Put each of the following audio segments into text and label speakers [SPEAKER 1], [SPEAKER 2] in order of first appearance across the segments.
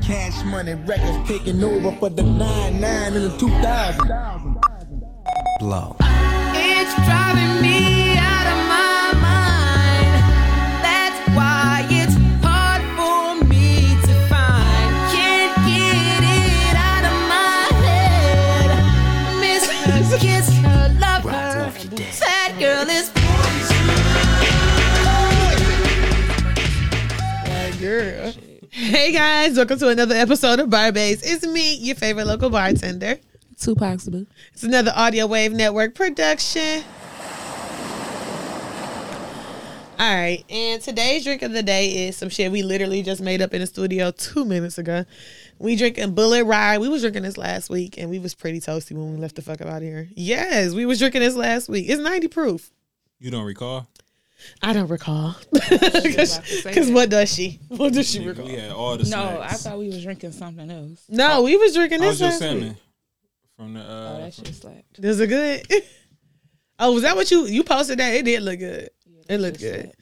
[SPEAKER 1] Cash money records taking over for the 99 in the 2000. Blow.
[SPEAKER 2] It's driving me out of my mind. That's why it's hard for me to find. Can't get it out of my head. Miss her, kiss her, love her. Sad girl is
[SPEAKER 3] Girl. Hey guys, welcome to another episode of Bar Babes. It's me, your favorite local bartender.
[SPEAKER 4] Tupac's boo.
[SPEAKER 3] It's another Audio Wave Network production. All right, and today's drink of the day is some shit we literally just made up in the studio two minutes ago. We drinking Bullet Rye. We was drinking this last week, and we was pretty toasty when we left the fuck up out of here. Yes, we was drinking this last week. It's ninety proof.
[SPEAKER 5] You don't recall?
[SPEAKER 3] I don't recall because what does she? What does she recall?
[SPEAKER 5] We had all the
[SPEAKER 4] No, I
[SPEAKER 5] snacks.
[SPEAKER 4] thought we was drinking something else.
[SPEAKER 3] No, we was drinking
[SPEAKER 5] How
[SPEAKER 3] this
[SPEAKER 5] Oh. was your
[SPEAKER 3] last
[SPEAKER 5] salmon?
[SPEAKER 3] week.
[SPEAKER 5] From the
[SPEAKER 4] Oh,
[SPEAKER 5] uh,
[SPEAKER 4] that shit slapped.
[SPEAKER 3] This is good. oh, was that what you you posted that? It did look good. It looked good.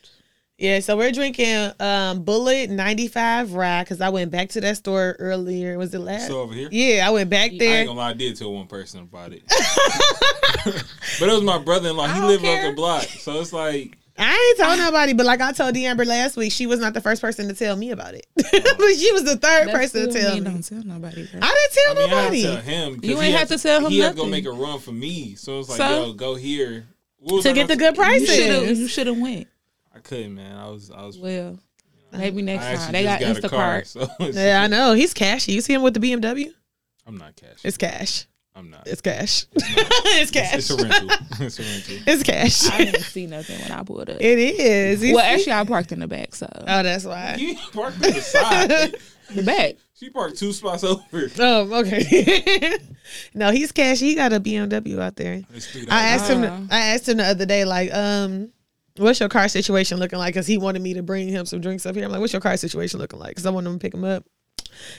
[SPEAKER 3] Yeah, so we're drinking um Bullet 95 Rye because I went back to that store earlier. Was it last?
[SPEAKER 5] store over here.
[SPEAKER 3] yeah, I went back
[SPEAKER 5] I
[SPEAKER 3] there.
[SPEAKER 5] ain't gonna lie, I did tell one person about it. but it was my brother-in-law. He
[SPEAKER 4] don't
[SPEAKER 5] lived up
[SPEAKER 4] care.
[SPEAKER 5] the block, so it's like
[SPEAKER 3] I ain't told nobody, but like I told D'Amber last week, she was not the first person to tell me about it.
[SPEAKER 5] Oh.
[SPEAKER 3] but she was the third person to tell me.
[SPEAKER 4] Don't tell nobody. girl.
[SPEAKER 3] I didn't tell
[SPEAKER 5] I mean, I
[SPEAKER 3] nobody.
[SPEAKER 5] had to tell him. 'cause
[SPEAKER 4] You
[SPEAKER 5] he
[SPEAKER 4] ain't
[SPEAKER 5] had
[SPEAKER 4] have to tell him
[SPEAKER 5] He had to go
[SPEAKER 4] nothing.
[SPEAKER 5] make a run for me, so it's like,
[SPEAKER 4] So?
[SPEAKER 5] yo, go here What was
[SPEAKER 3] to
[SPEAKER 5] I
[SPEAKER 3] get the
[SPEAKER 5] not-
[SPEAKER 3] good
[SPEAKER 4] You should've- You
[SPEAKER 3] prices.
[SPEAKER 4] should have went.
[SPEAKER 5] I couldn't, man. I was, I was.
[SPEAKER 4] Well, maybe
[SPEAKER 5] I
[SPEAKER 4] next time.
[SPEAKER 5] actually
[SPEAKER 4] They got
[SPEAKER 5] just
[SPEAKER 4] Instacart.
[SPEAKER 5] got a car, so it's-
[SPEAKER 3] Yeah, I know. He's cashy. You see him with the BMW?
[SPEAKER 5] I'm not cash.
[SPEAKER 3] It's cash.
[SPEAKER 5] I'm not.
[SPEAKER 3] It's cash. it's cash.
[SPEAKER 5] It's a rental. It's a rental.
[SPEAKER 3] It's cash.
[SPEAKER 4] I didn't see nothing when I pulled up.
[SPEAKER 3] It is. You
[SPEAKER 4] well,
[SPEAKER 3] see?
[SPEAKER 4] actually, I parked in the back, so
[SPEAKER 3] oh, that's why.
[SPEAKER 5] You parked to the side.
[SPEAKER 4] the back.
[SPEAKER 5] She parked two spots over.
[SPEAKER 3] Oh, okay. no, he's cash. He got a BMW out there.
[SPEAKER 5] Let's do that.
[SPEAKER 3] I asked him.
[SPEAKER 4] Wow.
[SPEAKER 3] I asked him the other day, like, um, what's your car situation looking like? Because he wanted me to bring him some drinks up here. I'm like, what's your car situation looking like? Because I wanted him to pick him up,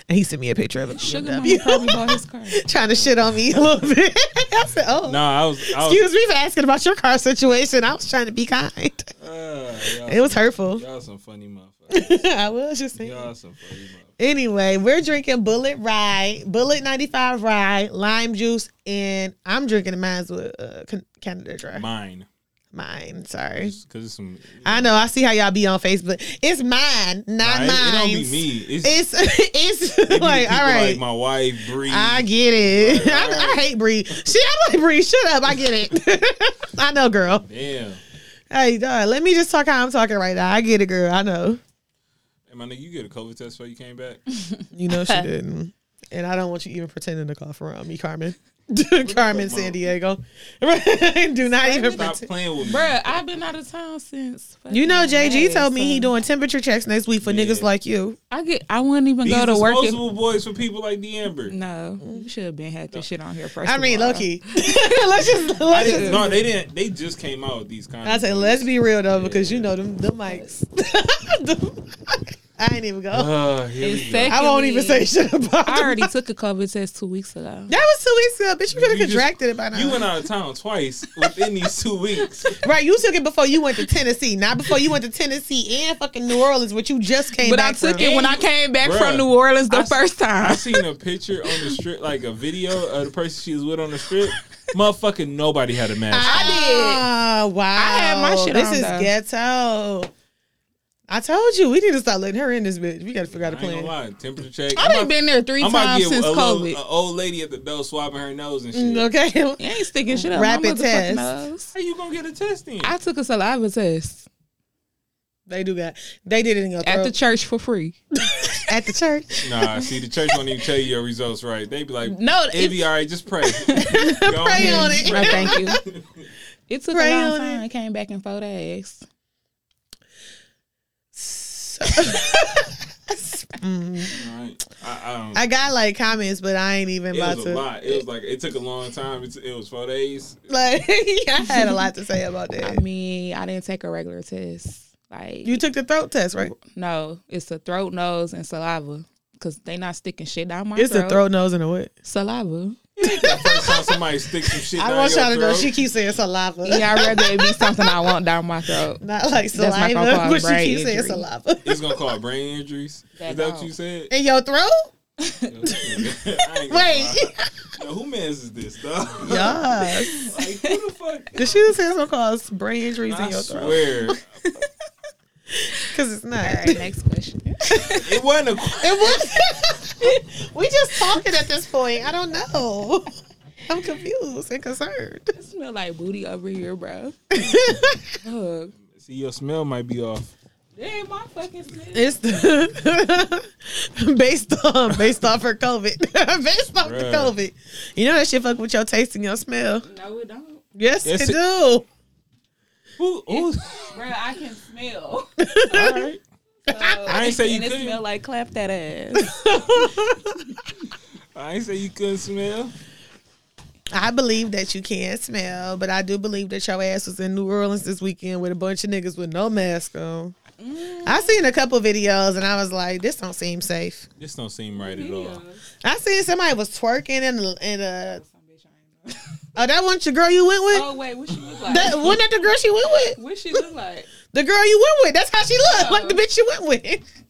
[SPEAKER 3] and he sent me a picture of a
[SPEAKER 4] Sugar
[SPEAKER 3] BMW,
[SPEAKER 4] Mama probably bought his car.
[SPEAKER 3] trying to shit on me a little bit. I said, oh.
[SPEAKER 5] No, I was. I was
[SPEAKER 3] Excuse me for asking about your car situation. I was trying to be kind.
[SPEAKER 5] uh, y'all
[SPEAKER 3] It was
[SPEAKER 5] some-
[SPEAKER 3] hurtful.
[SPEAKER 5] Y'all some funny motherfuckers.
[SPEAKER 3] I was just saying.
[SPEAKER 5] y'all some funny motherfuckers.
[SPEAKER 3] Anyway, we're drinking Bullet Rye, Bullet 95 Rye, lime juice, and I'm drinking mine with uh, Can- Canada Dry. Mine.
[SPEAKER 5] Mine,
[SPEAKER 3] sorry.
[SPEAKER 5] because it's some.
[SPEAKER 3] I know. I see how y'all be on Facebook. It's mine, not
[SPEAKER 5] Nah, it-
[SPEAKER 3] mine.
[SPEAKER 5] It don't be me. It's, it
[SPEAKER 3] It's it's
[SPEAKER 5] be the
[SPEAKER 3] like
[SPEAKER 5] people
[SPEAKER 3] all right.
[SPEAKER 5] Like my wife, Bree.
[SPEAKER 3] I get it.
[SPEAKER 5] Right,
[SPEAKER 3] I,
[SPEAKER 5] right.
[SPEAKER 3] I hate Bree. She, I'm like Bree. Shut up. I get it. I know, girl.
[SPEAKER 5] Damn.
[SPEAKER 3] Hey, dog, let me just talk how I'm talking right now. I get it, girl. I know.
[SPEAKER 5] Hey, my nigga, you get a COVID test before you came back?
[SPEAKER 3] You know she didn't. And I don't want you even pretending to cough around me, Carmen. Carmen San Diego. Do not even
[SPEAKER 5] Stop
[SPEAKER 3] pretend.
[SPEAKER 5] playing with me.
[SPEAKER 4] Bruh, I've been out of town since.
[SPEAKER 3] You know, JG
[SPEAKER 4] fucking
[SPEAKER 3] told me
[SPEAKER 4] May,
[SPEAKER 3] he
[SPEAKER 4] so
[SPEAKER 3] doing temperature checks next week for
[SPEAKER 5] Yeah.
[SPEAKER 3] niggas like you.
[SPEAKER 4] I get. I wouldn't even
[SPEAKER 5] These
[SPEAKER 4] go to work. If,
[SPEAKER 5] disposable boys for people like D'Amber.
[SPEAKER 4] no, you should have been had this shit on here first.
[SPEAKER 3] I
[SPEAKER 4] of
[SPEAKER 3] mean,
[SPEAKER 4] all.
[SPEAKER 3] low key. let's just
[SPEAKER 5] I
[SPEAKER 3] let's
[SPEAKER 5] didn't-
[SPEAKER 3] just.
[SPEAKER 5] no, they didn't. They just came out with these condoms.
[SPEAKER 3] I say let's be real though, because you know them them mics. I ain't even go.
[SPEAKER 5] Uh, here
[SPEAKER 4] And
[SPEAKER 5] we go.
[SPEAKER 3] I won't even say
[SPEAKER 4] secondly,
[SPEAKER 3] shit about.
[SPEAKER 4] I
[SPEAKER 3] them.
[SPEAKER 4] already took a COVID test two weeks ago.
[SPEAKER 3] That was two weeks ago, bitch. You could have
[SPEAKER 5] You just-
[SPEAKER 3] contracted it by now.
[SPEAKER 5] You went out of town twice within these two weeks.
[SPEAKER 3] right, you took it before you went to Tennessee, not before you went to Tennessee and fucking New Orleans, which you just came
[SPEAKER 4] But I
[SPEAKER 3] back
[SPEAKER 4] took
[SPEAKER 3] from.
[SPEAKER 4] it when I came back
[SPEAKER 5] Bruh,
[SPEAKER 4] from New Orleans the
[SPEAKER 5] I s-
[SPEAKER 4] first
[SPEAKER 5] I
[SPEAKER 4] time.
[SPEAKER 5] seen a picture on the strip, like a video of the person she was with on the strip. Motherfucking nobody had a mask.
[SPEAKER 4] I did.
[SPEAKER 3] Ah, wow.
[SPEAKER 4] I had my shit
[SPEAKER 3] This
[SPEAKER 4] on,
[SPEAKER 3] is
[SPEAKER 4] though.
[SPEAKER 3] ghetto. I told you we need to start letting her in this bitch. We got to figure out a
[SPEAKER 5] I ain't gonna
[SPEAKER 3] plan.
[SPEAKER 5] lie, temperature check.
[SPEAKER 4] I done been there 3
[SPEAKER 5] I'm about to
[SPEAKER 4] times
[SPEAKER 5] get
[SPEAKER 4] since
[SPEAKER 5] a little, uh,
[SPEAKER 4] COVID.
[SPEAKER 5] a old lady at the door swabbing her nose and shit.
[SPEAKER 3] Mm, Okay.
[SPEAKER 4] you ain't sticking shit up.
[SPEAKER 3] Rapid
[SPEAKER 4] Rapid
[SPEAKER 3] test.
[SPEAKER 4] test. Nose.
[SPEAKER 5] How you gonna get a test in?
[SPEAKER 4] I took a saliva test
[SPEAKER 3] They do got. They did it in your
[SPEAKER 4] at the
[SPEAKER 3] throat.
[SPEAKER 4] church for free.
[SPEAKER 3] at the church.
[SPEAKER 5] nah, see, the church won't even tell you your results right. They be like,
[SPEAKER 4] No,
[SPEAKER 5] it
[SPEAKER 4] it's-
[SPEAKER 5] be all right. Just pray. Go
[SPEAKER 3] Pray on
[SPEAKER 5] ahead.
[SPEAKER 3] it.
[SPEAKER 4] No, thank you. It took
[SPEAKER 3] Pray
[SPEAKER 4] a
[SPEAKER 3] on
[SPEAKER 4] long time. It. came back in four days.
[SPEAKER 5] All right. I, I don't.
[SPEAKER 3] I got like comments, but I ain't even
[SPEAKER 5] it
[SPEAKER 3] about
[SPEAKER 5] was a
[SPEAKER 3] to.
[SPEAKER 5] lot. It was like it took a long time. It, it was four days.
[SPEAKER 3] Like I had a lot to say about
[SPEAKER 4] I
[SPEAKER 3] that.
[SPEAKER 4] mean, I didn't take a regular test. Like
[SPEAKER 3] You took the throat test, right?
[SPEAKER 4] no, it's a throat, nose, and saliva. Cause they not sticking shit down my
[SPEAKER 3] It's
[SPEAKER 4] throat.
[SPEAKER 3] the throat, nose, and a what?
[SPEAKER 4] Saliva.
[SPEAKER 5] First time somebody sticks some shit.
[SPEAKER 3] I
[SPEAKER 5] down
[SPEAKER 3] want
[SPEAKER 5] your
[SPEAKER 3] y'all to know.
[SPEAKER 5] throat.
[SPEAKER 3] She keeps saying saliva,
[SPEAKER 4] Yeah, I'd E rather it be something I want down my throat.
[SPEAKER 3] not like
[SPEAKER 4] my
[SPEAKER 3] saliva,
[SPEAKER 4] fault,
[SPEAKER 3] but she
[SPEAKER 4] brain
[SPEAKER 3] keeps saying
[SPEAKER 4] injury.
[SPEAKER 3] saliva.
[SPEAKER 5] It's gonna cause brain injuries. Is
[SPEAKER 4] That
[SPEAKER 5] that what
[SPEAKER 4] don't.
[SPEAKER 5] you said?
[SPEAKER 3] In your throat? Wait.
[SPEAKER 5] Yo, who mans is this, dog?
[SPEAKER 3] Yes.
[SPEAKER 5] Like, who the fuck?
[SPEAKER 3] The shit is gonna cause brain injuries in
[SPEAKER 5] I
[SPEAKER 3] your throat.
[SPEAKER 5] swear.
[SPEAKER 3] Because it's not.
[SPEAKER 4] All right, next question.
[SPEAKER 5] It wasn't a question.
[SPEAKER 3] It was. we just talking at this point. I don't know. I'm confused and concerned.
[SPEAKER 4] smell like booty over here, bro. Ugh.
[SPEAKER 5] See, your smell might be off.
[SPEAKER 4] Damn, my fucking city.
[SPEAKER 3] It's the based on based off her COVID, based off the
[SPEAKER 5] Bruh.
[SPEAKER 3] COVID. You know that shit fuck with your taste and your smell.
[SPEAKER 4] No, it don't.
[SPEAKER 3] Yes,
[SPEAKER 5] Yes,
[SPEAKER 3] it,
[SPEAKER 5] it-
[SPEAKER 3] do.
[SPEAKER 5] Who? who
[SPEAKER 4] Bro, I can smell.
[SPEAKER 5] all right. I ain't say you
[SPEAKER 4] and it
[SPEAKER 5] couldn't.
[SPEAKER 4] smell like clap that ass.
[SPEAKER 5] I ain't say you couldn't smell.
[SPEAKER 3] I believe that you can smell, but I do believe that your ass was in New Orleans this weekend with a bunch of niggas with no mask on. I seen a couple videos and I was like, this don't seem safe.
[SPEAKER 5] This don't seem right at all.
[SPEAKER 3] I seen somebody was twerking in a, in a
[SPEAKER 4] Some bitch I ain't know.
[SPEAKER 3] oh that wasn't your girl you went with.
[SPEAKER 4] Oh wait, what she look like?
[SPEAKER 3] That, wasn't that the girl she went with?
[SPEAKER 4] what she look like?
[SPEAKER 3] The girl you went with. That's how she looked, like the bitch you went with.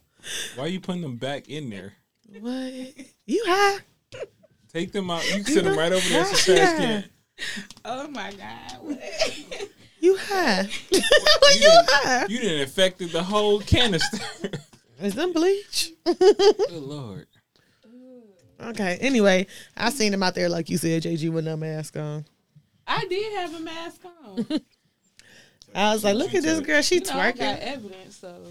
[SPEAKER 5] Why you putting them back in there?
[SPEAKER 3] What? You high?
[SPEAKER 5] Take them out. You can send them right over there to the trash
[SPEAKER 3] Yeah.
[SPEAKER 5] can.
[SPEAKER 4] Oh my god.
[SPEAKER 3] You high? Like, you high?
[SPEAKER 5] You didn't affected the whole canister. Good
[SPEAKER 3] Is them bleach?
[SPEAKER 5] lord.
[SPEAKER 3] okay. Anyway, I seen him out there like you said, JG with no mask on.
[SPEAKER 4] I did have a mask on. You
[SPEAKER 3] I was like, look at this girl, she
[SPEAKER 4] know, I got
[SPEAKER 3] twerking.
[SPEAKER 4] evidence, so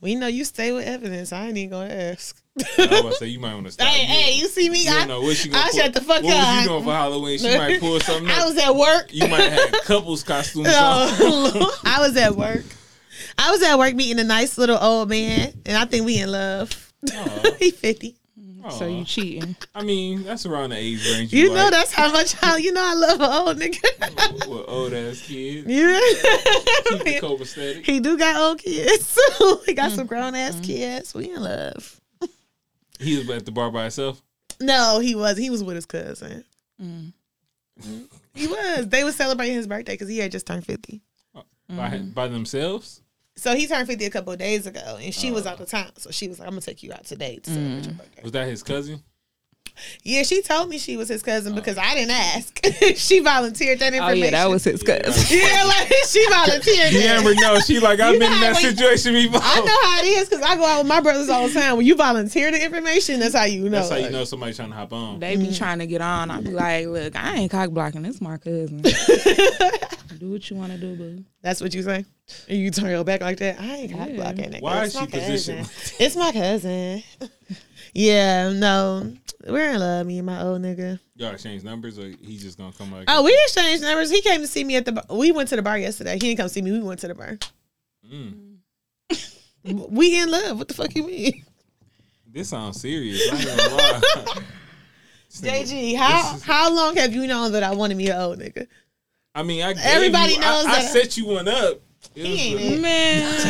[SPEAKER 3] We know you stay with evidence. I ain't even gonna ask.
[SPEAKER 5] I was about to say you might want to stop.
[SPEAKER 3] Hey,
[SPEAKER 5] you,
[SPEAKER 3] hey, you see me?
[SPEAKER 5] you
[SPEAKER 3] I,
[SPEAKER 5] don't know what she gonna
[SPEAKER 3] I
[SPEAKER 5] pull.
[SPEAKER 3] shut the fuck
[SPEAKER 5] What was
[SPEAKER 3] up.
[SPEAKER 5] you doing for Halloween? She might pull something.
[SPEAKER 3] I
[SPEAKER 5] Up.
[SPEAKER 3] was at work.
[SPEAKER 5] you might have couples costumes on.
[SPEAKER 3] No, I was at work. I was at work meeting a nice little old man, and I think we in love. he fifty.
[SPEAKER 5] Aw.
[SPEAKER 4] so you cheating.
[SPEAKER 5] I mean, that's around the age range.
[SPEAKER 3] You
[SPEAKER 5] like.
[SPEAKER 3] know that's how much I. You know I love an old nigga.
[SPEAKER 5] Well, old ass kid. Keep the Mm,
[SPEAKER 3] yeah.
[SPEAKER 5] Cobra static.
[SPEAKER 3] he do got old kids. he got some grown ass kids. We in love.
[SPEAKER 5] He was at the bar by himself.
[SPEAKER 3] No, he was. He was with his cousin.
[SPEAKER 4] Mm.
[SPEAKER 3] He was. They was celebrating his birthday because he had just turned fifty. Mm-hmm.
[SPEAKER 5] By, by themselves.
[SPEAKER 3] So he turned fifty a couple of days ago, and she
[SPEAKER 4] Oh.
[SPEAKER 3] was out of town. So she was like, "I'm gonna take you out today to celebrate
[SPEAKER 4] Mm.
[SPEAKER 3] your birthday."
[SPEAKER 5] Was that his cousin?
[SPEAKER 3] Yeah, she told me she was his cousin because I didn't ask. she volunteered that
[SPEAKER 4] Oh
[SPEAKER 3] information.
[SPEAKER 4] yeah, that was his cousin.
[SPEAKER 3] Yeah, like she volunteered.
[SPEAKER 5] You
[SPEAKER 3] that.
[SPEAKER 5] never know. She like I've
[SPEAKER 3] You
[SPEAKER 5] been
[SPEAKER 3] know
[SPEAKER 5] in that
[SPEAKER 3] how we-
[SPEAKER 5] situation before.
[SPEAKER 3] I know how it is because I go out with my brothers all the time. When you volunteer the information, that's how you know.
[SPEAKER 5] That's how you
[SPEAKER 3] it.
[SPEAKER 5] know somebody trying to hop on.
[SPEAKER 4] They be trying to get on. I be like, look, I ain't cock blocking. This my cousin. do what you want to do, boo.
[SPEAKER 3] That's what you say. And you turn your back like that. I ain't cock
[SPEAKER 4] Yeah.
[SPEAKER 3] blocking it.
[SPEAKER 5] Why
[SPEAKER 3] It's
[SPEAKER 5] is she
[SPEAKER 3] my cousin.
[SPEAKER 5] positioned
[SPEAKER 3] It's my cousin. yeah, no, we're in love. Me and my old nigga.
[SPEAKER 5] Y'all exchange numbers, or he just gonna come like,
[SPEAKER 3] Oh, we exchanged numbers. He came to see me at the. Bar. We went to the bar yesterday. He didn't come see me. We went to the bar.
[SPEAKER 5] mm,
[SPEAKER 3] We in love. What the fuck you mean?
[SPEAKER 5] "This sounds serious." I ain't gonna lie.
[SPEAKER 3] JG, how
[SPEAKER 5] This is-
[SPEAKER 3] how long have you known that I want to meet an old nigga?
[SPEAKER 5] I mean, I gave
[SPEAKER 3] Everybody
[SPEAKER 5] you-
[SPEAKER 3] knows
[SPEAKER 5] I, I
[SPEAKER 3] that-
[SPEAKER 5] set you one up. It was
[SPEAKER 3] ain't
[SPEAKER 5] the-
[SPEAKER 3] it.
[SPEAKER 4] Man,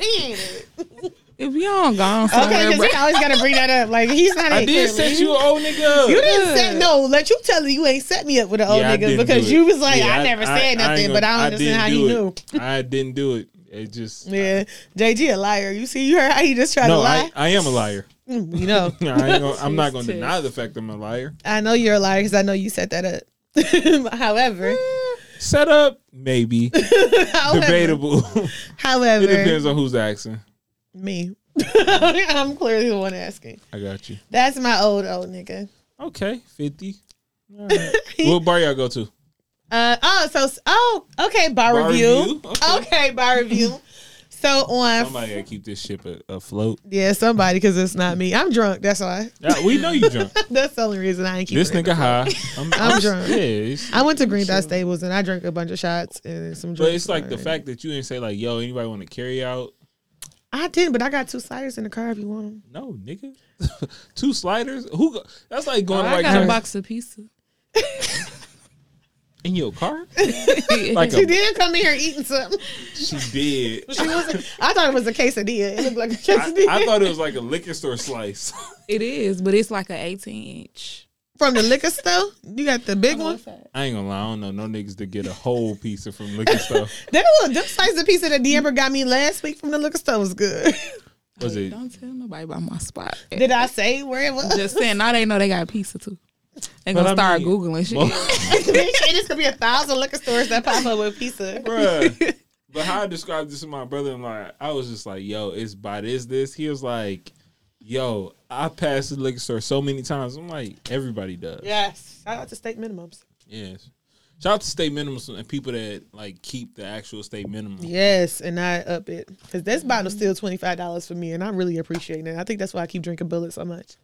[SPEAKER 3] he ain't it.
[SPEAKER 4] if you don't go on
[SPEAKER 3] Okay,
[SPEAKER 4] somewhere,
[SPEAKER 3] because
[SPEAKER 4] bro.
[SPEAKER 3] he always gotta bring that up. Like he's not.
[SPEAKER 5] I
[SPEAKER 3] it,
[SPEAKER 5] did
[SPEAKER 3] clearly.
[SPEAKER 5] set you an old nigga up.
[SPEAKER 3] You didn't set no. Let you tell it. You ain't set me up with an old
[SPEAKER 5] Yeah, I
[SPEAKER 3] Oh, nigga
[SPEAKER 5] didn't
[SPEAKER 3] because
[SPEAKER 5] do it.
[SPEAKER 3] you was like,
[SPEAKER 5] Yeah,
[SPEAKER 3] I, never said
[SPEAKER 5] ain't
[SPEAKER 3] nothing,
[SPEAKER 5] gonna-
[SPEAKER 3] but I understand
[SPEAKER 5] didn't
[SPEAKER 3] how
[SPEAKER 5] do
[SPEAKER 3] you
[SPEAKER 5] it.
[SPEAKER 3] knew.
[SPEAKER 5] I didn't do it. It just
[SPEAKER 3] Yeah, JG a liar. You see, you heard how he just tried to
[SPEAKER 5] no. I,
[SPEAKER 3] lie.
[SPEAKER 5] I am a liar.
[SPEAKER 3] Mm, you know,
[SPEAKER 5] I ain't gonna, I'm not
[SPEAKER 4] Tis,
[SPEAKER 5] gonna
[SPEAKER 4] tis.
[SPEAKER 5] deny the fact I'm a liar.
[SPEAKER 3] I know you're a liar because I know you set that up. however,
[SPEAKER 5] Set up maybe
[SPEAKER 3] however,
[SPEAKER 5] debatable. it
[SPEAKER 3] However,
[SPEAKER 5] depends on who's asking.
[SPEAKER 3] me. I'm clearly the one asking.
[SPEAKER 5] I got you.
[SPEAKER 3] That's my old old nigga.
[SPEAKER 5] Okay, fifty. what bar y'all go to?
[SPEAKER 3] Uh oh, so oh, okay, bar,
[SPEAKER 5] Bar
[SPEAKER 3] review.
[SPEAKER 5] review? Okay.
[SPEAKER 3] Okay, bar review. so on
[SPEAKER 5] Somebody gotta keep this ship a- afloat.
[SPEAKER 3] yeah, somebody because it's not me. I'm drunk. That's why.
[SPEAKER 5] Yeah, we know you drunk.
[SPEAKER 3] That's the only reason I ain't keep
[SPEAKER 5] this
[SPEAKER 3] it.
[SPEAKER 5] nigga high. I'm, I'm-
[SPEAKER 3] drunk.
[SPEAKER 5] Yeah, it's-
[SPEAKER 3] I went to Green Dot Stables and I drank a bunch of shots and some.
[SPEAKER 5] but
[SPEAKER 3] drinks
[SPEAKER 5] it's like the
[SPEAKER 3] wine.
[SPEAKER 5] fact that you didn't say like, "Yo, anybody want to carry out?"
[SPEAKER 3] I didn't, but I got two ciders in the car if you want them.
[SPEAKER 5] No, nigga. Two sliders. Who? Go- That's like going
[SPEAKER 4] I
[SPEAKER 5] like
[SPEAKER 4] got a
[SPEAKER 5] her-
[SPEAKER 4] box of pizza.
[SPEAKER 5] in your car. like
[SPEAKER 3] She
[SPEAKER 5] a,
[SPEAKER 3] did come in here eating something.
[SPEAKER 5] she did.
[SPEAKER 3] She wasn't. I thought it was a quesadilla. It looked like a
[SPEAKER 5] I,
[SPEAKER 3] quesadilla
[SPEAKER 5] I thought it was like a liquor store slice.
[SPEAKER 4] It is, but it's like an 18 inch.
[SPEAKER 3] from the liquor store. You got the big one.
[SPEAKER 5] I ain't gonna lie. I don't know no niggas that get a whole piece of from liquor store.
[SPEAKER 3] That was them slice of pizza that Deborah got me last week from the liquor store was good.
[SPEAKER 5] Was it?
[SPEAKER 4] Don't tell nobody about my spot.
[SPEAKER 3] Did I say where it was?
[SPEAKER 4] Just saying, now they know they got pizza too. They
[SPEAKER 5] But
[SPEAKER 4] gonna
[SPEAKER 5] I
[SPEAKER 4] start
[SPEAKER 5] mean-
[SPEAKER 4] googling shit.
[SPEAKER 3] it is gonna be a thousand liquor stores that pop up with pizza.
[SPEAKER 5] Bruh. But how I described this to my brother, in law I was just like, yo, it's by this, this. He was like, yo, I passed the liquor store so many times. I'm like, everybody does.
[SPEAKER 3] Yes. Shout out to state minimums.
[SPEAKER 5] Yes. Shout out to state minimums and people that like keep the actual state minimum.
[SPEAKER 3] Yes, and I up it because this bottle's still twenty five dollars for me, and I'm really appreciating it. I think that's why I keep drinking Bullet so much.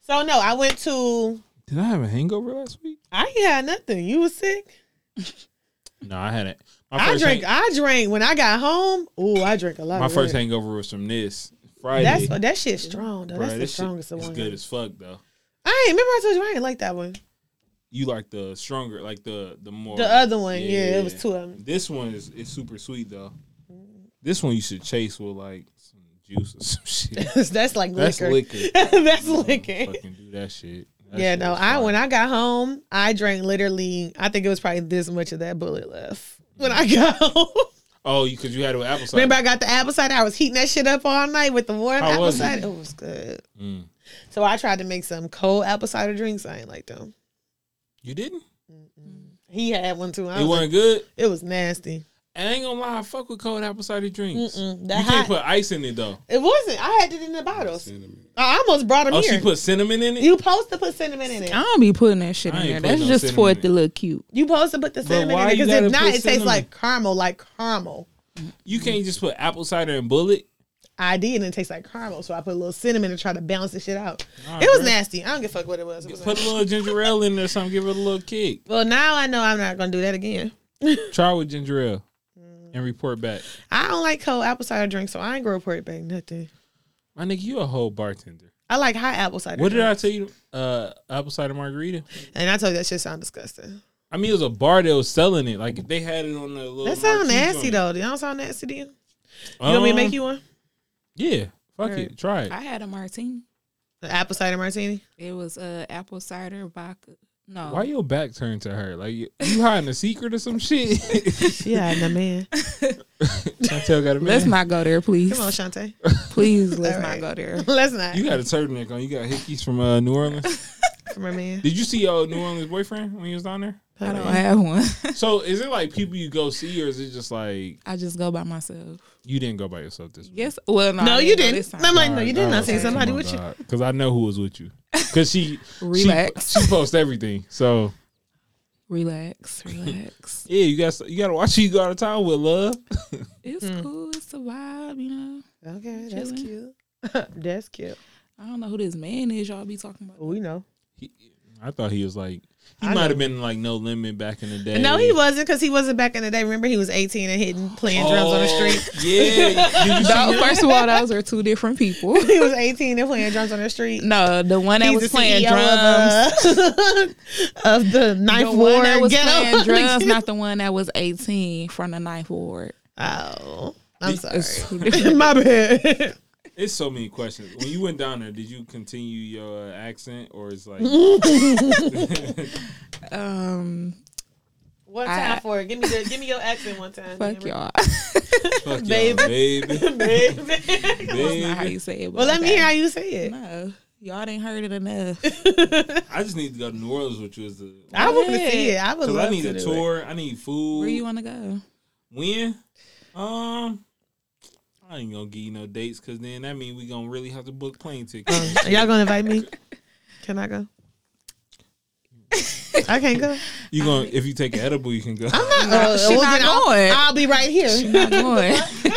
[SPEAKER 3] So no, I went to.
[SPEAKER 5] Did I have a hangover last week?
[SPEAKER 3] I ain't had nothing. You was sick.
[SPEAKER 5] No, I hadn't. My
[SPEAKER 3] I
[SPEAKER 5] first
[SPEAKER 3] drank.
[SPEAKER 5] hang-
[SPEAKER 3] I drank when I got home. Ooh, I drank a lot.
[SPEAKER 5] my
[SPEAKER 3] of
[SPEAKER 5] first
[SPEAKER 3] that.
[SPEAKER 5] hangover was from this Friday.
[SPEAKER 3] That's that shit's strong though.
[SPEAKER 5] Bruh,
[SPEAKER 3] that's the
[SPEAKER 5] this shit
[SPEAKER 3] strongest
[SPEAKER 5] is
[SPEAKER 3] one.
[SPEAKER 5] good as fuck though.
[SPEAKER 3] I ain't remember I told you I ain't like that one.
[SPEAKER 5] You like the stronger, like the the more
[SPEAKER 3] The other one, yeah, it was two of them.
[SPEAKER 5] This one is is super sweet though. This one you should chase with like some juice or some shit.
[SPEAKER 3] that's like
[SPEAKER 5] That's
[SPEAKER 3] liquor.
[SPEAKER 5] liquor.
[SPEAKER 3] that's
[SPEAKER 5] Don't
[SPEAKER 3] liquor.
[SPEAKER 5] Fucking do that shit. That
[SPEAKER 3] Yeah,
[SPEAKER 5] shit
[SPEAKER 3] no. I
[SPEAKER 5] is fire.
[SPEAKER 3] when I got home, I drank literally. I think it was probably this much of that bullet left when I got home.
[SPEAKER 5] oh, you because you had it with apple cider.
[SPEAKER 3] Remember, I got the apple cider. I was heating that shit up all night with the warm
[SPEAKER 5] How
[SPEAKER 3] apple
[SPEAKER 5] was it?
[SPEAKER 3] cider. It? was good.
[SPEAKER 5] Mm.
[SPEAKER 3] So I tried to make some cold apple cider drinks. I ain't like them.
[SPEAKER 5] you didn't.
[SPEAKER 3] He had one too. I
[SPEAKER 5] It
[SPEAKER 3] was like,
[SPEAKER 5] wasn't good.
[SPEAKER 3] it was nasty.
[SPEAKER 5] And I ain't gonna lie, I fuck with cold apple cider drinks.
[SPEAKER 3] Mm-mm,
[SPEAKER 5] you
[SPEAKER 3] that
[SPEAKER 5] can't
[SPEAKER 3] hot.
[SPEAKER 5] put ice in it though.
[SPEAKER 3] It wasn't. I had it in the bottles.
[SPEAKER 6] Cinnamon.
[SPEAKER 3] I almost brought them
[SPEAKER 5] Oh,
[SPEAKER 3] here.
[SPEAKER 5] she put cinnamon in it.
[SPEAKER 3] you supposed to put cinnamon in it.
[SPEAKER 4] I don't be putting that shit
[SPEAKER 5] I
[SPEAKER 4] in
[SPEAKER 5] ain't
[SPEAKER 4] there.
[SPEAKER 5] putting no
[SPEAKER 4] That's just for
[SPEAKER 5] cinnamon in
[SPEAKER 4] it to
[SPEAKER 5] it.
[SPEAKER 4] look cute.
[SPEAKER 3] You supposed to put the cinnamon in
[SPEAKER 5] why
[SPEAKER 3] it
[SPEAKER 5] you
[SPEAKER 3] because
[SPEAKER 5] gotta
[SPEAKER 3] if not,
[SPEAKER 5] put
[SPEAKER 3] it tastes
[SPEAKER 5] cinnamon?
[SPEAKER 3] like caramel, like caramel.
[SPEAKER 5] you can't just put apple cider and bullet.
[SPEAKER 3] I did, and it tastes like caramel. So I put a little cinnamon to try to balance the shit out.
[SPEAKER 5] Nah,
[SPEAKER 3] it was
[SPEAKER 5] bruh.
[SPEAKER 3] nasty. I don't give a fuck what it was. It was
[SPEAKER 5] Put a
[SPEAKER 3] nasty.
[SPEAKER 5] little ginger ale in there or something. Give it a little kick.
[SPEAKER 3] well, now I know I'm not gonna do that again.
[SPEAKER 5] Try with ginger ale and report back.
[SPEAKER 3] I don't like cold apple cider drinks, so I ain't gonna report back nothing.
[SPEAKER 5] My nigga, you a whole bartender.
[SPEAKER 3] I like hot apple cider.
[SPEAKER 5] What did I
[SPEAKER 3] drinks.
[SPEAKER 5] tell you? Uh, apple cider margarita.
[SPEAKER 3] And I told you that shit sound disgusting.
[SPEAKER 5] I mean, it was a bar that was selling it. Like if they had it Oh, on the little.
[SPEAKER 3] That sound
[SPEAKER 5] marquee
[SPEAKER 3] nasty
[SPEAKER 5] joint.
[SPEAKER 3] though. That don't sound nasty to you. You want me to
[SPEAKER 5] Um,
[SPEAKER 3] make you one?
[SPEAKER 5] Yeah, fuck
[SPEAKER 3] Alright.
[SPEAKER 5] it. Try it.
[SPEAKER 4] I had a martini.
[SPEAKER 3] An apple cider martini.
[SPEAKER 4] It was uh, apple cider vodka. No,
[SPEAKER 5] Why your back turned to her? Like you, you hiding a secret or some shit?
[SPEAKER 3] Yeah, no man.
[SPEAKER 5] Chantel got a
[SPEAKER 4] let's
[SPEAKER 5] man.
[SPEAKER 4] not go there, please.
[SPEAKER 3] Come on, Shante.
[SPEAKER 4] Please, let's
[SPEAKER 3] All right.
[SPEAKER 4] not go there.
[SPEAKER 3] Let's not.
[SPEAKER 5] You got a turtleneck on. You got hickeys from uh, New Orleans.
[SPEAKER 3] From her man.
[SPEAKER 5] Did you see your New Orleans boyfriend when he was down there?
[SPEAKER 4] I don't have one.
[SPEAKER 5] So is it like people you go see, or is it just like
[SPEAKER 4] I just go by myself.
[SPEAKER 5] you didn't go by yourself this?
[SPEAKER 4] Yes. Well, no, I
[SPEAKER 3] No, you
[SPEAKER 4] go
[SPEAKER 3] didn't.
[SPEAKER 4] this
[SPEAKER 3] I'm
[SPEAKER 4] time.
[SPEAKER 3] like, no, you did not see somebody with you.
[SPEAKER 5] Because I know who was with you. Because she
[SPEAKER 4] Relax.
[SPEAKER 5] She, she posts everything. So
[SPEAKER 4] Relax, relax.
[SPEAKER 5] yeah, you got you got to watch who you go out of town with love.
[SPEAKER 4] it's
[SPEAKER 3] Hmm.
[SPEAKER 4] cool. It's a vibe, you know.
[SPEAKER 3] Okay, that's
[SPEAKER 4] Chilling.
[SPEAKER 3] cute. that's cute.
[SPEAKER 4] I don't know who this man is. Y'all be talking about.
[SPEAKER 3] We know.
[SPEAKER 5] He- I thought he was like he
[SPEAKER 3] I
[SPEAKER 5] might
[SPEAKER 3] know.
[SPEAKER 5] have been like no limit back in the day.
[SPEAKER 3] No, he wasn't because he wasn't back in the day. Remember, he was 18 and hitting, playing drums on the street.
[SPEAKER 5] Oh, Yeah, did you see
[SPEAKER 4] No,
[SPEAKER 5] him?
[SPEAKER 4] first of all, those are two different people.
[SPEAKER 3] He was 18 and playing drums on the street.
[SPEAKER 4] No, the one that
[SPEAKER 3] He's
[SPEAKER 4] was
[SPEAKER 3] the E
[SPEAKER 4] playing
[SPEAKER 3] CEO
[SPEAKER 4] drums.
[SPEAKER 3] Of, uh, of the
[SPEAKER 4] The
[SPEAKER 3] Ninth
[SPEAKER 4] one
[SPEAKER 3] Ward
[SPEAKER 4] that was
[SPEAKER 3] ghetto.
[SPEAKER 4] playing drugs, not the one that was 18 from the ninth ward.
[SPEAKER 3] oh, I'm
[SPEAKER 4] It's
[SPEAKER 3] sorry.
[SPEAKER 4] two different-
[SPEAKER 3] My bad.
[SPEAKER 5] It's so many questions. When you went down there, did you continue your uh, accent or is like
[SPEAKER 4] um,
[SPEAKER 3] One
[SPEAKER 4] time I-
[SPEAKER 3] for it. Give me the, give me your accent one time.
[SPEAKER 4] fuck y'all.
[SPEAKER 5] fuck
[SPEAKER 3] Baby.
[SPEAKER 5] baby, baby,
[SPEAKER 4] That's not how
[SPEAKER 5] baby?
[SPEAKER 4] you say it.
[SPEAKER 3] well, let me hear how
[SPEAKER 4] okay.
[SPEAKER 3] you say it.
[SPEAKER 4] No, y'all didn't heard it enough.
[SPEAKER 5] I just need to go to New Orleans with you as the
[SPEAKER 3] I want to
[SPEAKER 4] ahead.
[SPEAKER 3] see it. I would
[SPEAKER 5] because
[SPEAKER 3] love
[SPEAKER 5] I need
[SPEAKER 3] to
[SPEAKER 5] a
[SPEAKER 3] do
[SPEAKER 5] tour. I need food.
[SPEAKER 4] Where you want to go?
[SPEAKER 5] When? Um, I ain't gonna give you no dates because then that means we gonna really have to book plane tickets.
[SPEAKER 3] it. Are y'all gonna invite me? Can I go? I can't go.
[SPEAKER 5] you gonna if you take an edible, you can go.
[SPEAKER 3] Uh,
[SPEAKER 4] she not
[SPEAKER 3] then I'll-
[SPEAKER 4] going.
[SPEAKER 3] I'll, be right here.
[SPEAKER 4] Not going.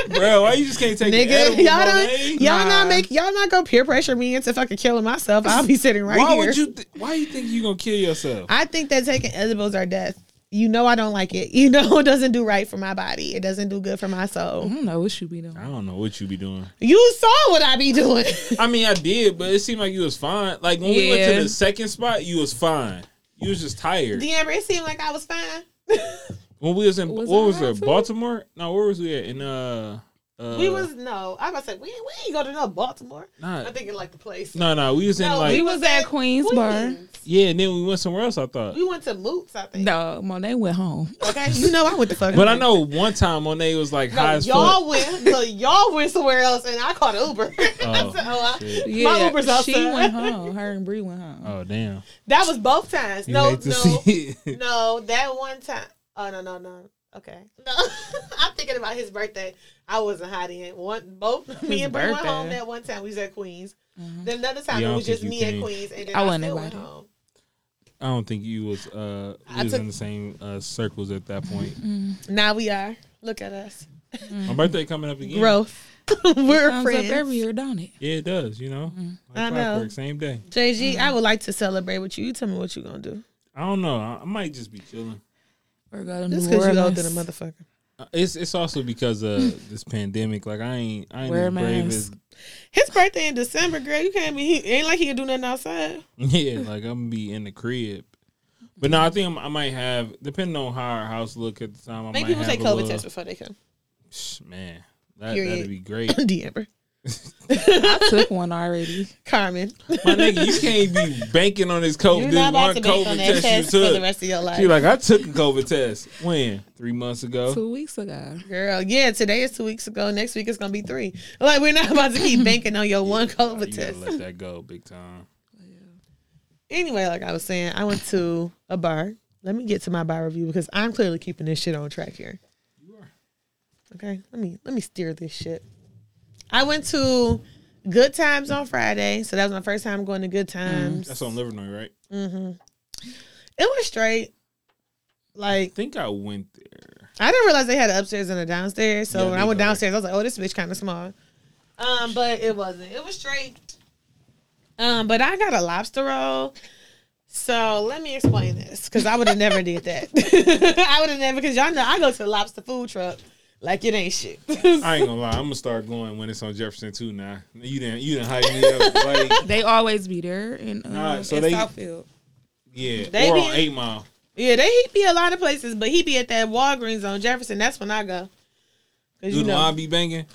[SPEAKER 5] Bro, why you just can't take an
[SPEAKER 3] Nigga,
[SPEAKER 5] edible?
[SPEAKER 3] y'all
[SPEAKER 5] Monet?
[SPEAKER 3] don't, y'all not make y'all not gonna peer pressure me into fucking killing myself. I'll be sitting right
[SPEAKER 5] why
[SPEAKER 3] here.
[SPEAKER 5] would you? Th- why you think you gonna kill yourself?
[SPEAKER 3] I think that taking edibles are death. You know I don't like it. You know it doesn't do right for my body. It doesn't do good for my
[SPEAKER 4] I
[SPEAKER 3] soul.
[SPEAKER 4] don't know what you be doing.
[SPEAKER 5] I don't know what you be doing.
[SPEAKER 3] You saw what I be doing.
[SPEAKER 5] I mean, I did, but it seemed like you was fine. Like when we went
[SPEAKER 4] Yeah.
[SPEAKER 5] to the second spot, you was fine. You was just tired.
[SPEAKER 3] Deamber, it seemed like I was fine.
[SPEAKER 5] When we was in
[SPEAKER 4] Was
[SPEAKER 5] what
[SPEAKER 4] I
[SPEAKER 5] was
[SPEAKER 4] high
[SPEAKER 5] it?
[SPEAKER 4] too?
[SPEAKER 5] Baltimore? No, where was we at? In uh Uh,
[SPEAKER 3] we was no. I was about to say we, we ain't go to no Baltimore.
[SPEAKER 5] Nah.
[SPEAKER 3] I'm thinking like the place.
[SPEAKER 5] no, no. We was in
[SPEAKER 3] No,
[SPEAKER 5] like
[SPEAKER 4] we was at Queens Bar.
[SPEAKER 3] Queens.
[SPEAKER 5] yeah, and then we went somewhere else. I thought.
[SPEAKER 3] We went to Moots, I think.
[SPEAKER 4] No, Monet went home.
[SPEAKER 3] Okay, you know I went to fuck.
[SPEAKER 5] But I know one time Monet was like
[SPEAKER 3] No,
[SPEAKER 5] high as fuck.
[SPEAKER 3] y'all went. No, y'all went somewhere else, and I caught Uber.
[SPEAKER 5] Oh,
[SPEAKER 3] so, uh,
[SPEAKER 5] shit.
[SPEAKER 3] My Uber's outside.
[SPEAKER 4] She went home. Her and Bree went home.
[SPEAKER 5] Oh damn!
[SPEAKER 3] that was both times.
[SPEAKER 5] You
[SPEAKER 3] no,
[SPEAKER 5] hate to
[SPEAKER 3] no,
[SPEAKER 5] see it.
[SPEAKER 3] no. That one time. Oh no, no, no. Okay. No, I'm thinking about his birthday. I wasn't hot in one. Both me
[SPEAKER 4] His
[SPEAKER 3] and Bree went
[SPEAKER 4] birthday.
[SPEAKER 3] home that one time. We was at Queens. Then another time it
[SPEAKER 5] Yeah, I don't
[SPEAKER 3] was just
[SPEAKER 5] think
[SPEAKER 3] me
[SPEAKER 5] you
[SPEAKER 3] at
[SPEAKER 5] came.
[SPEAKER 3] Queens, and then Mm-hmm.
[SPEAKER 4] I
[SPEAKER 3] I,
[SPEAKER 4] wasn't
[SPEAKER 3] still went
[SPEAKER 4] invited.
[SPEAKER 3] home.
[SPEAKER 5] I don't think you was uh
[SPEAKER 3] I
[SPEAKER 5] we was
[SPEAKER 3] took-
[SPEAKER 5] in the same uh, circles at that point.
[SPEAKER 4] Mm-hmm.
[SPEAKER 3] Now we are. Look at us.
[SPEAKER 5] My birthday coming up again.
[SPEAKER 3] Growth. We're
[SPEAKER 4] Comes
[SPEAKER 3] friends.
[SPEAKER 4] up every year, don't it?
[SPEAKER 5] Yeah, it does. You know,
[SPEAKER 4] Mm-hmm.
[SPEAKER 5] like
[SPEAKER 3] I know.
[SPEAKER 5] clockwork, same day.
[SPEAKER 3] JG, I would like to celebrate with you. You tell me what you gonna do.
[SPEAKER 5] I don't know. I, I might just be chilling.
[SPEAKER 4] We're going to
[SPEAKER 3] Just
[SPEAKER 4] New
[SPEAKER 3] because
[SPEAKER 4] Orleans.
[SPEAKER 3] you older than a motherfucker.
[SPEAKER 5] Uh, It's it's also because of this pandemic. Like I ain't I ain't
[SPEAKER 4] Wear
[SPEAKER 5] as
[SPEAKER 4] a
[SPEAKER 5] brave as
[SPEAKER 4] mask.
[SPEAKER 3] His birthday in December, girl. You can't be. He ain't like he can do nothing outside.
[SPEAKER 5] yeah. Like I'm gonna be in the crib. But no, I think I'm, I might have depending on how our house look at the time. I
[SPEAKER 3] Make
[SPEAKER 5] might
[SPEAKER 3] people
[SPEAKER 5] have
[SPEAKER 3] take
[SPEAKER 5] a
[SPEAKER 3] COVID
[SPEAKER 5] little-
[SPEAKER 3] tests before they come.
[SPEAKER 5] Psh, Man, that,
[SPEAKER 3] Period.
[SPEAKER 5] that'd be great.
[SPEAKER 3] Deamber.
[SPEAKER 4] I took one already.
[SPEAKER 3] Carmen.
[SPEAKER 5] My nigga, you can't be banking on this COVID.
[SPEAKER 3] You're
[SPEAKER 5] this
[SPEAKER 3] not about
[SPEAKER 5] one
[SPEAKER 3] to
[SPEAKER 5] COVID
[SPEAKER 3] bank on that
[SPEAKER 5] test,
[SPEAKER 3] test for
[SPEAKER 5] you took.
[SPEAKER 3] the rest of your life.
[SPEAKER 5] She like, I took a COVID test. When? Three months ago.
[SPEAKER 4] Two weeks ago.
[SPEAKER 3] Girl, yeah, today is two weeks ago. Next week it's gonna be three. Like we're not about to keep banking on your one
[SPEAKER 5] Nah,
[SPEAKER 3] COVID
[SPEAKER 5] you gotta
[SPEAKER 3] test.
[SPEAKER 5] let that go, big time.
[SPEAKER 3] Anyway, like I was saying, I went to a bar. Let me get to my bar review because I'm clearly keeping this shit on track here.
[SPEAKER 5] You are.
[SPEAKER 3] Okay, let me let me steer this shit. I went to Good Times on Friday, so that was my first time going to Good Times.
[SPEAKER 5] Mm, That's on Livernois, right? I
[SPEAKER 3] It was straight. Like
[SPEAKER 5] think I went there.
[SPEAKER 3] I didn't realize they had an upstairs and a downstairs. So
[SPEAKER 5] Yeah,
[SPEAKER 3] when
[SPEAKER 5] they
[SPEAKER 3] I went
[SPEAKER 5] do.
[SPEAKER 3] downstairs, I was like, "Oh, this bitch kind of small." Um, but it wasn't. It was straight. Um, but I got a lobster roll. So let me explain this because I would have never did that. I would have never because y'all know I go to the lobster food truck like it ain't shit.
[SPEAKER 5] I ain't gonna lie. I'm gonna start going when it's on Jefferson too. Now you didn't. You didn't hype me up. Like
[SPEAKER 4] They always be there in, uh,
[SPEAKER 5] Nah, so
[SPEAKER 4] in
[SPEAKER 5] they-
[SPEAKER 4] Southfield.
[SPEAKER 5] yeah,
[SPEAKER 3] They
[SPEAKER 5] or
[SPEAKER 3] be-
[SPEAKER 5] on Eight Mile.
[SPEAKER 3] yeah, they he be a lot of places, but he be at that Walgreens on Jefferson. That's when I go. Cause
[SPEAKER 5] Do
[SPEAKER 3] you
[SPEAKER 5] the
[SPEAKER 3] know
[SPEAKER 5] line be banging?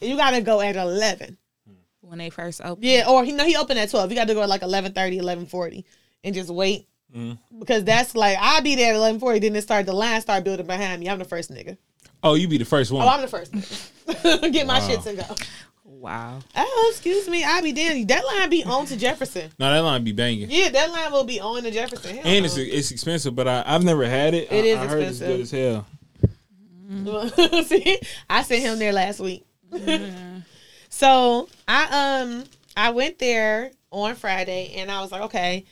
[SPEAKER 3] you gotta go at eleven.
[SPEAKER 4] When they first opened.
[SPEAKER 3] Yeah, or he no, he opened at twelve. You got to go at like 11.30, 11.40 and just wait
[SPEAKER 5] Mm.
[SPEAKER 3] because that's like I'll be there at eleven forty. Then it start the line start building behind me. I'm the first nigga.
[SPEAKER 5] Oh, you be the first one.
[SPEAKER 3] Oh, I'm the first. nigga. Get my
[SPEAKER 5] Wow.
[SPEAKER 3] shits and go.
[SPEAKER 4] Wow.
[SPEAKER 3] Oh, excuse me, I be damn. That line be on to Jefferson.
[SPEAKER 5] no, that line be banging.
[SPEAKER 3] Yeah, that line will be on to Jefferson. Hell
[SPEAKER 5] And
[SPEAKER 3] no.
[SPEAKER 5] it's it's expensive, but I, I've never had it.
[SPEAKER 3] It
[SPEAKER 5] I,
[SPEAKER 3] is
[SPEAKER 5] I heard it's good as
[SPEAKER 3] expensive.
[SPEAKER 5] hell.
[SPEAKER 3] See, I sent him there last week. so I um I went there on Friday and I was like, okay.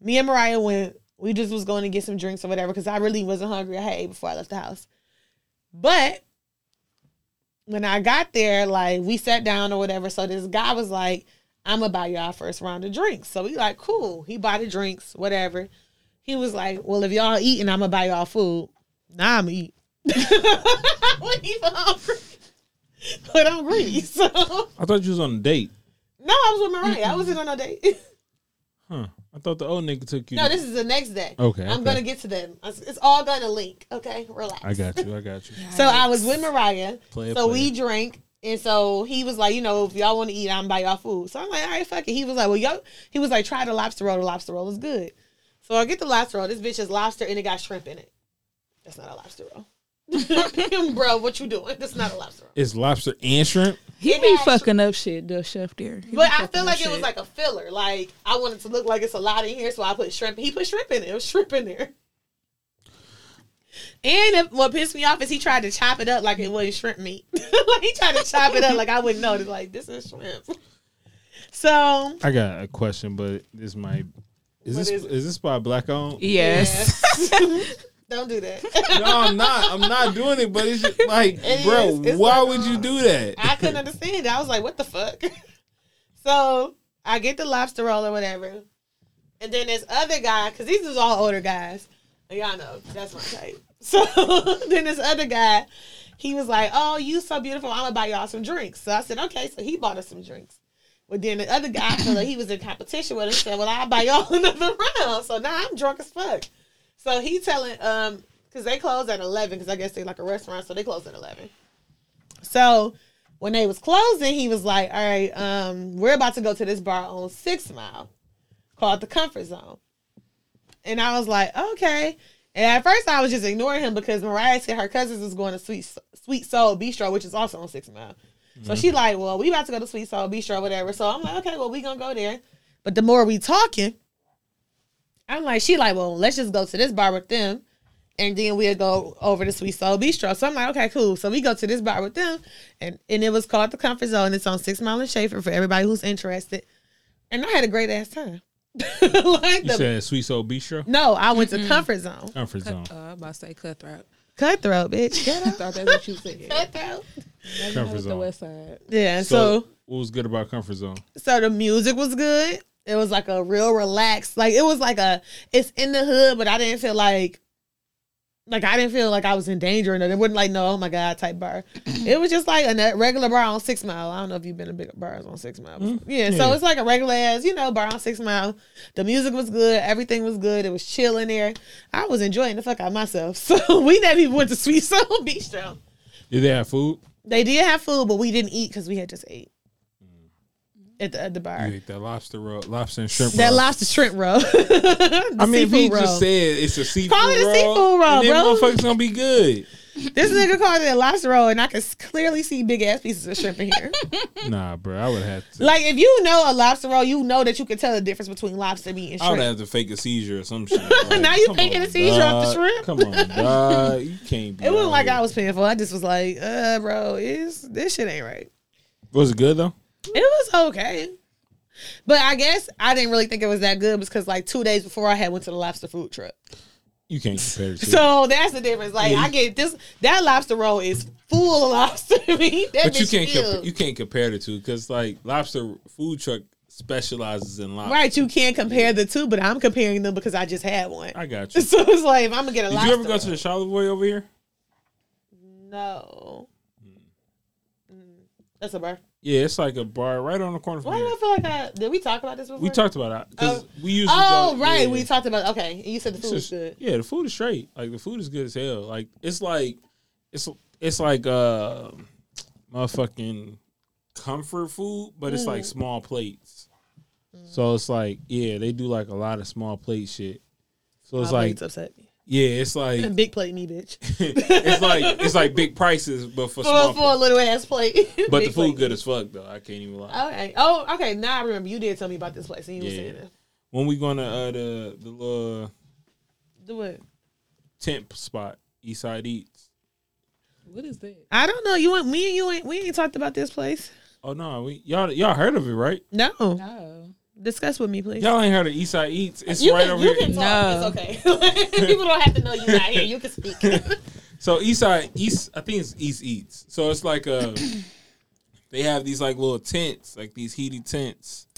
[SPEAKER 3] Me and Mariah went. We just was going to get some drinks or whatever because I really wasn't hungry. I had ate before I left the house. But when I got there, like we sat down or whatever. So this guy was like, I'm gonna buy y'all first round of drinks. So we like, cool. He bought the drinks, whatever. He was like, Well, if y'all eating, I'm gonna buy y'all food. Nah, I'm eat. I wasn't even hungry. But I'm greedy.
[SPEAKER 5] Mm.
[SPEAKER 3] So no,
[SPEAKER 5] I thought you was on a date.
[SPEAKER 3] I was with Mariah. I wasn't on no date.
[SPEAKER 5] Mm-hmm. Huh? I thought the old nigga took you.
[SPEAKER 3] no,
[SPEAKER 5] to-
[SPEAKER 3] this is the next day.
[SPEAKER 5] Okay,
[SPEAKER 3] I'm
[SPEAKER 5] okay.
[SPEAKER 3] gonna get to them. It's it's all gonna link. Okay, relax.
[SPEAKER 5] I got you. I got you.
[SPEAKER 3] So I was with Mariah.
[SPEAKER 5] Play it,
[SPEAKER 3] so
[SPEAKER 5] play
[SPEAKER 3] we drank. And so he was like, you know, if y'all want to eat, I'm buy y'all food. So I'm like, all right, fuck it. He was like, well, yo, he was like, try the lobster roll. The lobster roll is good. So I get the lobster roll. This bitch is lobster and it got shrimp in it. That's not a lobster roll. Bro, what you doing? That's not a lobster roll.
[SPEAKER 5] It's lobster and shrimp.
[SPEAKER 4] He
[SPEAKER 3] It
[SPEAKER 4] be
[SPEAKER 3] had-
[SPEAKER 4] fucking up shit, the chef there. He be
[SPEAKER 3] But I
[SPEAKER 4] fucking
[SPEAKER 3] feel
[SPEAKER 4] up
[SPEAKER 3] like it
[SPEAKER 4] shit.
[SPEAKER 3] was like a filler. Like I wanted to look like it's a lot in here, so I put shrimp. He put shrimp in it. It was shrimp in there. And if, what pissed me off is he tried to chop it up like it wasn't shrimp meat. like he tried to chop it up like I wouldn't notice. Like this is shrimp. So
[SPEAKER 5] I got a question, but this might. Is
[SPEAKER 3] What
[SPEAKER 5] this
[SPEAKER 3] is
[SPEAKER 5] is,
[SPEAKER 3] it?
[SPEAKER 5] this by black owned?
[SPEAKER 4] Yes.
[SPEAKER 3] don't do that.
[SPEAKER 5] No, I'm not. I'm not doing it. But it's just like,
[SPEAKER 3] It
[SPEAKER 5] bro,
[SPEAKER 3] is. It's
[SPEAKER 5] why
[SPEAKER 3] like,
[SPEAKER 5] would
[SPEAKER 3] uh,
[SPEAKER 5] you do that?
[SPEAKER 3] I couldn't understand it. I was like, what the fuck? So I get the lobster roll or whatever. And then this other guy, because these is all older guys. And y'all know that's my type. So then this other guy, he was like, Oh, you so beautiful. I'm gonna buy y'all some drinks. So I said, Okay, so he bought us some drinks. But then the other guy, so he was in competition with him, said, Well, I'll buy y'all another round. So now I'm drunk as fuck. So he telling um because they close at eleven, because I guess they like a restaurant, so they close at eleven. So when they was closing, he was like, "All right, um, we're about to go to this bar on Six Mile, called the Comfort Zone." And I was like, "Okay." And at first, I was just ignoring him because Mariah said her cousins was going to Sweet Sweet Soul Bistro, which is also on Six Mile. So she like, "Well, we about to go to Sweet Soul Bistro, whatever." So I'm like, "Okay, well, we gonna go there." But the more we talking, I'm like, she like, well, let's just go to this bar with them. And then we'll go over to Sweet Soul Bistro. So I'm like, okay, cool. So we go to this bar with them. And and it was called the Comfort Zone. It's on Six Mile and Schaefer for everybody who's interested. And I had a great ass time. like
[SPEAKER 5] You
[SPEAKER 3] the,
[SPEAKER 5] said Sweet Soul Bistro?
[SPEAKER 3] no, I went to Comfort Zone.
[SPEAKER 5] Comfort zone.
[SPEAKER 4] Uh, I'm about to say cutthroat.
[SPEAKER 3] Cutthroat, bitch. Get
[SPEAKER 4] I
[SPEAKER 3] out.
[SPEAKER 4] thought that's what you said.
[SPEAKER 3] Cutthroat.
[SPEAKER 5] Comfort
[SPEAKER 4] The
[SPEAKER 5] zone.
[SPEAKER 4] west side.
[SPEAKER 3] Yeah.
[SPEAKER 5] So,
[SPEAKER 3] so
[SPEAKER 5] what was good about Comfort Zone?
[SPEAKER 3] So the music was good. It was like a real relaxed, like it was like a it's in the hood, but I didn't feel like like I didn't feel like I was in danger or nothing. It wasn't like no, oh my god type bar. it was just like a ne- regular bar on Six Mile. I don't know if you've been to big bars on Six Mile. before. Yeah, so it's like a regular ass, you know, bar on Six Mile. The music was good, everything was good. It was chill in there. I was enjoying the fuck out of myself. So we never even went to Sweet Soul Bistro.
[SPEAKER 5] Did they have food?
[SPEAKER 3] They did have food, but we didn't eat because we had just ate
[SPEAKER 5] Mm-hmm.
[SPEAKER 3] at the at the bar.
[SPEAKER 5] You ate that lobster roll, lobster and shrimp
[SPEAKER 3] That
[SPEAKER 5] roll.
[SPEAKER 3] lobster shrimp roll. The
[SPEAKER 5] I mean, if
[SPEAKER 3] seafood
[SPEAKER 5] he
[SPEAKER 3] roll.
[SPEAKER 5] just said it's a seafood
[SPEAKER 3] Call it a
[SPEAKER 5] roll,
[SPEAKER 3] seafood roll,
[SPEAKER 5] and then
[SPEAKER 3] bro.
[SPEAKER 5] motherfucker's gonna be good.
[SPEAKER 3] this nigga called it a lobster roll, and I can s- clearly see big ass pieces of shrimp in here.
[SPEAKER 5] Nah, bro, I would have to.
[SPEAKER 3] like if you know a lobster roll, you know that you can tell the difference between lobster meat and
[SPEAKER 5] I would
[SPEAKER 3] shrimp.
[SPEAKER 5] have to fake a seizure or some shit.
[SPEAKER 3] Now you
[SPEAKER 5] come
[SPEAKER 3] faking
[SPEAKER 5] on,
[SPEAKER 3] a seizure off the
[SPEAKER 5] dog.
[SPEAKER 3] shrimp?
[SPEAKER 5] Come on, dog. You can't. Be
[SPEAKER 3] It wasn't
[SPEAKER 5] out
[SPEAKER 3] like
[SPEAKER 5] here.
[SPEAKER 3] I was paying for. it. I just was like, uh, bro, is this shit ain't right.
[SPEAKER 5] Was it good though?
[SPEAKER 3] It was okay. But I guess I didn't really think it was that good because like two days before I had went to the lobster food truck.
[SPEAKER 5] You can't compare it to.
[SPEAKER 3] So that's the difference. Like
[SPEAKER 5] Yeah.
[SPEAKER 3] I get this that lobster roll is full of lobster meat. That
[SPEAKER 5] but you
[SPEAKER 3] bitch
[SPEAKER 5] can't
[SPEAKER 3] filled.
[SPEAKER 5] compa- you can't compare the two because like lobster food truck specializes in lobster.
[SPEAKER 3] Right, you can't compare the two, but I'm comparing them because I just had one.
[SPEAKER 5] I got you.
[SPEAKER 3] So it's like if I'm gonna get a
[SPEAKER 5] Did
[SPEAKER 3] lobster.
[SPEAKER 5] you ever go to the Charlevoix over here?
[SPEAKER 3] No. Mm. That's a bar.
[SPEAKER 5] Yeah, it's like a bar right on the corner from
[SPEAKER 3] Why do
[SPEAKER 5] here.
[SPEAKER 3] I feel like I did? We talk about this before.
[SPEAKER 5] We talked about it because
[SPEAKER 3] Oh.
[SPEAKER 5] we usually.
[SPEAKER 3] Oh
[SPEAKER 5] go-
[SPEAKER 3] right,
[SPEAKER 5] yeah.
[SPEAKER 3] we talked about okay. and You said the food was
[SPEAKER 5] It's
[SPEAKER 3] good.
[SPEAKER 5] just- Yeah, the food is straight. Like the food is good as hell. Like it's like it's it's like uh motherfucking comfort food, but it's
[SPEAKER 3] Mm.
[SPEAKER 5] like small plates. So it's like yeah, they do like a lot of small plate shit. So it's
[SPEAKER 3] My
[SPEAKER 5] like
[SPEAKER 3] plate's upset me.
[SPEAKER 5] yeah, it's like
[SPEAKER 3] Big plate, me bitch.
[SPEAKER 5] it's like it's like big prices, but
[SPEAKER 3] For,
[SPEAKER 5] for small.
[SPEAKER 3] for a
[SPEAKER 5] pla-
[SPEAKER 3] little ass plate.
[SPEAKER 5] but
[SPEAKER 3] Big plate
[SPEAKER 5] the food good
[SPEAKER 3] me.
[SPEAKER 5] as fuck though. I can't even lie.
[SPEAKER 3] Okay. Oh, okay. Now I remember you did tell me about this place, and you
[SPEAKER 5] Yeah.
[SPEAKER 3] were saying that.
[SPEAKER 5] When we going to uh, the the little
[SPEAKER 3] Do it.
[SPEAKER 5] tent spot, East Side Eats.
[SPEAKER 4] What is that?
[SPEAKER 3] I don't know. You ain't. Me and you ain't. We ain't talked about this place.
[SPEAKER 5] Oh no, we y'all y'all heard of it right?
[SPEAKER 3] No.
[SPEAKER 4] No.
[SPEAKER 3] Discuss with me, please.
[SPEAKER 5] Y'all ain't heard of Eastside Eats. It's
[SPEAKER 3] You
[SPEAKER 5] right
[SPEAKER 3] can,
[SPEAKER 5] over
[SPEAKER 3] you
[SPEAKER 5] here.
[SPEAKER 3] can
[SPEAKER 4] No.
[SPEAKER 3] talk. It's okay. People don't have to know you're not here. You can speak.
[SPEAKER 5] So Eastside East, I think it's East Eats. So it's like a, they have these like little tents, like these heated tents.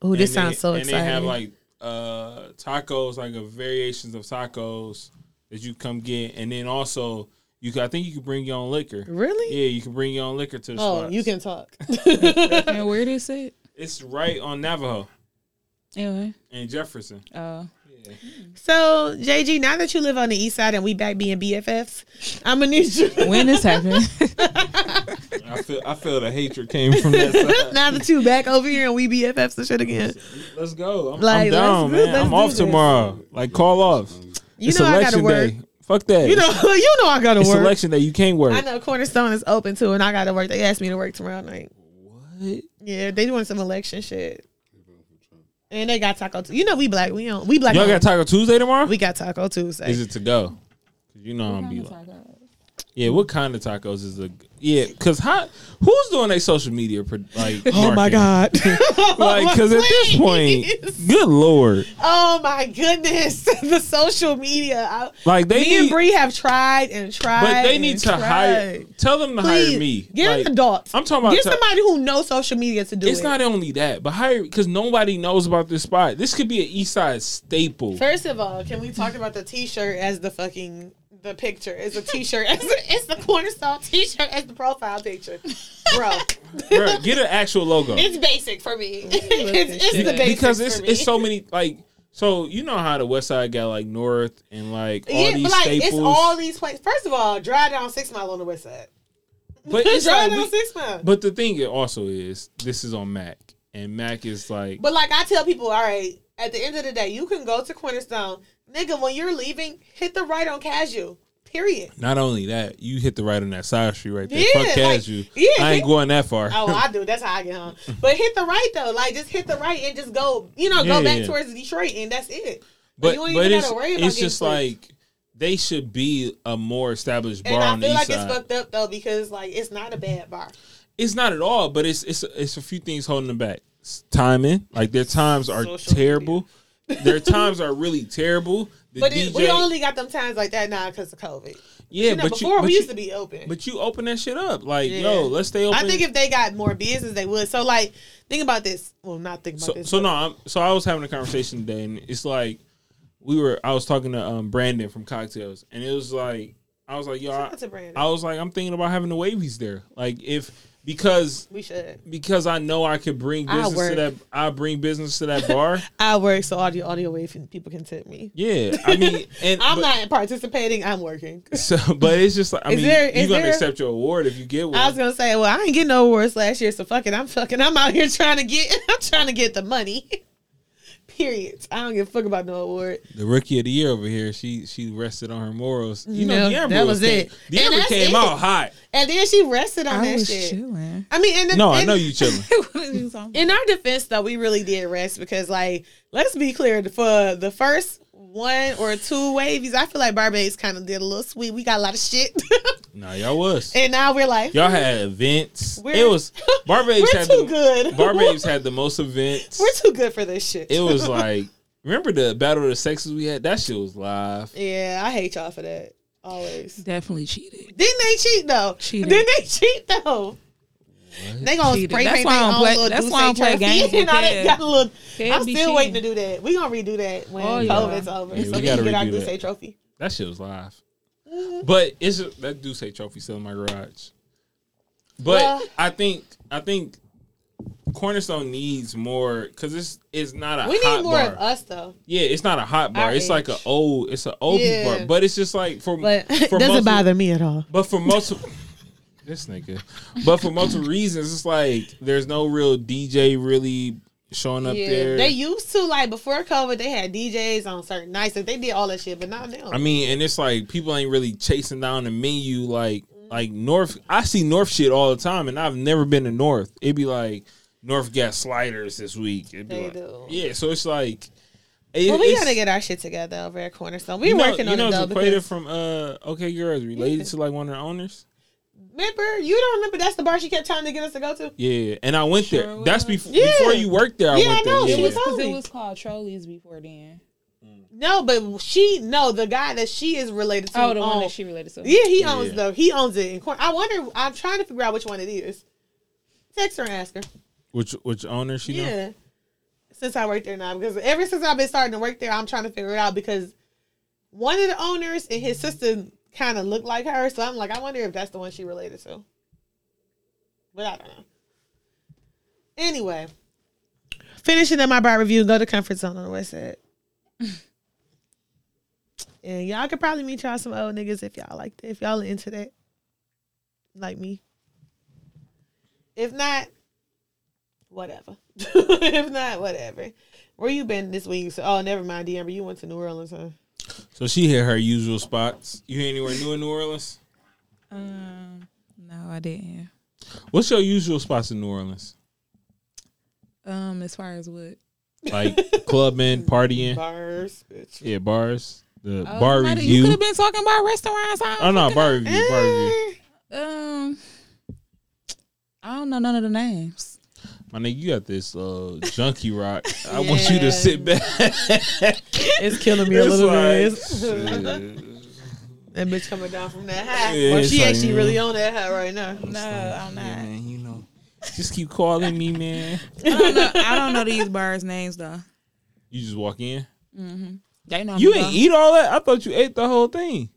[SPEAKER 3] Oh, this
[SPEAKER 5] And
[SPEAKER 3] sounds
[SPEAKER 5] they,
[SPEAKER 3] so
[SPEAKER 5] and
[SPEAKER 3] exciting.
[SPEAKER 5] they have like uh tacos, like a variations of tacos that you come get, and then also you can, I think you can bring your own liquor.
[SPEAKER 3] really?
[SPEAKER 5] Yeah, you can bring your own liquor to the
[SPEAKER 3] oh,
[SPEAKER 5] spots.
[SPEAKER 3] you can talk.
[SPEAKER 4] And where did it sit?
[SPEAKER 5] It's right on Navajo
[SPEAKER 4] Anyway.
[SPEAKER 5] and Jefferson.
[SPEAKER 4] Uh,
[SPEAKER 3] so, JG, now that you live on the east side and we back being BFFs, I'm gonna need you.
[SPEAKER 4] when this happened?
[SPEAKER 5] I feel I feel the hatred came from that side.
[SPEAKER 3] now that you back over here and we BFFs and shit again,
[SPEAKER 5] Let's go. I'm,
[SPEAKER 3] Like,
[SPEAKER 5] I'm down,
[SPEAKER 3] let's-
[SPEAKER 5] man.
[SPEAKER 3] let's
[SPEAKER 5] I'm
[SPEAKER 3] do
[SPEAKER 5] off
[SPEAKER 3] this.
[SPEAKER 5] tomorrow. Like, call off.
[SPEAKER 3] you know I gotta work.
[SPEAKER 5] day. Fuck that.
[SPEAKER 3] You know, you know I gotta
[SPEAKER 5] it's
[SPEAKER 3] work.
[SPEAKER 5] election day. You can't work.
[SPEAKER 3] I know Cornerstone is open too, and I gotta work. They asked me to work tomorrow night.
[SPEAKER 5] What?
[SPEAKER 3] Yeah, they doing some election shit. And they got taco. Tu- you know we black. We don't. We black.
[SPEAKER 5] Y'all
[SPEAKER 3] on-
[SPEAKER 5] got Taco Tuesday tomorrow?
[SPEAKER 3] we got taco Tuesday.
[SPEAKER 5] is it to go? 'Cause you know I'm be like, yeah. What kind of tacos is a yeah? Because how? Who's doing their social media? pro- Like,
[SPEAKER 3] oh my god.
[SPEAKER 5] Like, because at this point,
[SPEAKER 3] Please.
[SPEAKER 5] good lord,
[SPEAKER 3] Oh my goodness, the social media. I,
[SPEAKER 5] like they
[SPEAKER 3] me and
[SPEAKER 5] need,
[SPEAKER 3] Bree have tried and tried.
[SPEAKER 5] but they need
[SPEAKER 3] and
[SPEAKER 5] to
[SPEAKER 3] tried.
[SPEAKER 5] hire. Tell them to
[SPEAKER 3] Please,
[SPEAKER 5] hire me.
[SPEAKER 3] Get
[SPEAKER 5] Like,
[SPEAKER 3] an adult.
[SPEAKER 5] I'm talking about
[SPEAKER 3] get
[SPEAKER 5] to-
[SPEAKER 3] somebody who knows social media to do
[SPEAKER 5] It's
[SPEAKER 3] it.
[SPEAKER 5] not only that, but hire because nobody knows about this spot. This could be an East Side staple.
[SPEAKER 3] First of all, can we talk about the T-shirt as the fucking the picture? It's a T-shirt. as it's the cornerstone T-shirt as the profile picture, bro.
[SPEAKER 5] Bruh, get an actual logo.
[SPEAKER 3] it's basic for me. it's it's the
[SPEAKER 4] Yeah.
[SPEAKER 3] basic
[SPEAKER 5] because it's
[SPEAKER 3] for me.
[SPEAKER 5] it's so many like so you know how the West Side got like North and like all
[SPEAKER 3] yeah,
[SPEAKER 5] these
[SPEAKER 3] but like
[SPEAKER 5] staples.
[SPEAKER 3] it's all these places. First of all, drive down six mile on the west side.
[SPEAKER 5] But it's
[SPEAKER 3] Jordan
[SPEAKER 5] like
[SPEAKER 3] on
[SPEAKER 5] we-
[SPEAKER 3] six pounds.
[SPEAKER 5] but the thing also is this is on Mac and Mac is like
[SPEAKER 3] But like I tell people, all right, at the end of the day, you can go to Cornerstone. Nigga, when you're leaving, hit the right on Cashew. Period.
[SPEAKER 5] not only that you hit the right on that side street right there.
[SPEAKER 3] Yeah,
[SPEAKER 5] Fuck
[SPEAKER 3] like,
[SPEAKER 5] Cashew.
[SPEAKER 3] yeah,
[SPEAKER 5] I ain't
[SPEAKER 3] hit-
[SPEAKER 5] going that far.
[SPEAKER 3] Oh, I do. That's how I get home. But hit the right though. Like just hit the right and just go, you know,
[SPEAKER 5] Yeah,
[SPEAKER 3] go back
[SPEAKER 5] yeah.
[SPEAKER 3] towards Detroit and that's it.
[SPEAKER 5] but
[SPEAKER 3] you ain't
[SPEAKER 5] but
[SPEAKER 3] even
[SPEAKER 5] it's,
[SPEAKER 3] gotta worry about
[SPEAKER 5] it's
[SPEAKER 3] getting
[SPEAKER 5] just
[SPEAKER 3] food.
[SPEAKER 5] like they should be a more established bar
[SPEAKER 3] And I
[SPEAKER 5] on the
[SPEAKER 3] feel
[SPEAKER 5] east
[SPEAKER 3] like
[SPEAKER 5] side.
[SPEAKER 3] it's fucked up though because like it's not a bad bar.
[SPEAKER 5] It's not at all, but it's it's it's a few things holding them back. It's timing, like their times are
[SPEAKER 3] Social
[SPEAKER 5] terrible. their times are really terrible. The
[SPEAKER 3] But
[SPEAKER 5] DJ,
[SPEAKER 3] it, we only got them times like that now because of COVID.
[SPEAKER 5] yeah,
[SPEAKER 3] you know,
[SPEAKER 5] but
[SPEAKER 3] before
[SPEAKER 5] you, but
[SPEAKER 3] we
[SPEAKER 5] you-
[SPEAKER 3] used to be open.
[SPEAKER 5] but you open that shit up, like
[SPEAKER 3] Yeah.
[SPEAKER 5] yo, let's stay open.
[SPEAKER 3] I think if they got more business, they would. So like, think about this. Well, not think about
[SPEAKER 5] so
[SPEAKER 3] this.
[SPEAKER 5] so
[SPEAKER 3] but-
[SPEAKER 5] no, I'm, so I was having a conversation today, and it's like we were. I was talking to um, Brandon from Cocktails, and it was like I was like yo,
[SPEAKER 3] Shout
[SPEAKER 5] I,
[SPEAKER 3] out to Brandon.
[SPEAKER 5] I was like I'm thinking about having the wavies there, like if because
[SPEAKER 3] we should.
[SPEAKER 5] because I know I could bring
[SPEAKER 3] I
[SPEAKER 5] business
[SPEAKER 3] work.
[SPEAKER 5] to that. I bring business to that bar.
[SPEAKER 3] I work so audio audio wave and people can tip me.
[SPEAKER 5] Yeah, I mean, and
[SPEAKER 3] I'm
[SPEAKER 5] but,
[SPEAKER 3] not participating. I'm working.
[SPEAKER 5] So, but it's just like I
[SPEAKER 3] Is
[SPEAKER 5] mean,
[SPEAKER 3] there-
[SPEAKER 5] you're
[SPEAKER 3] is
[SPEAKER 5] gonna
[SPEAKER 3] there-
[SPEAKER 5] accept your award if you get one.
[SPEAKER 3] I was gonna say, well, I ain't getting no awards last year, so fuck it. I'm fucking. I'm out here trying to get. I'm trying to get the money. Period. I don't give a fuck about no award.
[SPEAKER 5] the rookie of the year over here, she she rested on her morals. You
[SPEAKER 3] No,
[SPEAKER 5] know, Deambra
[SPEAKER 3] that was
[SPEAKER 5] came,
[SPEAKER 3] it. And
[SPEAKER 5] Deambra
[SPEAKER 3] that's
[SPEAKER 5] came
[SPEAKER 3] it.
[SPEAKER 5] out hot.
[SPEAKER 3] And then she rested on
[SPEAKER 4] I
[SPEAKER 3] that
[SPEAKER 4] was
[SPEAKER 3] shit.
[SPEAKER 4] chilling.
[SPEAKER 3] I mean, and the,
[SPEAKER 5] No, I
[SPEAKER 3] and-
[SPEAKER 5] know you chilling.
[SPEAKER 4] what are you talking about?
[SPEAKER 3] In our defense, though, we really did rest because, like, let's be clear: for the first one or two wavies, I feel like Barbados kind of did a little sweet. We got a lot of shit,
[SPEAKER 5] no, y'all was.
[SPEAKER 3] and now we're like,
[SPEAKER 5] Y'all had events.
[SPEAKER 3] We're-
[SPEAKER 5] it was Barbades
[SPEAKER 3] we're
[SPEAKER 5] had
[SPEAKER 3] too
[SPEAKER 5] the,
[SPEAKER 3] good.
[SPEAKER 5] Barbades had the most events.
[SPEAKER 3] we're too good for this shit.
[SPEAKER 5] it was like remember the battle of the sexes we had? That shit was live.
[SPEAKER 3] yeah, I hate y'all for that. Always.
[SPEAKER 4] Definitely
[SPEAKER 3] Didn't
[SPEAKER 4] cheated.
[SPEAKER 3] they cheat though?
[SPEAKER 4] Cheated.
[SPEAKER 3] Didn't they cheat though? They gonna
[SPEAKER 4] Cheated.
[SPEAKER 3] spray
[SPEAKER 4] That's
[SPEAKER 3] paint
[SPEAKER 4] why I
[SPEAKER 3] their
[SPEAKER 4] don't
[SPEAKER 3] own
[SPEAKER 4] play-
[SPEAKER 3] little
[SPEAKER 4] that's
[SPEAKER 3] Duce
[SPEAKER 4] why I don't play
[SPEAKER 3] trophy
[SPEAKER 4] games
[SPEAKER 3] and all
[SPEAKER 4] with
[SPEAKER 3] that. Got a little-
[SPEAKER 4] They
[SPEAKER 3] I'm
[SPEAKER 4] be
[SPEAKER 3] still waiting to
[SPEAKER 4] cheating.
[SPEAKER 3] do that. We gonna redo that when
[SPEAKER 4] Oh, yeah.
[SPEAKER 3] COVID's over.
[SPEAKER 5] Yeah,
[SPEAKER 3] so
[SPEAKER 5] we
[SPEAKER 3] we
[SPEAKER 5] gotta
[SPEAKER 3] can get our
[SPEAKER 5] redo that.
[SPEAKER 3] Duce trophy.
[SPEAKER 5] That shit was live.
[SPEAKER 3] Mm-hmm.
[SPEAKER 5] But it's just, that Duce trophy still in my garage. But
[SPEAKER 3] Well-
[SPEAKER 5] I think I think Cornerstone needs more because it's it's not a
[SPEAKER 3] We
[SPEAKER 5] hot
[SPEAKER 3] need more
[SPEAKER 5] bar.
[SPEAKER 3] of us though.
[SPEAKER 5] yeah, it's not a hot bar.
[SPEAKER 3] Our
[SPEAKER 5] It's like
[SPEAKER 3] age.
[SPEAKER 5] an old it's an old people
[SPEAKER 3] Yeah.
[SPEAKER 5] bar. But it's just like for
[SPEAKER 3] But it
[SPEAKER 5] for
[SPEAKER 3] doesn't
[SPEAKER 5] most-
[SPEAKER 3] bother me at all.
[SPEAKER 5] But for multiple this nigga. But for multiple reasons, it's like there's no real DJ really showing up
[SPEAKER 3] Yeah,
[SPEAKER 5] there.
[SPEAKER 3] they used to like before COVID. They had DJs on certain nights, and they did all that shit. But not now.
[SPEAKER 5] I mean, and it's like people ain't really chasing down the menu like like North. I see North shit all the time, and I've never been to North. It'd be like North got sliders this week. It'd be
[SPEAKER 3] They
[SPEAKER 5] like-
[SPEAKER 3] do.
[SPEAKER 5] yeah. So it's like, it-
[SPEAKER 3] well, we
[SPEAKER 5] it's-
[SPEAKER 3] gotta get our shit together over at Cornerstone. We're
[SPEAKER 5] you know,
[SPEAKER 3] working
[SPEAKER 5] you
[SPEAKER 3] on
[SPEAKER 5] know,
[SPEAKER 3] it though.
[SPEAKER 5] Equator
[SPEAKER 3] Because,
[SPEAKER 5] from uh, OK Girls related to like one of the owners.
[SPEAKER 3] remember, you don't remember? That's the bar she kept trying to get us to go to.
[SPEAKER 5] Yeah, and I went there.
[SPEAKER 4] Sure
[SPEAKER 5] That's
[SPEAKER 4] was.
[SPEAKER 5] before
[SPEAKER 3] Yeah.
[SPEAKER 5] before you worked there. I
[SPEAKER 3] Yeah, I
[SPEAKER 5] went
[SPEAKER 3] know,
[SPEAKER 5] there.
[SPEAKER 3] she was
[SPEAKER 4] Because it
[SPEAKER 3] Totally.
[SPEAKER 4] was called Trolleys before then.
[SPEAKER 3] No, but she no the guy that she is related to.
[SPEAKER 4] Oh, the one
[SPEAKER 3] own-
[SPEAKER 4] that she related to.
[SPEAKER 3] Yeah, he owns
[SPEAKER 5] Yeah.
[SPEAKER 3] though. He owns it in Corner. I wonder. I'm trying to figure out which one it is. Text her and ask her.
[SPEAKER 5] Which which owner she know?
[SPEAKER 3] Yeah. Since I work there now, because ever since I've been starting to work there, I'm trying to figure it out because one of the owners and his sister kind of look like her. So I'm like, I wonder if that's the one she related to. But I don't know. Anyway, finishing up my bar review, go to Comfort Zone on the west side. and y'all could probably meet y'all some old niggas if y'all like that, if y'all into that. Like me. If not, whatever. if not, whatever. Where you been this week? So, oh, never mind, Deamber. You went to New Orleans, huh?
[SPEAKER 5] So she hit her usual spots. You anywhere new in New Orleans?
[SPEAKER 4] Um, no, I didn't.
[SPEAKER 5] What's your usual spots in New Orleans?
[SPEAKER 4] Um, as far as what?
[SPEAKER 5] Like clubbing, partying.
[SPEAKER 3] Bars, bitch.
[SPEAKER 5] Yeah, bars. The
[SPEAKER 4] Oh,
[SPEAKER 5] bar
[SPEAKER 4] mother,
[SPEAKER 5] review.
[SPEAKER 4] You could have been talking about restaurants. I
[SPEAKER 5] oh
[SPEAKER 4] don't
[SPEAKER 5] no,
[SPEAKER 4] fucking
[SPEAKER 5] bar review. Bar
[SPEAKER 3] Eh,
[SPEAKER 5] review.
[SPEAKER 4] know. Um, I don't know none of the names.
[SPEAKER 5] My nigga, you got this uh, junkie rock. I want you to sit back.
[SPEAKER 3] It's killing me a little bit. That bitch coming down from that high.
[SPEAKER 5] Yeah,
[SPEAKER 3] well,
[SPEAKER 5] it's
[SPEAKER 3] she
[SPEAKER 5] like,
[SPEAKER 3] actually
[SPEAKER 5] yeah.
[SPEAKER 3] really on that high right now.
[SPEAKER 4] No, I'm not.
[SPEAKER 5] man, you know, just keep calling me, man.
[SPEAKER 4] I don't know. I don't know these bars' names though.
[SPEAKER 5] You just walk in.
[SPEAKER 4] They know
[SPEAKER 5] You
[SPEAKER 4] me,
[SPEAKER 5] ain't
[SPEAKER 4] though.
[SPEAKER 5] eat all that. I thought you ate the whole thing.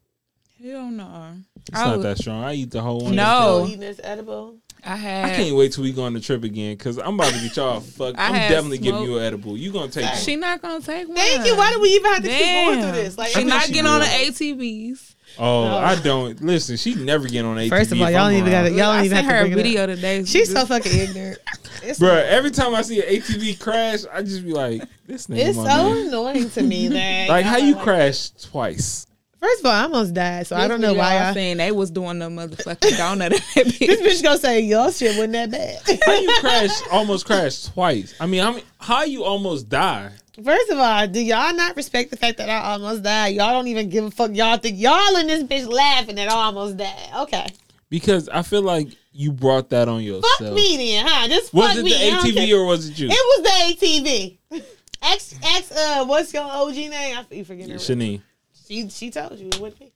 [SPEAKER 4] Hell no.
[SPEAKER 5] It's
[SPEAKER 4] I,
[SPEAKER 5] not
[SPEAKER 4] was-
[SPEAKER 5] that strong. I eat the whole one.
[SPEAKER 3] Oh,
[SPEAKER 4] no,
[SPEAKER 3] eating this edible.
[SPEAKER 4] I
[SPEAKER 5] I
[SPEAKER 4] had.
[SPEAKER 5] can't wait till we go on the trip again because I'm about to get y'all fucked.
[SPEAKER 4] I
[SPEAKER 5] I'm
[SPEAKER 4] had
[SPEAKER 5] definitely giving
[SPEAKER 4] smoke.
[SPEAKER 5] you an edible. You gonna take one.
[SPEAKER 4] She not gonna take one.
[SPEAKER 3] Thank you. Why do we even have to keep going
[SPEAKER 4] Damn.
[SPEAKER 3] through this? Like,
[SPEAKER 4] She
[SPEAKER 5] I think
[SPEAKER 4] not
[SPEAKER 5] she
[SPEAKER 4] getting on the
[SPEAKER 5] will.
[SPEAKER 4] ATVs.
[SPEAKER 5] Oh, I don't listen. She never get on ATV.
[SPEAKER 3] First of all,
[SPEAKER 5] if
[SPEAKER 3] y'all
[SPEAKER 5] I'm
[SPEAKER 3] don't even
[SPEAKER 5] around.
[SPEAKER 3] got it. Y'all
[SPEAKER 4] I
[SPEAKER 3] don't even
[SPEAKER 4] sent
[SPEAKER 3] have to
[SPEAKER 4] her a
[SPEAKER 3] bring it up.
[SPEAKER 4] video today.
[SPEAKER 3] She's so
[SPEAKER 4] Just-
[SPEAKER 3] fucking ignorant. It's,
[SPEAKER 5] Bruh, every time I see an ATV crash, I just be like, "This nigga,
[SPEAKER 3] it's
[SPEAKER 5] my
[SPEAKER 3] so
[SPEAKER 5] man.
[SPEAKER 3] annoying to me that
[SPEAKER 5] like how
[SPEAKER 3] y'all
[SPEAKER 5] you
[SPEAKER 3] are
[SPEAKER 5] crash twice."
[SPEAKER 3] First of all, I almost died, so I
[SPEAKER 4] This
[SPEAKER 3] don't know
[SPEAKER 4] video
[SPEAKER 3] why.
[SPEAKER 4] I
[SPEAKER 3] I,
[SPEAKER 4] seen they was doing the motherfucking donut. in that
[SPEAKER 3] this
[SPEAKER 4] bitch.
[SPEAKER 3] bitch gonna say y'all shit wasn't that
[SPEAKER 5] How
[SPEAKER 3] bad.
[SPEAKER 5] you crash? almost crash twice. I mean, I mean, how you almost die?
[SPEAKER 3] First of all, do y'all not respect the fact that I almost died? Y'all don't even give a fuck. Y'all think y'all in this bitch laughing that I almost died. Okay,
[SPEAKER 5] Because I feel like you brought that on yourself.
[SPEAKER 3] fuck me then, huh? Just
[SPEAKER 5] Was
[SPEAKER 3] fuck
[SPEAKER 5] it
[SPEAKER 3] me. I don't
[SPEAKER 5] the
[SPEAKER 3] care.
[SPEAKER 5] ATV or was it you?
[SPEAKER 3] It was the ATV. X X. Uh, what's your OG name? I you forget. her.
[SPEAKER 5] Shani.
[SPEAKER 3] She she told you it wouldn't be.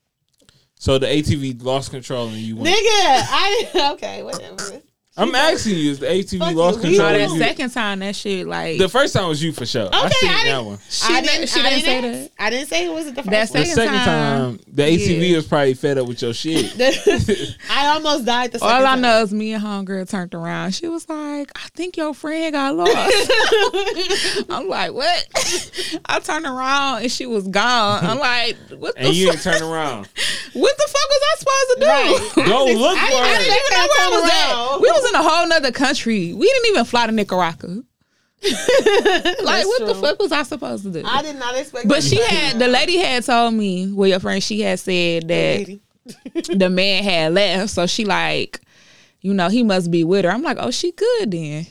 [SPEAKER 5] So the ATV lost control and you
[SPEAKER 3] Nigga,
[SPEAKER 5] went.
[SPEAKER 3] I didn't. Okay, whatever.
[SPEAKER 5] I'm asking you, is the ATV
[SPEAKER 3] Fuck
[SPEAKER 5] lost
[SPEAKER 3] you. We
[SPEAKER 5] control?
[SPEAKER 3] know
[SPEAKER 5] or
[SPEAKER 4] that
[SPEAKER 5] you-
[SPEAKER 4] second time that shit like
[SPEAKER 5] The first time was you for sure. I
[SPEAKER 3] Okay,
[SPEAKER 5] seen
[SPEAKER 3] I
[SPEAKER 5] that
[SPEAKER 3] didn't-
[SPEAKER 5] one.
[SPEAKER 4] She
[SPEAKER 3] I
[SPEAKER 4] didn't- she
[SPEAKER 3] I
[SPEAKER 4] didn't say
[SPEAKER 3] ask- I didn't say it wasn't the first.
[SPEAKER 4] That's
[SPEAKER 3] one.
[SPEAKER 5] The second time,
[SPEAKER 4] time,
[SPEAKER 5] the ATV
[SPEAKER 4] yeah.
[SPEAKER 5] was probably fed up with your shit.
[SPEAKER 3] I almost died the second
[SPEAKER 4] all I
[SPEAKER 3] time.
[SPEAKER 4] know is me and homegirl turned around. She was like, I think your friend got lost. I'm like, what? I turned around and she was gone. I'm like, what the
[SPEAKER 5] and you
[SPEAKER 4] fuck?
[SPEAKER 5] didn't turn around.
[SPEAKER 4] what the fuck was I supposed to do?
[SPEAKER 3] Right.
[SPEAKER 5] Go look
[SPEAKER 3] I
[SPEAKER 5] for
[SPEAKER 3] didn't- I
[SPEAKER 5] it.
[SPEAKER 3] didn't even know where I was at.
[SPEAKER 4] That- We was in a whole nother country. We didn't even fly to Nicaragua. like, what the
[SPEAKER 3] true.
[SPEAKER 4] fuck was I supposed to do?
[SPEAKER 3] I did not expect.
[SPEAKER 4] but
[SPEAKER 3] that
[SPEAKER 4] she
[SPEAKER 3] to
[SPEAKER 4] had
[SPEAKER 3] happen.
[SPEAKER 4] the lady had told me, well, your friend, she had said that the man had left. So she like, you know, he must be with her. I'm like, oh, she good then.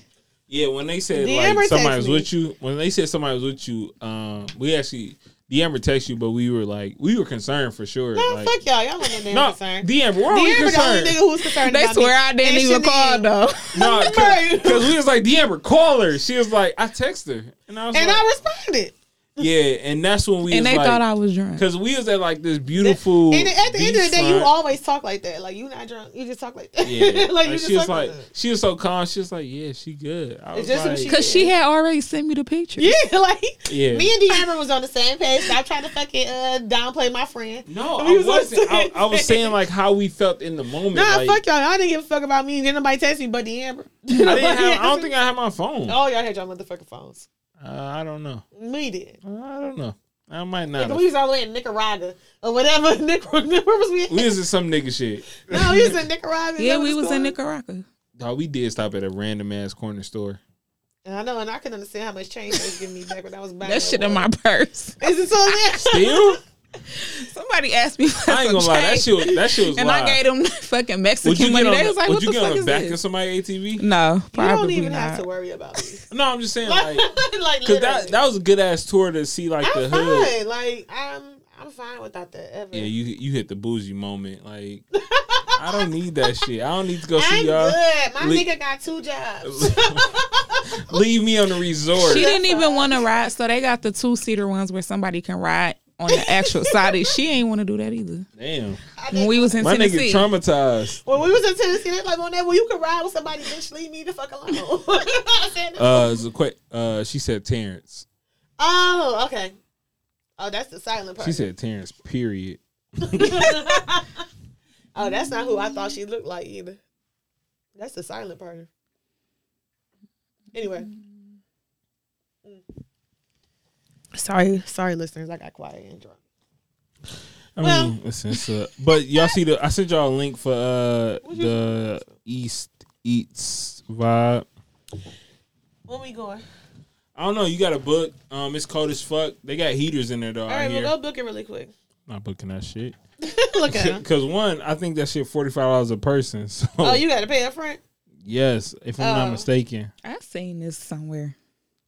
[SPEAKER 5] Yeah, when they said
[SPEAKER 3] DM or
[SPEAKER 5] like
[SPEAKER 3] text
[SPEAKER 5] somebody was
[SPEAKER 3] me?
[SPEAKER 5] with you, when they said somebody was with you, um, we actually DM or text you, but we were like, we were concerned for sure.
[SPEAKER 3] No,
[SPEAKER 5] like,
[SPEAKER 3] fuck y'all. Y'all wasn't damn
[SPEAKER 5] no,
[SPEAKER 3] concerned.
[SPEAKER 5] DM, we're only
[SPEAKER 3] Amber the only
[SPEAKER 5] concerned.
[SPEAKER 3] nigga who's concerned.
[SPEAKER 4] They
[SPEAKER 3] about
[SPEAKER 4] swear
[SPEAKER 3] me.
[SPEAKER 4] I didn't
[SPEAKER 3] And
[SPEAKER 4] even
[SPEAKER 3] Shanine.
[SPEAKER 4] call though.
[SPEAKER 5] No,
[SPEAKER 3] Right.
[SPEAKER 5] because we was like, Deamber, call her. She was like, I text her. And I was
[SPEAKER 3] And
[SPEAKER 5] like,
[SPEAKER 3] I responded.
[SPEAKER 5] yeah, and that's when we
[SPEAKER 4] And
[SPEAKER 5] was
[SPEAKER 4] they
[SPEAKER 5] like,
[SPEAKER 4] thought I was drunk.
[SPEAKER 5] because we was at like this beautiful.
[SPEAKER 3] And at the end of the day, you
[SPEAKER 5] beachfront.
[SPEAKER 3] always talk like that. Like you not drunk. You just talk like that.
[SPEAKER 5] Yeah,
[SPEAKER 3] like,
[SPEAKER 5] like,
[SPEAKER 3] you just
[SPEAKER 5] she was
[SPEAKER 3] talk
[SPEAKER 5] like, she was so calm. She was like, yeah, she good. I was
[SPEAKER 3] It's just what
[SPEAKER 5] like,
[SPEAKER 3] she-
[SPEAKER 4] Cause she had already sent me the picture.
[SPEAKER 3] Yeah, like
[SPEAKER 5] Yeah.
[SPEAKER 3] me and Deamber was on the same page. Stop trying to fucking uh, downplay my friend.
[SPEAKER 5] no,
[SPEAKER 3] We
[SPEAKER 5] I
[SPEAKER 3] was on the
[SPEAKER 5] wasn't. I,
[SPEAKER 3] same
[SPEAKER 5] I was
[SPEAKER 3] page.
[SPEAKER 5] saying like how we felt in the moment.
[SPEAKER 3] Nah,
[SPEAKER 5] like,
[SPEAKER 3] fuck y'all. Y'all didn't give a fuck about me. Didn't nobody text me but Deamber.
[SPEAKER 5] I, didn't have, I don't think I had my phone. Uh,
[SPEAKER 3] Oh, y'all had y'all motherfucking phones.
[SPEAKER 5] I don't know.
[SPEAKER 3] We did.
[SPEAKER 5] I don't know. I might not.
[SPEAKER 3] Nigga,
[SPEAKER 5] have.
[SPEAKER 3] we was all the way in Nicaragua or whatever. Nic- Where was we? At?
[SPEAKER 5] We was in some nigga shit.
[SPEAKER 3] no, we was in Nicaragua.
[SPEAKER 4] Yeah,
[SPEAKER 3] That
[SPEAKER 4] we
[SPEAKER 3] the
[SPEAKER 4] was in
[SPEAKER 3] story.
[SPEAKER 4] Nicaragua.
[SPEAKER 5] Dog, we did stop at a random ass corner store.
[SPEAKER 3] And I know, and I can understand how much change they was giving me back when I was buying.
[SPEAKER 4] That shit
[SPEAKER 3] work.
[SPEAKER 4] in my purse.
[SPEAKER 3] Is it so there?
[SPEAKER 5] Still,
[SPEAKER 4] Somebody asked me. For
[SPEAKER 5] I ain't gonna lie. That shit. Was, that shit was.
[SPEAKER 4] And
[SPEAKER 5] live.
[SPEAKER 4] I gave them fucking
[SPEAKER 5] Would you
[SPEAKER 4] Mexican
[SPEAKER 5] get
[SPEAKER 4] money.
[SPEAKER 5] on?
[SPEAKER 4] They
[SPEAKER 5] the-
[SPEAKER 4] was like,
[SPEAKER 5] would
[SPEAKER 4] "What
[SPEAKER 5] you
[SPEAKER 4] the
[SPEAKER 5] get
[SPEAKER 4] fuck
[SPEAKER 5] on the
[SPEAKER 4] is
[SPEAKER 5] back
[SPEAKER 4] this?"
[SPEAKER 5] of somebody ATV?
[SPEAKER 4] No,
[SPEAKER 3] You don't
[SPEAKER 4] probably
[SPEAKER 3] even
[SPEAKER 4] not.
[SPEAKER 3] have to worry about me.
[SPEAKER 5] No, I'm just saying
[SPEAKER 3] Like,
[SPEAKER 5] like
[SPEAKER 3] like
[SPEAKER 5] because that
[SPEAKER 3] literally.
[SPEAKER 5] that was a good ass tour to see like the
[SPEAKER 3] I'm
[SPEAKER 5] hood.
[SPEAKER 3] fine. Like I'm I'm fine without that ever.
[SPEAKER 5] Yeah, you you hit the bougie moment. Like I don't need that shit. I don't need to go see
[SPEAKER 3] I'm
[SPEAKER 5] y'all.
[SPEAKER 3] good. My
[SPEAKER 5] Le-
[SPEAKER 3] nigga got two jobs.
[SPEAKER 5] Leave me on the resort.
[SPEAKER 4] She didn't even want to ride, so they got the two seater ones where somebody can ride on the actual side. She ain't want to do that either.
[SPEAKER 5] Damn,
[SPEAKER 4] When we was in
[SPEAKER 5] my
[SPEAKER 4] Tennessee,
[SPEAKER 5] nigga traumatized.
[SPEAKER 3] when we was in Tennessee, they like, Monet, well, you can ride with somebody, bitch. Leave me the fuck alone. I said,
[SPEAKER 5] Uh, Zaque- uh, she said Terrence.
[SPEAKER 3] oh, okay. Oh, that's the silent part.
[SPEAKER 5] She said Terrence. Period.
[SPEAKER 3] oh, that's not who I thought she looked like either. That's the silent part. Anyway. Mm. Sorry, sorry, listeners. I got quiet and drunk.
[SPEAKER 5] I
[SPEAKER 3] Well-
[SPEAKER 5] mean, listen, it's, uh, but y'all see the I sent y'all a link for uh the East Eats vibe.
[SPEAKER 3] Where we going?
[SPEAKER 5] I don't know. You got a book. Um, it's cold as fuck. They got heaters in there though.
[SPEAKER 3] All
[SPEAKER 5] I
[SPEAKER 3] right,
[SPEAKER 5] hear.
[SPEAKER 3] well, go book it really quick.
[SPEAKER 5] Not booking that shit.
[SPEAKER 3] Look at him.
[SPEAKER 5] Because one, I think that shit forty five dollars a person. So
[SPEAKER 3] Oh, you got to pay up front?
[SPEAKER 5] yes, if I'm not
[SPEAKER 3] Oh.
[SPEAKER 5] mistaken.
[SPEAKER 4] I seen this somewhere.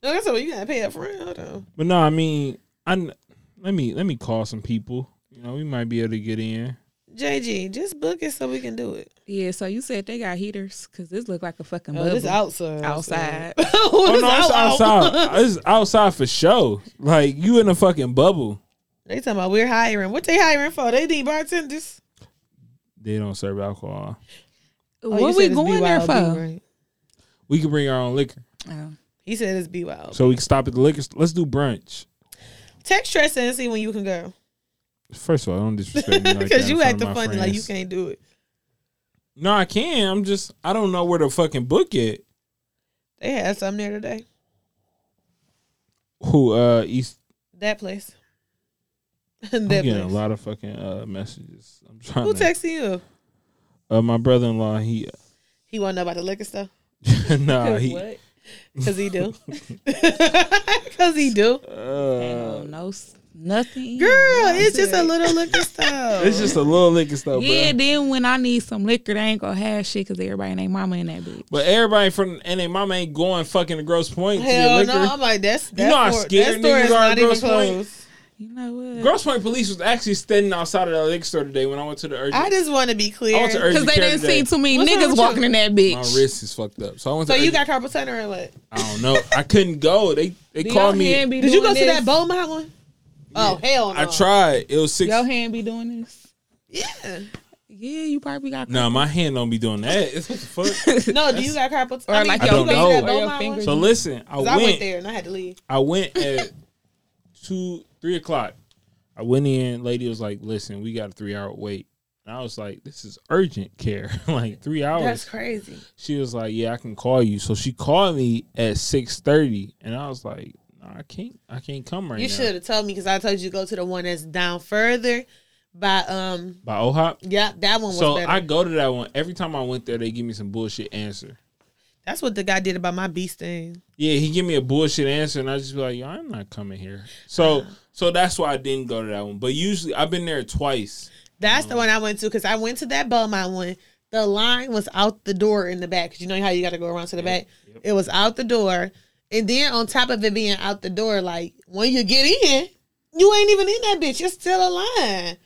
[SPEAKER 3] No, that's what you got to pay up front. Hold on.
[SPEAKER 5] But no, I mean, I kn- let me let me call some people. You know, we might be able to get in.
[SPEAKER 3] JG, just book it so we can do it.
[SPEAKER 4] Yeah, so you said they got heaters because this look like a fucking
[SPEAKER 3] Oh,
[SPEAKER 4] bubble.
[SPEAKER 3] this outside.
[SPEAKER 4] outside.
[SPEAKER 5] Oh
[SPEAKER 3] oh,
[SPEAKER 5] no, it's outside. it's outside for show. Like you in a fucking bubble.
[SPEAKER 3] They talking about we're hiring. What they hiring for? They need bartenders.
[SPEAKER 5] They don't serve alcohol.
[SPEAKER 3] Oh, you
[SPEAKER 4] what
[SPEAKER 3] said
[SPEAKER 4] we
[SPEAKER 3] it's
[SPEAKER 4] going there
[SPEAKER 3] BYOB,
[SPEAKER 4] for?
[SPEAKER 3] right?
[SPEAKER 5] We can bring our own liquor,
[SPEAKER 4] Oh.
[SPEAKER 3] He said it's be wild.
[SPEAKER 5] so we can stop at the liquor. St- Let's do brunch.
[SPEAKER 3] Text Tressa and see when you can go.
[SPEAKER 5] First of all, don't disrespect me like
[SPEAKER 3] Because
[SPEAKER 5] that in
[SPEAKER 3] you
[SPEAKER 5] front of
[SPEAKER 3] acting
[SPEAKER 5] my
[SPEAKER 3] funny like you
[SPEAKER 5] friends.
[SPEAKER 3] can't do it.
[SPEAKER 5] No, I can. I'm just. I don't know where to fucking book it.
[SPEAKER 3] They had something there today.
[SPEAKER 5] Who? Uh, East
[SPEAKER 3] That place.
[SPEAKER 5] I'm getting a
[SPEAKER 3] Netflix.
[SPEAKER 5] lot of fucking uh, messages. I'm trying
[SPEAKER 3] Who
[SPEAKER 5] to.
[SPEAKER 3] texting you?
[SPEAKER 5] uh, my brother in law, he.
[SPEAKER 3] He want to know about the liquor stuff
[SPEAKER 5] nah, he.
[SPEAKER 4] what?
[SPEAKER 3] because he do. Because he do.
[SPEAKER 5] Uh,
[SPEAKER 4] no, s- nothing.
[SPEAKER 3] Girl, it's just a
[SPEAKER 4] little.
[SPEAKER 3] little liquor stuff.
[SPEAKER 5] it's just a little liquor stuff,
[SPEAKER 4] Yeah,
[SPEAKER 5] bro.
[SPEAKER 4] then when I need some liquor, they ain't gonna have shit because everybody and their mama in that bitch.
[SPEAKER 5] But everybody from and their mama ain't going fucking to Gross Point to get
[SPEAKER 3] Hell
[SPEAKER 5] liquor.
[SPEAKER 3] no! I'm like that's that
[SPEAKER 5] know how
[SPEAKER 3] store- that
[SPEAKER 5] scared
[SPEAKER 3] store
[SPEAKER 5] niggas
[SPEAKER 3] is
[SPEAKER 5] are at
[SPEAKER 3] not even
[SPEAKER 5] Grosse Pointe?
[SPEAKER 3] close.
[SPEAKER 4] You know what?
[SPEAKER 5] Gross Point police was actually standing outside of the liquor store today when I went to the urgent.
[SPEAKER 3] I just want to be
[SPEAKER 5] I went to
[SPEAKER 3] clear.
[SPEAKER 5] urgent
[SPEAKER 4] Because they
[SPEAKER 5] care
[SPEAKER 4] didn't
[SPEAKER 5] today.
[SPEAKER 4] see too many
[SPEAKER 3] What's wrong
[SPEAKER 4] niggas
[SPEAKER 3] with
[SPEAKER 4] walking
[SPEAKER 3] you?
[SPEAKER 4] in that
[SPEAKER 5] My
[SPEAKER 4] bitch.
[SPEAKER 5] wrist is fucked up, so I went to.
[SPEAKER 3] So you
[SPEAKER 5] urgent-
[SPEAKER 3] got carpal tunnel or what?
[SPEAKER 5] I don't know. I couldn't go. They they
[SPEAKER 4] Do
[SPEAKER 5] called
[SPEAKER 4] your
[SPEAKER 5] me.
[SPEAKER 4] hand be
[SPEAKER 3] Did you go
[SPEAKER 4] doing
[SPEAKER 3] to that
[SPEAKER 4] this?
[SPEAKER 3] Beaumont one? Oh hell no!
[SPEAKER 5] I tried. It was six.
[SPEAKER 4] Your hand be doing this?
[SPEAKER 3] Yeah.
[SPEAKER 4] Yeah, you probably got.
[SPEAKER 5] Nah, my hand don't be doing that. What the fuck?
[SPEAKER 3] No, do you got carpal?
[SPEAKER 4] Or
[SPEAKER 3] I mean,
[SPEAKER 4] like
[SPEAKER 3] you go
[SPEAKER 5] your
[SPEAKER 3] to that
[SPEAKER 5] nose.
[SPEAKER 3] Beaumont
[SPEAKER 4] Or your
[SPEAKER 3] one?
[SPEAKER 4] fingers.
[SPEAKER 5] so listen, I
[SPEAKER 3] 'Cause
[SPEAKER 5] went.
[SPEAKER 3] I went there and I had to leave.
[SPEAKER 5] I went at two, three o'clock. I went in. Lady was like, "Listen, we got a three-hour wait." And I was like, "This is urgent care. like three hours."
[SPEAKER 3] That's crazy.
[SPEAKER 5] she was like, "Yeah, I can call you." So she called me at six thirty, and I was like, "No, I can't. I can't come right
[SPEAKER 3] You
[SPEAKER 5] now."
[SPEAKER 3] should have told me because I told you to go to the one that's down further. By um,
[SPEAKER 5] by OHOP.
[SPEAKER 3] yeah, that one was
[SPEAKER 5] So
[SPEAKER 3] better.
[SPEAKER 5] I go to that one. Every time I went there, they give me some bullshit answer.
[SPEAKER 3] That's what the guy did about my beast thing.
[SPEAKER 5] Yeah, he give me a bullshit answer, and I just be like, "Yo, I'm not coming here." So, so that's why I didn't go to that one. But usually, I've been there twice.
[SPEAKER 3] That's
[SPEAKER 5] Mm.
[SPEAKER 3] the one I went to because I went to that Belmont one. The line was out the door in the back because you know how you got to go around to the back. It was out the door, and then on top of it being out the door, like when you get in, you ain't even in that bitch. You're still a line.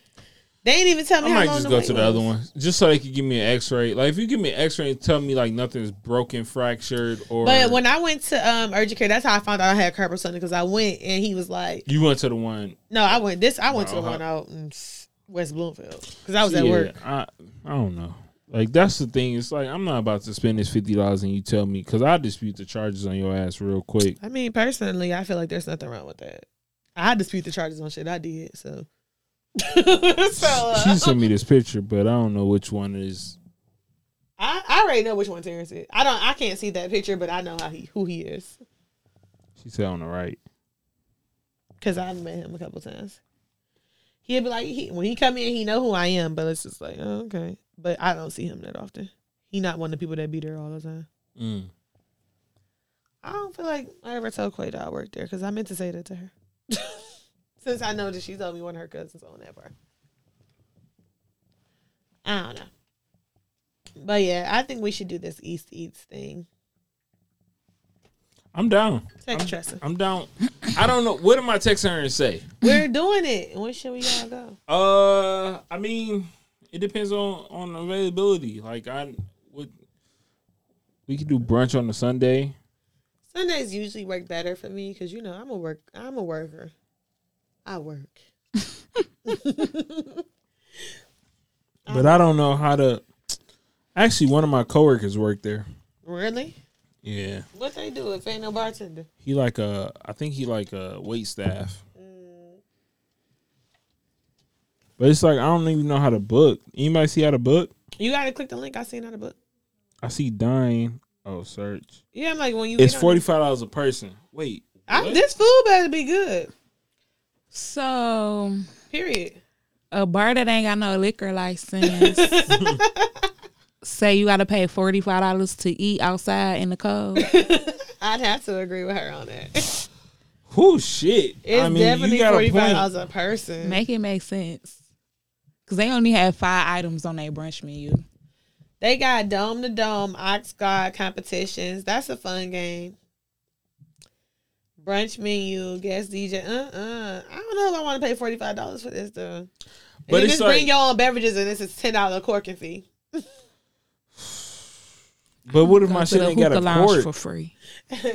[SPEAKER 3] They ain't even tell me.
[SPEAKER 5] I
[SPEAKER 3] how
[SPEAKER 5] might
[SPEAKER 3] long
[SPEAKER 5] just
[SPEAKER 3] the
[SPEAKER 5] go
[SPEAKER 3] wait
[SPEAKER 5] to the
[SPEAKER 3] was.
[SPEAKER 5] other one just so they could give me an X-ray. Like if you give me an X-ray and tell me like nothing's broken, fractured, or
[SPEAKER 3] But when I went to um urgent care, that's how I found out I had carpal tunnel because I went and he was like,
[SPEAKER 5] you went to the one,
[SPEAKER 3] "No, I went this. I went to the
[SPEAKER 5] Wow.
[SPEAKER 3] one out in S- West Bloomfield because I was
[SPEAKER 5] yeah,
[SPEAKER 3] at work."
[SPEAKER 5] I I don't know. Like that's the thing. It's like I'm not about to spend this fifty dollars and you tell me because I dispute the charges on your ass real quick.
[SPEAKER 3] I mean, personally, I feel like there's nothing wrong with that. I dispute the charges on shit I did, so. so
[SPEAKER 5] She
[SPEAKER 3] uh,
[SPEAKER 5] sent me this picture, but I don't know which one is.
[SPEAKER 3] I, I already know which one Terrence is. I don't. I can't see that picture, but I know how he who he is
[SPEAKER 5] She said on the right.
[SPEAKER 3] because I've met him a couple times. He'll be like, he, when he come in, he know who I am, but it's just like, oh, okay. But I don't see him that often. He not one of the people that be there all the time.
[SPEAKER 5] Mm.
[SPEAKER 3] I don't feel like I ever told Quay that I worked there because I meant to say that to her. Since I know that she told me one of her cousins on that bar. I don't know. But yeah, I think we should do this East Eats thing.
[SPEAKER 5] I'm down.
[SPEAKER 3] Text Tressa.
[SPEAKER 5] I'm down. I don't know. What am I texting her and say?
[SPEAKER 3] We're doing it. When should we all go?
[SPEAKER 5] Uh, I mean, it depends on on availability. Like I would, we could do brunch on a Sunday.
[SPEAKER 3] Sundays usually work better for me because you know I'm a work. I'm a worker. I work.
[SPEAKER 5] But I don't know how to. Actually, one of my coworkers worked there.
[SPEAKER 3] Really?
[SPEAKER 5] Yeah,
[SPEAKER 3] What they do if ain't no bartender?
[SPEAKER 5] he like a. I think he like a wait staff. But it's like I don't even know how to book. Anybody see how to book?
[SPEAKER 3] You gotta click the link I seen on the book.
[SPEAKER 5] I see dying. Oh, search.
[SPEAKER 3] Yeah, I'm like when you.
[SPEAKER 5] It's
[SPEAKER 3] get on
[SPEAKER 5] forty five dollars a person. Wait,
[SPEAKER 3] I'm,
[SPEAKER 5] what?
[SPEAKER 3] This food better be good.
[SPEAKER 4] So
[SPEAKER 3] Period.
[SPEAKER 4] a bar that ain't got no liquor license. Say you gotta pay forty five dollars to eat outside in the cold.
[SPEAKER 3] I'd have to agree with her on that. It's
[SPEAKER 5] Who shit? I mean,
[SPEAKER 3] definitely
[SPEAKER 5] you got
[SPEAKER 3] forty
[SPEAKER 5] a
[SPEAKER 3] five
[SPEAKER 5] point.
[SPEAKER 3] dollars a person.
[SPEAKER 4] Make it make sense. Cause they only have five items on their brunch menu.
[SPEAKER 3] They got dome to dome ox guard competitions. That's a fun game. Brunch menu, guest DJ. Uh uh I don't know if I want to pay forty five dollars for this though. And
[SPEAKER 5] But
[SPEAKER 3] then
[SPEAKER 5] it's
[SPEAKER 3] just
[SPEAKER 5] like-
[SPEAKER 3] bring your own beverages, and this is ten dollar corking fee.
[SPEAKER 5] But what if
[SPEAKER 4] Go
[SPEAKER 5] my
[SPEAKER 4] to
[SPEAKER 5] shit
[SPEAKER 4] the
[SPEAKER 5] ain't got a
[SPEAKER 4] hookah lounge
[SPEAKER 5] court?
[SPEAKER 4] for free.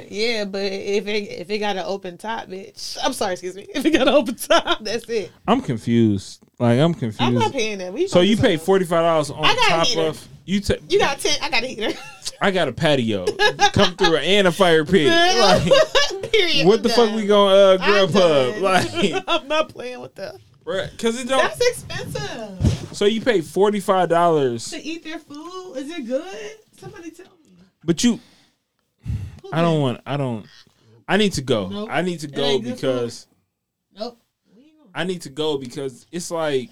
[SPEAKER 3] yeah, but if it if it got an open top, bitch. I'm sorry, excuse me. If it got an open top, that's it.
[SPEAKER 5] I'm confused. Like I'm confused.
[SPEAKER 3] I'm not paying that. We
[SPEAKER 5] so
[SPEAKER 3] gonna
[SPEAKER 5] you
[SPEAKER 3] do
[SPEAKER 5] pay
[SPEAKER 3] something.
[SPEAKER 5] forty five dollars on
[SPEAKER 3] I got a
[SPEAKER 5] top
[SPEAKER 3] heater.
[SPEAKER 5] of you. T-
[SPEAKER 3] You got ten. I got a heater.
[SPEAKER 5] I got a patio. Come through and a fire pit. Like,
[SPEAKER 3] Period.
[SPEAKER 5] what the
[SPEAKER 3] I'm
[SPEAKER 5] fuck
[SPEAKER 3] done.
[SPEAKER 5] we going uh,
[SPEAKER 3] I'm
[SPEAKER 5] grub hub?
[SPEAKER 3] done.
[SPEAKER 5] Like,
[SPEAKER 3] I'm not playing with that.
[SPEAKER 5] because it don't.
[SPEAKER 3] That's expensive
[SPEAKER 5] So you pay forty five dollars,
[SPEAKER 3] to eat their food. Is it good? Somebody tell me.
[SPEAKER 5] but you.
[SPEAKER 3] Who
[SPEAKER 5] I don't
[SPEAKER 3] cares?
[SPEAKER 5] want. I don't. I need to go.
[SPEAKER 3] Nope.
[SPEAKER 5] I need to
[SPEAKER 3] It
[SPEAKER 5] go
[SPEAKER 3] ain't good
[SPEAKER 5] because
[SPEAKER 3] Nope. We ain't gonna-
[SPEAKER 5] I need to go because it's like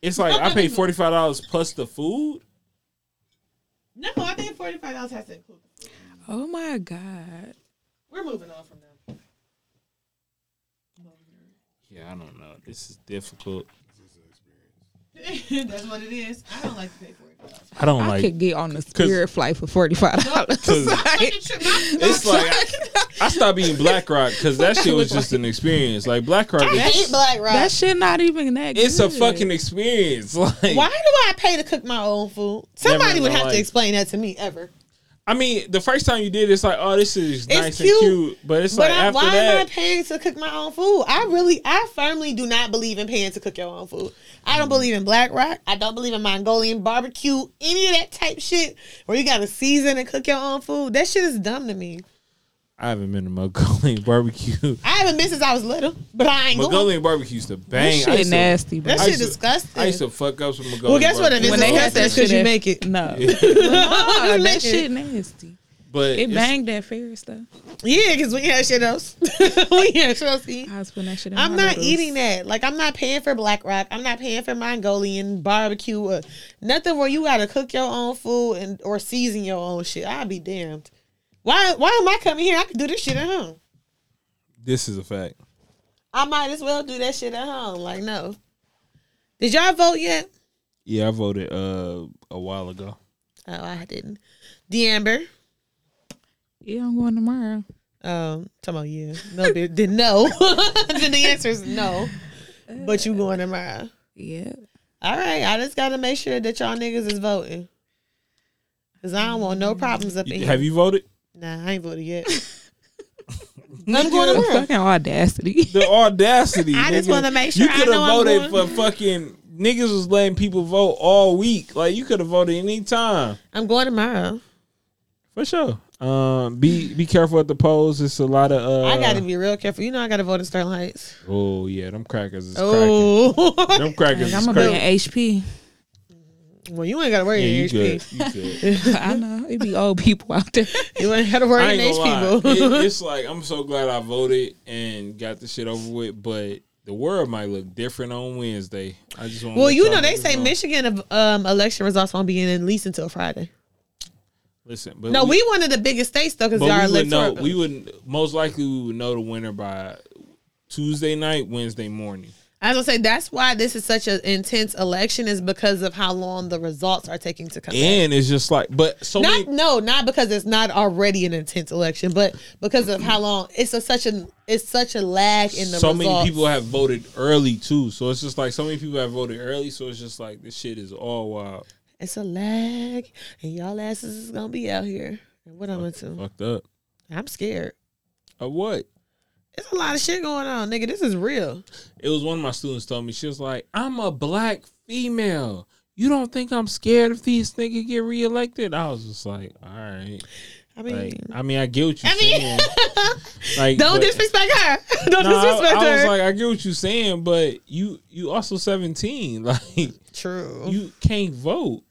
[SPEAKER 5] it's like I paid forty five dollars plus the food.
[SPEAKER 3] No, I think forty five dollars has to include.
[SPEAKER 4] Oh my god.
[SPEAKER 3] We're moving on from them.
[SPEAKER 5] Yeah, I don't know. This is difficult.
[SPEAKER 3] That's what it is. I don't like to pay forty five dollars.
[SPEAKER 5] I don't
[SPEAKER 4] I
[SPEAKER 5] like
[SPEAKER 4] could get on the spirit flight for forty five dollars.
[SPEAKER 5] 'cause
[SPEAKER 3] It's
[SPEAKER 5] it's like I, I stopped eating Black Rock because that shit was just an experience. Like Black Rock, is,
[SPEAKER 3] Eat black rock.
[SPEAKER 4] That shit not even that.
[SPEAKER 5] it's a
[SPEAKER 4] good.
[SPEAKER 5] fucking experience. Like
[SPEAKER 3] Why do I pay to cook my own food? Somebody
[SPEAKER 5] in
[SPEAKER 3] would
[SPEAKER 5] my
[SPEAKER 3] have
[SPEAKER 5] life.
[SPEAKER 3] to explain that to me ever.
[SPEAKER 5] I mean, the first time you did, it's like, oh, this is nice
[SPEAKER 3] cute,
[SPEAKER 5] and cute, but it's
[SPEAKER 3] But
[SPEAKER 5] like
[SPEAKER 3] I,
[SPEAKER 5] after
[SPEAKER 3] why am
[SPEAKER 5] that,
[SPEAKER 3] I paying to cook my own food? I really, I firmly do not believe in paying to cook your own food. I
[SPEAKER 5] Mm-hmm.
[SPEAKER 3] don't believe in black rock. I don't believe in Mongolian barbecue, any of that type shit where you got to season and cook your own food. That shit is dumb to me.
[SPEAKER 5] I haven't been to Mongolian barbecue.
[SPEAKER 3] I haven't been since I was little, but I ain't going.
[SPEAKER 5] Mongolian barbecue's the
[SPEAKER 4] That
[SPEAKER 5] bang. I
[SPEAKER 4] shit
[SPEAKER 5] used to-
[SPEAKER 4] nasty, bro.
[SPEAKER 3] That
[SPEAKER 5] I
[SPEAKER 3] shit
[SPEAKER 5] used to-
[SPEAKER 3] disgusting.
[SPEAKER 5] I used to fuck up some Mongolian.
[SPEAKER 3] Well, guess what? If
[SPEAKER 5] barbecue.
[SPEAKER 3] it's
[SPEAKER 4] When they had
[SPEAKER 3] disgusting,
[SPEAKER 4] that
[SPEAKER 3] should
[SPEAKER 4] shit
[SPEAKER 3] you
[SPEAKER 4] at-
[SPEAKER 3] make it?
[SPEAKER 4] No.
[SPEAKER 3] Nah,
[SPEAKER 4] no,
[SPEAKER 3] make
[SPEAKER 4] that
[SPEAKER 3] it.
[SPEAKER 4] shit nasty.
[SPEAKER 5] but
[SPEAKER 4] It
[SPEAKER 5] it's-
[SPEAKER 4] banged that Ferris stuff.
[SPEAKER 3] Yeah, because we had shit else. we had shit else to eat.
[SPEAKER 4] I was putting that shit in
[SPEAKER 3] I'm
[SPEAKER 4] my
[SPEAKER 3] not
[SPEAKER 4] noodles.
[SPEAKER 3] eating that. Like I'm not paying for Black Rock. I'm not paying for Mongolian barbecue or nothing where you gotta cook your own food and or season your own shit. I'll be damned. Why why am I coming here? I could do this shit at home.
[SPEAKER 5] This is a fact.
[SPEAKER 3] I might as well do that shit at home. Like no. Did y'all vote yet?
[SPEAKER 5] Yeah, I voted uh a while ago.
[SPEAKER 3] Oh, I didn't. D'Amber.
[SPEAKER 4] Yeah, I'm going tomorrow.
[SPEAKER 3] Um, talking about yeah. No, bi- did no. then the answer is no. But you going tomorrow.
[SPEAKER 4] Yeah.
[SPEAKER 3] All right, I just gotta make sure that y'all niggas is voting. Cause I don't want no problems up in here.
[SPEAKER 5] Have you voted?
[SPEAKER 3] Nah, I ain't voted yet. I'm going
[SPEAKER 4] The
[SPEAKER 3] tomorrow.
[SPEAKER 4] fucking audacity.
[SPEAKER 5] The audacity.
[SPEAKER 3] I just
[SPEAKER 5] nigga.
[SPEAKER 3] wanna make sure
[SPEAKER 5] you
[SPEAKER 3] I
[SPEAKER 5] could
[SPEAKER 3] know
[SPEAKER 5] have
[SPEAKER 3] I'm
[SPEAKER 5] voted
[SPEAKER 3] going.
[SPEAKER 5] for fucking niggas was letting people vote all week. Like you could have voted any time
[SPEAKER 3] I'm going tomorrow.
[SPEAKER 5] for sure. Um, be be careful at the polls. It's a lot of. Uh,
[SPEAKER 3] I gotta be real careful. You know I gotta vote in Sterling Heights.
[SPEAKER 5] Oh yeah, them crackers is
[SPEAKER 3] Oh,
[SPEAKER 5] cracking. Them crackers
[SPEAKER 4] I'm
[SPEAKER 5] is
[SPEAKER 4] gonna be
[SPEAKER 5] cracking.
[SPEAKER 4] an HP.
[SPEAKER 3] well, you ain't gotta
[SPEAKER 5] Yeah,
[SPEAKER 3] worry
[SPEAKER 5] you
[SPEAKER 3] in
[SPEAKER 5] good.
[SPEAKER 3] HP.
[SPEAKER 5] You good.
[SPEAKER 4] I know it be old people out there.
[SPEAKER 3] You ain't gotta worry
[SPEAKER 5] I
[SPEAKER 3] in
[SPEAKER 5] ain't gonna
[SPEAKER 3] HP.
[SPEAKER 5] lie.
[SPEAKER 3] boo.
[SPEAKER 5] It- it's like I'm so glad I voted and got the shit over with, but. The world might look different on Wednesday. I just want.
[SPEAKER 3] Well, you know they say
[SPEAKER 5] know.
[SPEAKER 3] Michigan um, election results won't be in at least until Friday.
[SPEAKER 5] Listen, but
[SPEAKER 3] No,
[SPEAKER 5] we-
[SPEAKER 3] we one of the biggest states though because
[SPEAKER 5] But
[SPEAKER 3] our
[SPEAKER 5] we would know.
[SPEAKER 3] electoral.
[SPEAKER 5] We would most likely we would know the winner by Tuesday night, Wednesday morning.
[SPEAKER 3] I was gonna say that's why this is such an intense election is because of how long the results are taking to come. out.
[SPEAKER 5] And it's just like, but so
[SPEAKER 3] Not
[SPEAKER 5] many,
[SPEAKER 3] no, not because it's not already an intense election, but because of how long it's a, such an it's such a lag in the
[SPEAKER 5] so
[SPEAKER 3] results.
[SPEAKER 5] many people have voted early too. So it's just like so many people have voted early. So it's just like this shit is all wild,
[SPEAKER 3] it's a lag, and y'all asses is gonna be out here. And what I'm into?
[SPEAKER 5] fucked up.
[SPEAKER 3] I'm scared.
[SPEAKER 5] Or what?
[SPEAKER 3] It's a lot of shit going on, nigga. This is real.
[SPEAKER 5] It was one of my students told me she was like, "I'm a black female." You don't think I'm scared if these niggas get reelected? I was just like, all right.
[SPEAKER 3] I mean,
[SPEAKER 5] Like, I mean, I get what you're
[SPEAKER 3] I mean-
[SPEAKER 5] saying. like,
[SPEAKER 3] don't
[SPEAKER 5] but-
[SPEAKER 3] disrespect her. don't
[SPEAKER 5] No, I,
[SPEAKER 3] disrespect
[SPEAKER 5] I was
[SPEAKER 3] her.
[SPEAKER 5] like, I get what you're saying, but you you also 17. Like
[SPEAKER 3] true.
[SPEAKER 5] you can't vote.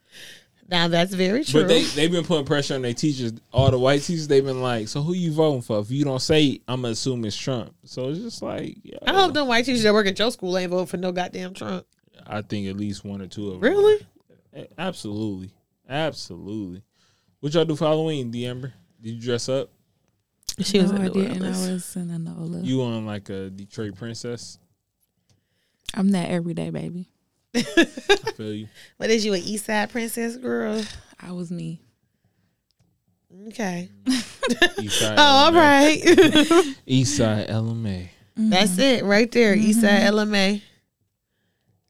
[SPEAKER 3] now that's very true.
[SPEAKER 5] But they they've been putting pressure on their teachers. All the white teachers, they've been like, so who you voting for? If you don't say, I'm gonna assume it's Trump. So it's just like, yo,
[SPEAKER 3] I hope them white teachers that work at your school ain't vote for no goddamn Trump.
[SPEAKER 5] I think at least one or two of them.
[SPEAKER 3] Really?
[SPEAKER 5] A- Absolutely, absolutely. What y'all do for Halloween, D'Amber? Did you dress up?
[SPEAKER 3] She
[SPEAKER 4] no, I didn't. I was in Anola.
[SPEAKER 5] You on like a Detroit princess?
[SPEAKER 4] I'm that everyday baby.
[SPEAKER 5] I feel you.
[SPEAKER 3] What is you, an East Side princess girl?
[SPEAKER 4] I was me.
[SPEAKER 3] Okay.
[SPEAKER 5] East Side
[SPEAKER 3] Oh, all
[SPEAKER 5] LMA.
[SPEAKER 3] right.
[SPEAKER 5] East Side LMA.
[SPEAKER 3] That's it right there, East Side LMA.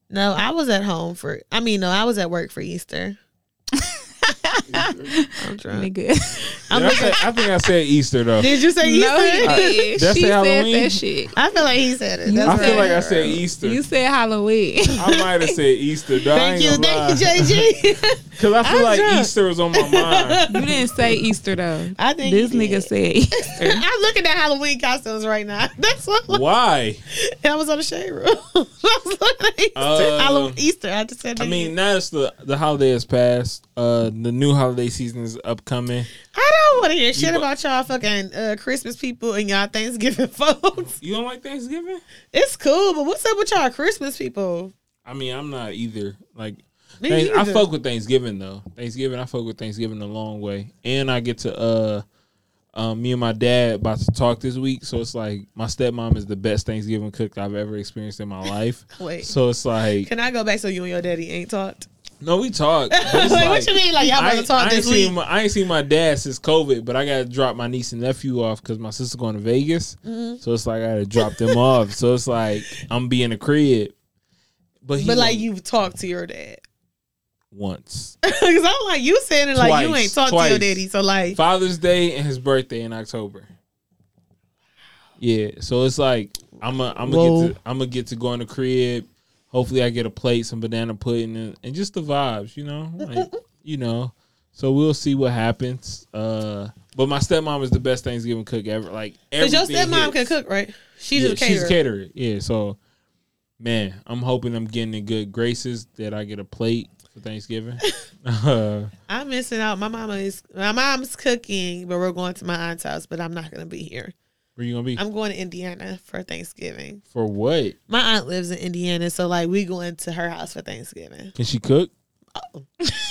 [SPEAKER 3] No, I was at home for. I mean, no, I was at work for Easter. I'm drunk.
[SPEAKER 4] Nigga.
[SPEAKER 3] I'm
[SPEAKER 5] Did I,
[SPEAKER 3] looking-
[SPEAKER 5] say- I think I said Easter though.
[SPEAKER 3] Did you say Easter?
[SPEAKER 4] no, you did.
[SPEAKER 5] That's
[SPEAKER 4] she
[SPEAKER 5] the
[SPEAKER 4] said
[SPEAKER 5] Halloween?
[SPEAKER 4] that shit.
[SPEAKER 3] I feel like he said it.
[SPEAKER 4] You
[SPEAKER 3] That's
[SPEAKER 5] I feel
[SPEAKER 3] right.
[SPEAKER 5] like I said Easter.
[SPEAKER 4] You said Halloween.
[SPEAKER 5] I might have said Easter. Though.
[SPEAKER 3] Thank you, thank you, JG.
[SPEAKER 5] Because I feel
[SPEAKER 3] I'm
[SPEAKER 5] like
[SPEAKER 3] drunk.
[SPEAKER 5] Easter was on my mind.
[SPEAKER 4] you didn't say Easter though.
[SPEAKER 3] I think
[SPEAKER 4] this
[SPEAKER 3] you
[SPEAKER 4] nigga
[SPEAKER 3] did.
[SPEAKER 4] said Easter.
[SPEAKER 3] I'm looking at Halloween costumes right now. That's what
[SPEAKER 5] Why?
[SPEAKER 3] I was on the shade room. I was looking at Easter.
[SPEAKER 5] Uh,
[SPEAKER 3] Halloween, Easter. I just said.
[SPEAKER 5] I
[SPEAKER 3] that.
[SPEAKER 5] mean, now it's the the holiday has passed. Uh, the new holiday season is upcoming.
[SPEAKER 3] I don't want to hear shit
[SPEAKER 5] bu-
[SPEAKER 3] about y'all fucking uh, Christmas people and y'all Thanksgiving folks.
[SPEAKER 5] You don't like Thanksgiving?
[SPEAKER 3] It's cool, but what's up with y'all Christmas people?
[SPEAKER 5] I mean, I'm not either. Like,
[SPEAKER 3] Me
[SPEAKER 5] Thanks- I
[SPEAKER 3] neither.
[SPEAKER 5] fuck with Thanksgiving though. Thanksgiving, I fuck with Thanksgiving a long way, and I get to uh, um, me and my dad about to talk this week, so it's like my stepmom is the best Thanksgiving cook I've ever experienced in my life.
[SPEAKER 3] Wait.
[SPEAKER 5] so it's like
[SPEAKER 3] Can I go back so you and your daddy ain't talked?
[SPEAKER 5] no, we talk. but it's
[SPEAKER 3] Like, what you mean? Like y'all about
[SPEAKER 5] I,
[SPEAKER 3] to talk
[SPEAKER 5] I ain't
[SPEAKER 3] this week?
[SPEAKER 5] seen my, I ain't seen my dad since COVID, but I gotta drop my niece and nephew off because my sister going to Vegas,
[SPEAKER 3] Mm-hmm.
[SPEAKER 5] so it's like I gotta drop them off. So it's like I'm being a crib, but he
[SPEAKER 3] but like
[SPEAKER 5] don't-
[SPEAKER 3] you've talked to your dad.
[SPEAKER 5] once.
[SPEAKER 3] Because I'm like, you saying it like you
[SPEAKER 5] Twice.
[SPEAKER 3] ain't talked to your
[SPEAKER 5] Twice.
[SPEAKER 3] daddy. So like,
[SPEAKER 5] Father's Day and his birthday in October. Yeah, so it's like I'm a I'm
[SPEAKER 3] Whoa.
[SPEAKER 5] gonna get to I'm gonna get to go in the crib. Hopefully, I get a plate, some banana pudding, and, and just the vibes, you know, like you know. So we'll see what happens. Uh, but my stepmom is the best Thanksgiving cook ever. Like,
[SPEAKER 3] because your
[SPEAKER 5] everything
[SPEAKER 3] stepmom
[SPEAKER 5] hits.
[SPEAKER 3] can cook, right? She
[SPEAKER 5] Yeah,
[SPEAKER 3] just
[SPEAKER 5] she's
[SPEAKER 3] caterer.
[SPEAKER 5] a caterer. Yeah, so man, I'm hoping I'm getting in good graces that I get a plate for Thanksgiving. uh,
[SPEAKER 3] I'm missing out. My mama is my mom's cooking, but we're going to my aunt's house. But I'm not gonna be here.
[SPEAKER 5] where you gonna be
[SPEAKER 3] I'm going to Indiana for Thanksgiving.
[SPEAKER 5] for what?
[SPEAKER 3] My aunt lives in Indiana, so like we going to her house for Thanksgiving.
[SPEAKER 5] Can she cook?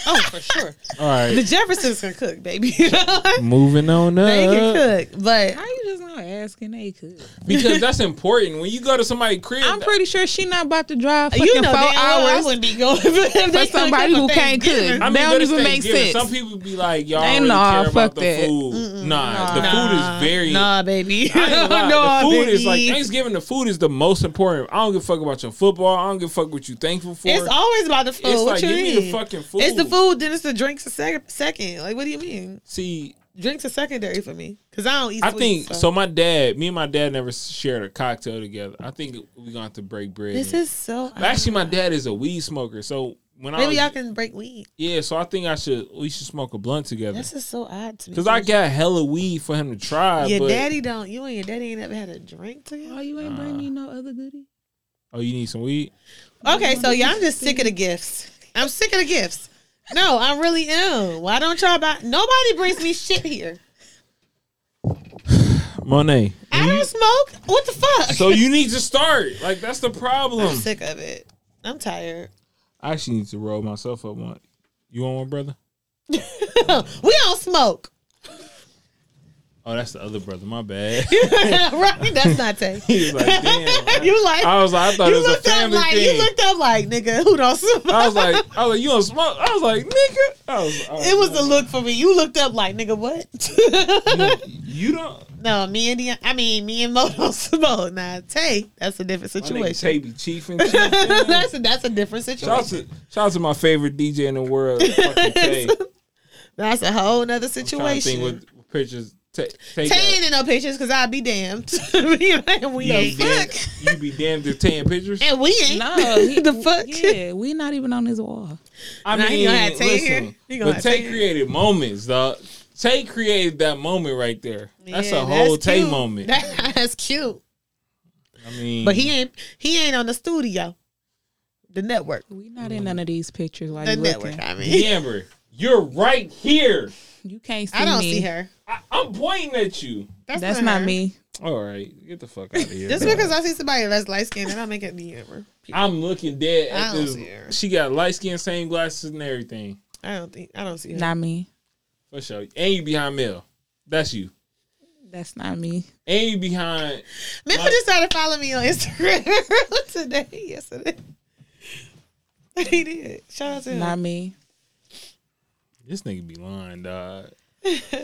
[SPEAKER 3] Oh, for sure.
[SPEAKER 5] All right.
[SPEAKER 3] The Jeffersons can cook, baby. they can
[SPEAKER 5] Moving on up.
[SPEAKER 3] cook, but
[SPEAKER 4] How you just not asking? They could.
[SPEAKER 5] Because that's important. When you go to somebody's crib,
[SPEAKER 4] I'm pretty sure she not about to drive fucking
[SPEAKER 3] you know,
[SPEAKER 4] four
[SPEAKER 3] damn well I
[SPEAKER 4] hours.
[SPEAKER 3] wouldn't be going for
[SPEAKER 4] for somebody who can't cook.
[SPEAKER 5] I mean,
[SPEAKER 4] that
[SPEAKER 5] but
[SPEAKER 4] don't
[SPEAKER 5] it's
[SPEAKER 4] even make
[SPEAKER 5] Thanksgiving.
[SPEAKER 4] sense.
[SPEAKER 5] Some people be like, y'all
[SPEAKER 4] Ain't
[SPEAKER 5] don't really
[SPEAKER 4] nah,
[SPEAKER 5] care about
[SPEAKER 4] fuck
[SPEAKER 5] the
[SPEAKER 4] that.
[SPEAKER 5] food. Nah, the
[SPEAKER 3] Nah,
[SPEAKER 5] food is very.
[SPEAKER 3] nah, baby.
[SPEAKER 5] I ain't gonna lie.
[SPEAKER 3] Nah,
[SPEAKER 5] the food
[SPEAKER 3] baby.
[SPEAKER 5] is like Thanksgiving. The food is the most important. I don't give a fuck about your football. I don't give a fuck what you thankful for.
[SPEAKER 3] It's always about the food.
[SPEAKER 5] It's
[SPEAKER 3] what
[SPEAKER 5] like,
[SPEAKER 3] you
[SPEAKER 5] give
[SPEAKER 3] mean?
[SPEAKER 5] me the fucking food.
[SPEAKER 3] It's the food, then it's the drinks a sec- second. Like, what do you mean?
[SPEAKER 5] See,
[SPEAKER 3] Drinks are secondary for me because I don't eat.
[SPEAKER 5] I
[SPEAKER 3] sweets,
[SPEAKER 5] think so. My dad, me and my dad never shared a cocktail together. I think we're gonna have to break bread.
[SPEAKER 3] This
[SPEAKER 5] and-
[SPEAKER 3] is so.
[SPEAKER 5] actually my dad is a weed smoker. So when I was,
[SPEAKER 3] Maybe y'all can break weed.
[SPEAKER 5] Yeah, so I think I should we should smoke a blunt together.
[SPEAKER 3] This is so odd to me.
[SPEAKER 5] Cause I got hella weed for him to try.
[SPEAKER 3] your
[SPEAKER 5] but,
[SPEAKER 3] daddy don't. You and your daddy ain't ever had a drink together.
[SPEAKER 4] Oh, you ain't bring me no other goodie.
[SPEAKER 5] Oh, you need some weed?
[SPEAKER 3] Okay, so y'all I'm just sick of the gifts. I'm sick of the gifts. No, I really am. Why don't y'all buy? Nobody brings me shit here.
[SPEAKER 5] Monet.
[SPEAKER 3] I don't smoke. What the fuck?
[SPEAKER 5] Mm-hmm. So um, you need to start. Like that's the
[SPEAKER 3] I'm
[SPEAKER 5] problem.
[SPEAKER 3] sick of it. I'm tired.
[SPEAKER 5] I actually need to roll myself up one. You want one, brother?
[SPEAKER 3] we don't smoke.
[SPEAKER 5] Oh, that's the other brother. My bad.
[SPEAKER 3] right? That's not Tay.
[SPEAKER 5] He was like, damn.
[SPEAKER 3] you like
[SPEAKER 5] I was like, I thought it
[SPEAKER 3] you
[SPEAKER 5] was a
[SPEAKER 3] looked up
[SPEAKER 5] family
[SPEAKER 3] like
[SPEAKER 5] thing.
[SPEAKER 3] you looked up like nigga who don't smoke.
[SPEAKER 5] I was like, I was like, you don't smoke? I was like, nigga. I was, I
[SPEAKER 3] it was the look for me. You looked up like nigga what?
[SPEAKER 5] You don't.
[SPEAKER 3] no, me and the, I mean me and Mo don't smoke. Nah, Tay, that's a different
[SPEAKER 5] My nigga
[SPEAKER 3] situation.
[SPEAKER 5] Tay be chiefing. chiefing.
[SPEAKER 3] that's a, that's a different
[SPEAKER 5] Shout out
[SPEAKER 3] situation.
[SPEAKER 5] to shout out to my favorite DJ in the world, fucking Tay.
[SPEAKER 3] That's a whole nother
[SPEAKER 5] Trying to
[SPEAKER 3] situation.
[SPEAKER 5] think what pictures. Ta- Tay got.
[SPEAKER 3] Tay ain't in no pictures because I'd be damned. Me and we
[SPEAKER 5] You
[SPEAKER 3] ain't
[SPEAKER 5] be
[SPEAKER 3] fuck.
[SPEAKER 5] damned, you be damned if taking pictures.
[SPEAKER 3] And we ain't.
[SPEAKER 4] No,
[SPEAKER 3] the fuck?
[SPEAKER 4] Yeah, we not even on this wall.
[SPEAKER 5] I
[SPEAKER 3] Nah,
[SPEAKER 5] mean,
[SPEAKER 3] he gonna have Tay here.
[SPEAKER 5] listen,
[SPEAKER 3] He gonna
[SPEAKER 5] but
[SPEAKER 3] have
[SPEAKER 5] Tay
[SPEAKER 3] Tay.
[SPEAKER 5] created moments, dog. Tay created that moment right there. that's
[SPEAKER 3] Yeah,
[SPEAKER 5] a whole Tay
[SPEAKER 3] cute.
[SPEAKER 5] moment.
[SPEAKER 3] that's cute.
[SPEAKER 5] I mean,
[SPEAKER 3] But he ain't he ain't on the studio. The network.
[SPEAKER 4] We not in none of these pictures. Like
[SPEAKER 3] The
[SPEAKER 4] looking.
[SPEAKER 3] network, I mean.
[SPEAKER 5] Amber, you're right here.
[SPEAKER 4] you can't see
[SPEAKER 3] I don't
[SPEAKER 4] me.
[SPEAKER 3] see her.
[SPEAKER 5] I, I'm pointing at you.
[SPEAKER 3] That's,
[SPEAKER 4] That's not,
[SPEAKER 3] her.
[SPEAKER 4] me.
[SPEAKER 5] All right, get the fuck out of here.
[SPEAKER 3] Just
[SPEAKER 5] dog.
[SPEAKER 3] because I see somebody that's light skinned, I don't make it the Amber.
[SPEAKER 5] I'm looking dead
[SPEAKER 3] I
[SPEAKER 5] at
[SPEAKER 3] don't
[SPEAKER 5] this.
[SPEAKER 3] see her.
[SPEAKER 5] She got light skin, same glasses, and everything.
[SPEAKER 3] I don't think I don't see her.
[SPEAKER 4] Not me.
[SPEAKER 5] For sure. And you behind Mel. That's you.
[SPEAKER 4] That's not me.
[SPEAKER 5] And you behind.
[SPEAKER 3] Memphis just started following me on Instagram today, yesterday. He did. Shout out to him.
[SPEAKER 4] Not me.
[SPEAKER 5] This nigga be lying, dog.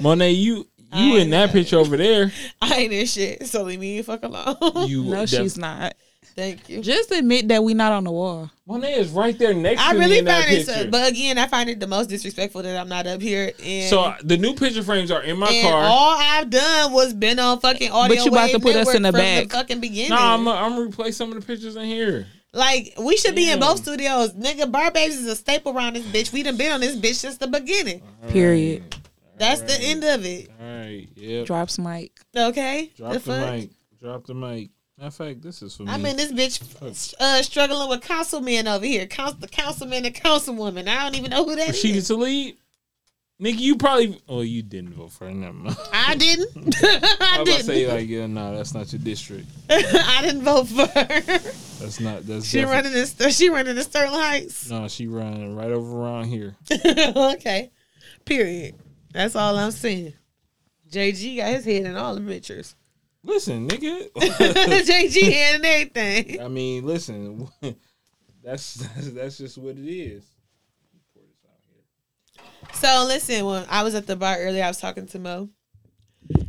[SPEAKER 5] Monet, you
[SPEAKER 3] Oh
[SPEAKER 5] you in that picture over there.
[SPEAKER 3] I ain't in shit, so leave me the fuck alone.
[SPEAKER 5] You
[SPEAKER 4] No,
[SPEAKER 5] def-
[SPEAKER 4] she's not.
[SPEAKER 3] Thank you.
[SPEAKER 4] Just admit that we not on the wall.
[SPEAKER 5] Monet is right there next
[SPEAKER 3] I
[SPEAKER 5] to me
[SPEAKER 3] really
[SPEAKER 5] in that
[SPEAKER 3] find it,
[SPEAKER 5] picture.
[SPEAKER 3] but again, I find it the most disrespectful that I'm not up here. And,
[SPEAKER 5] so uh, the new picture frames are in my
[SPEAKER 3] and
[SPEAKER 5] car.
[SPEAKER 3] all I've done was been on fucking audio.
[SPEAKER 4] you about
[SPEAKER 3] Wave
[SPEAKER 4] to put us
[SPEAKER 3] Network
[SPEAKER 4] in the
[SPEAKER 3] from
[SPEAKER 4] back.
[SPEAKER 3] fucking beginning.
[SPEAKER 5] no, I'm I'm gonna replace some of the pictures in here.
[SPEAKER 3] Like we should be in
[SPEAKER 5] Yeah.
[SPEAKER 3] both studios, nigga. Bar Babes is a staple around this bitch. We done been on this bitch since the beginning.
[SPEAKER 4] Period.
[SPEAKER 3] That's the end of it.
[SPEAKER 5] All right, yep.
[SPEAKER 4] Drops mic.
[SPEAKER 3] Okay.
[SPEAKER 5] Drop the,
[SPEAKER 3] fuck?
[SPEAKER 5] mic. Drop the mic. Matter of fact, this is for me.
[SPEAKER 3] I'm in this bitch uh, struggling with councilmen over here. Council, the councilman and councilwoman. I don't even know who that is.
[SPEAKER 5] Rashida Tlaib. Nigga, you probably. Oh, you didn't vote for her. Never mind.
[SPEAKER 3] I didn't. I
[SPEAKER 5] I was about to
[SPEAKER 3] didn't.
[SPEAKER 5] say like, yeah, no, that's not your district.
[SPEAKER 3] I didn't vote for her.
[SPEAKER 5] That's not. That's
[SPEAKER 3] She
[SPEAKER 5] defi-
[SPEAKER 3] running this. She running in Sterling Heights.
[SPEAKER 5] No, she running right over around here.
[SPEAKER 3] okay. Period. That's all I'm saying. JG got his head in all the pictures.
[SPEAKER 5] Listen, nigga.
[SPEAKER 3] JG head in everything.
[SPEAKER 5] I mean, listen. That's that's, that's just what it is.
[SPEAKER 3] So listen, when I was at the bar earlier, I was talking to Mo,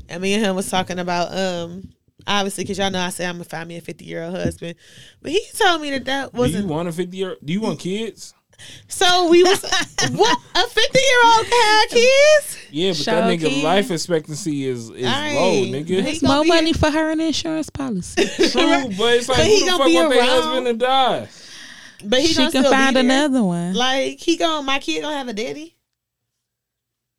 [SPEAKER 3] and me and him was talking about um obviously because y'all know I said I'm gonna find me a 50 year old husband, but he told me that that
[SPEAKER 5] Do you
[SPEAKER 3] wasn't.
[SPEAKER 5] want a fifty year? Do you want kids?
[SPEAKER 3] So we was what a 50 year old had kids.
[SPEAKER 5] Yeah, but
[SPEAKER 4] Show
[SPEAKER 5] that nigga
[SPEAKER 4] kids.
[SPEAKER 5] life expectancy is is
[SPEAKER 3] Right.
[SPEAKER 5] low, nigga.
[SPEAKER 3] He's
[SPEAKER 4] It's more
[SPEAKER 3] gonna be-
[SPEAKER 4] money for her in the insurance policy.
[SPEAKER 5] True, but it's like
[SPEAKER 3] But
[SPEAKER 5] who
[SPEAKER 3] he
[SPEAKER 5] the
[SPEAKER 3] gonna
[SPEAKER 5] fuck
[SPEAKER 3] be
[SPEAKER 5] want their
[SPEAKER 3] around.
[SPEAKER 5] husband to die?
[SPEAKER 3] But he
[SPEAKER 4] she
[SPEAKER 3] gonna
[SPEAKER 4] can
[SPEAKER 3] still be
[SPEAKER 4] find
[SPEAKER 3] there.
[SPEAKER 4] another one.
[SPEAKER 3] Like he going my kid gonna have a daddy.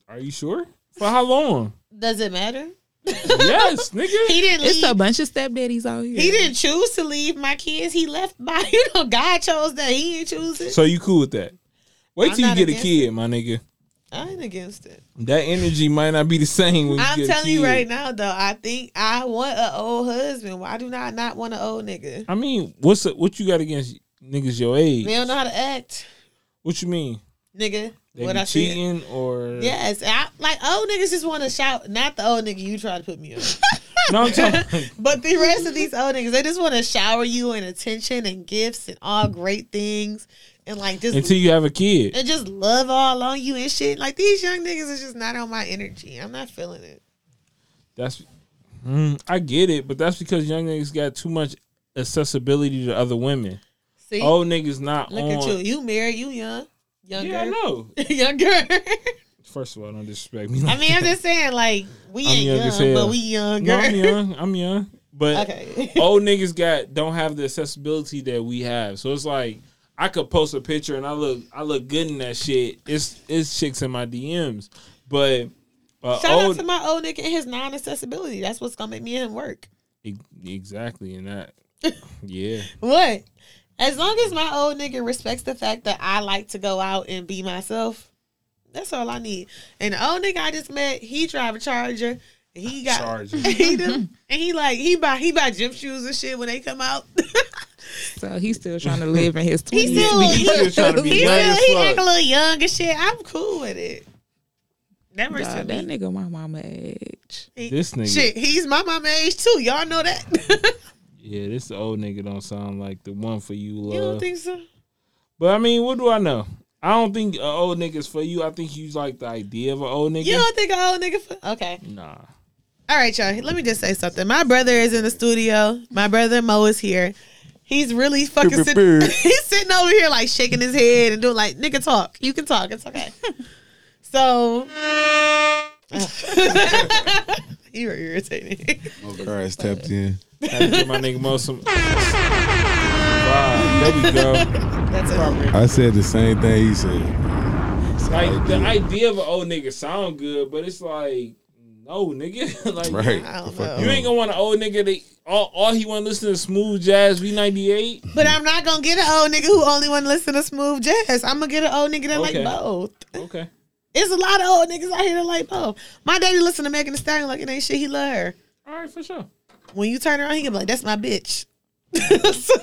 [SPEAKER 5] Are you sure? For how long?
[SPEAKER 3] Does it matter?
[SPEAKER 5] yes, nigga.
[SPEAKER 3] He didn't.
[SPEAKER 4] it's
[SPEAKER 3] leave.
[SPEAKER 4] a bunch of stepdaddies out here.
[SPEAKER 3] He didn't choose to leave my kids. He left by you know God chose that. He didn't choose it.
[SPEAKER 5] So you cool with that? Wait
[SPEAKER 3] I'm
[SPEAKER 5] till you
[SPEAKER 3] not
[SPEAKER 5] get a
[SPEAKER 3] against
[SPEAKER 5] kid, my nigga.
[SPEAKER 3] I ain't against it.
[SPEAKER 5] That energy might not be the same when you
[SPEAKER 3] I'm
[SPEAKER 5] get a
[SPEAKER 3] telling you
[SPEAKER 5] kid.
[SPEAKER 3] right now, though, I think I want an old husband. Why do not not want an old nigga?
[SPEAKER 5] I mean, what's what you got against niggas your age?
[SPEAKER 3] They don't know how to act,
[SPEAKER 5] What you mean?
[SPEAKER 3] nigga.
[SPEAKER 5] They
[SPEAKER 3] what
[SPEAKER 5] be
[SPEAKER 3] I said.
[SPEAKER 5] cheating or
[SPEAKER 3] Yes, I, like old niggas just want to shout. Not the old nigga you try to put me on,
[SPEAKER 5] No, I'm talking.
[SPEAKER 3] but the rest of these old niggas, they just want to shower you in attention and gifts and all great things, and like just
[SPEAKER 5] until you have a kid.
[SPEAKER 3] and just love all on you and shit. Like these young niggas is just not on my energy. I'm not feeling it.
[SPEAKER 5] That's Mm, I get it, but that's because young niggas got too much accessibility to other women.
[SPEAKER 3] See,
[SPEAKER 5] Old niggas not
[SPEAKER 3] look
[SPEAKER 5] Oh, on.
[SPEAKER 3] at you. You married, you young, younger,
[SPEAKER 5] Yeah, I know.
[SPEAKER 3] younger.
[SPEAKER 5] First of all, don't disrespect me. like
[SPEAKER 3] I mean, I'm
[SPEAKER 5] that.
[SPEAKER 3] just saying, like, we
[SPEAKER 5] I'm
[SPEAKER 3] ain't
[SPEAKER 5] young
[SPEAKER 3] young,
[SPEAKER 5] as hell.
[SPEAKER 3] but we younger.
[SPEAKER 5] no, I'm young. Oh, I'm young, but
[SPEAKER 3] okay.
[SPEAKER 5] old niggas got don't have the accessibility that we have. So it's like I could post a picture and I look I look good in that shit. It's it's chicks in my DMs, but uh,
[SPEAKER 3] Shout out
[SPEAKER 5] old
[SPEAKER 3] to my old nigga and his non accessibility. That's what's gonna make me and him work.
[SPEAKER 5] E- exactly and that yeah
[SPEAKER 3] What? As long as my old nigga respects the fact that I like to go out and be myself, that's all I need. And the old nigga I just met, he drive a charger. and He got
[SPEAKER 5] Charger.
[SPEAKER 3] he do, and he like he buy he buy gym shoes and shit when they come out.
[SPEAKER 4] So he's still trying to live in his
[SPEAKER 3] he
[SPEAKER 4] twenties.
[SPEAKER 3] still he,
[SPEAKER 5] still trying to be
[SPEAKER 3] he
[SPEAKER 5] young
[SPEAKER 3] still
[SPEAKER 5] as
[SPEAKER 3] he
[SPEAKER 5] fuck.
[SPEAKER 3] act a little young and shit. I'm cool with it. That works for
[SPEAKER 4] that
[SPEAKER 3] me.
[SPEAKER 4] nigga my mama age.
[SPEAKER 3] He-
[SPEAKER 5] This nigga.
[SPEAKER 3] Shit, he's my mama age too. Y'all know that.
[SPEAKER 5] yeah this old nigga don't sound like the one for you love
[SPEAKER 3] you don't think so?
[SPEAKER 5] but I mean what do I know I don't think a old nigga's for you I think you like the idea of an old nigga
[SPEAKER 3] You don't think I old nigga? fu- okay.
[SPEAKER 5] nah
[SPEAKER 3] All right, y'all. Let me just say something. My brother is in the studio. My brother Mo is here. He's really fucking sitting. he's sitting over here like shaking his head and doing like nigga talk. You can talk. It's okay. so. You're irritating.
[SPEAKER 6] Christ tapped in.
[SPEAKER 5] Had to give my nigga Mo some wow there we go
[SPEAKER 3] That's it.
[SPEAKER 6] I said the same thing he said.
[SPEAKER 5] like the idea of an old nigga sound good but it's like no nigga like
[SPEAKER 6] Right.
[SPEAKER 3] I don't
[SPEAKER 6] The
[SPEAKER 3] know.
[SPEAKER 6] fuck
[SPEAKER 5] you ain't gonna want an old nigga that all, all he want to listen to is smooth jazz V98
[SPEAKER 3] But I'm not gonna get an old nigga who only want to listen to smooth jazz. I'm gonna get an old nigga that
[SPEAKER 5] Okay.
[SPEAKER 3] like both.
[SPEAKER 5] okay
[SPEAKER 3] It's a lot of old niggas out here that like both. My daddy listen to Megan Thee Stallion like it ain't shit. He love her.
[SPEAKER 5] all right for sure
[SPEAKER 3] When you turn around, he can be like, "That's my bitch." so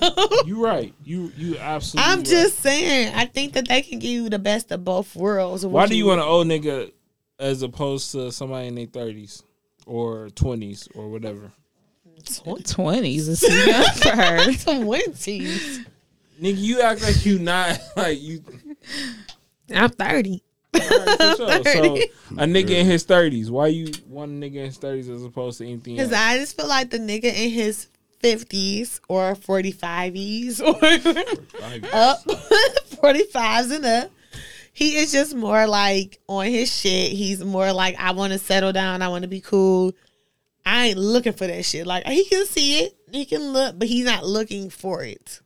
[SPEAKER 5] You right. You you absolutely.
[SPEAKER 3] I'm
[SPEAKER 5] right.
[SPEAKER 3] just saying, I think that they can give you the best of both worlds.
[SPEAKER 5] Why do you want an old nigga as opposed to somebody in their thirties or twenties or whatever?
[SPEAKER 4] Twenties is too young for her.
[SPEAKER 3] twenties?
[SPEAKER 5] Nigga, you act like you not like you.
[SPEAKER 3] I'm thirty.
[SPEAKER 5] Alright, for sure. So a nigga in his thirties. Why you want a nigga in his thirties as opposed to anything?
[SPEAKER 3] Because
[SPEAKER 5] else?
[SPEAKER 3] I just feel like the nigga in his fifties or forty fives or up, forty fives and up. He is just more like on his shit. He's more like I want to settle down. I want to be cool. I ain't looking for that shit. Like he can see it, he can look, but he's not looking for it.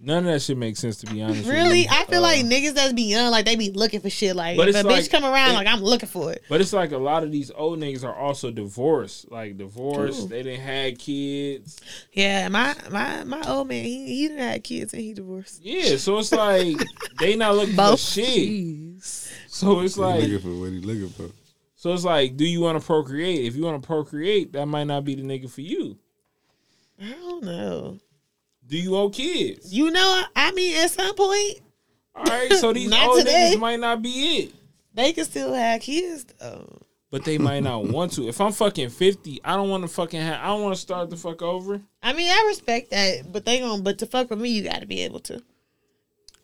[SPEAKER 5] None of that shit makes sense to be honest. with
[SPEAKER 3] Really,
[SPEAKER 5] you.
[SPEAKER 3] I feel
[SPEAKER 5] Uh,
[SPEAKER 3] like niggas that's be young, like they be looking for shit. Like
[SPEAKER 5] But
[SPEAKER 3] if a
[SPEAKER 5] it's
[SPEAKER 3] bitch
[SPEAKER 5] like-
[SPEAKER 3] come around,
[SPEAKER 5] it-
[SPEAKER 3] like I'm looking for it.
[SPEAKER 5] But it's like a lot of these old niggas are also divorced. Like divorced, they didn't had kids.
[SPEAKER 3] Yeah, my my my old man, he he didn't have kids and he divorced.
[SPEAKER 5] Yeah, so it's like they not looking
[SPEAKER 3] Both.
[SPEAKER 5] for shit.
[SPEAKER 4] Jeez.
[SPEAKER 5] So it's like
[SPEAKER 6] looking for what he looking for.
[SPEAKER 5] so it's like, do you want to procreate? If you want to procreate, that might not be the nigga for you.
[SPEAKER 3] I don't know.
[SPEAKER 5] Do you owe kids?
[SPEAKER 3] You know, I mean, at some point
[SPEAKER 5] All right, so these
[SPEAKER 3] Not
[SPEAKER 5] old
[SPEAKER 3] today.
[SPEAKER 5] niggas might not be it.
[SPEAKER 3] they can still have kids though.
[SPEAKER 5] But they might not want to. If I'm fucking fifty, I don't want to fucking. Have, I don't want to start the fuck over.
[SPEAKER 3] I mean, I respect that, but they gonna. But to fuck with me, you got to be able to.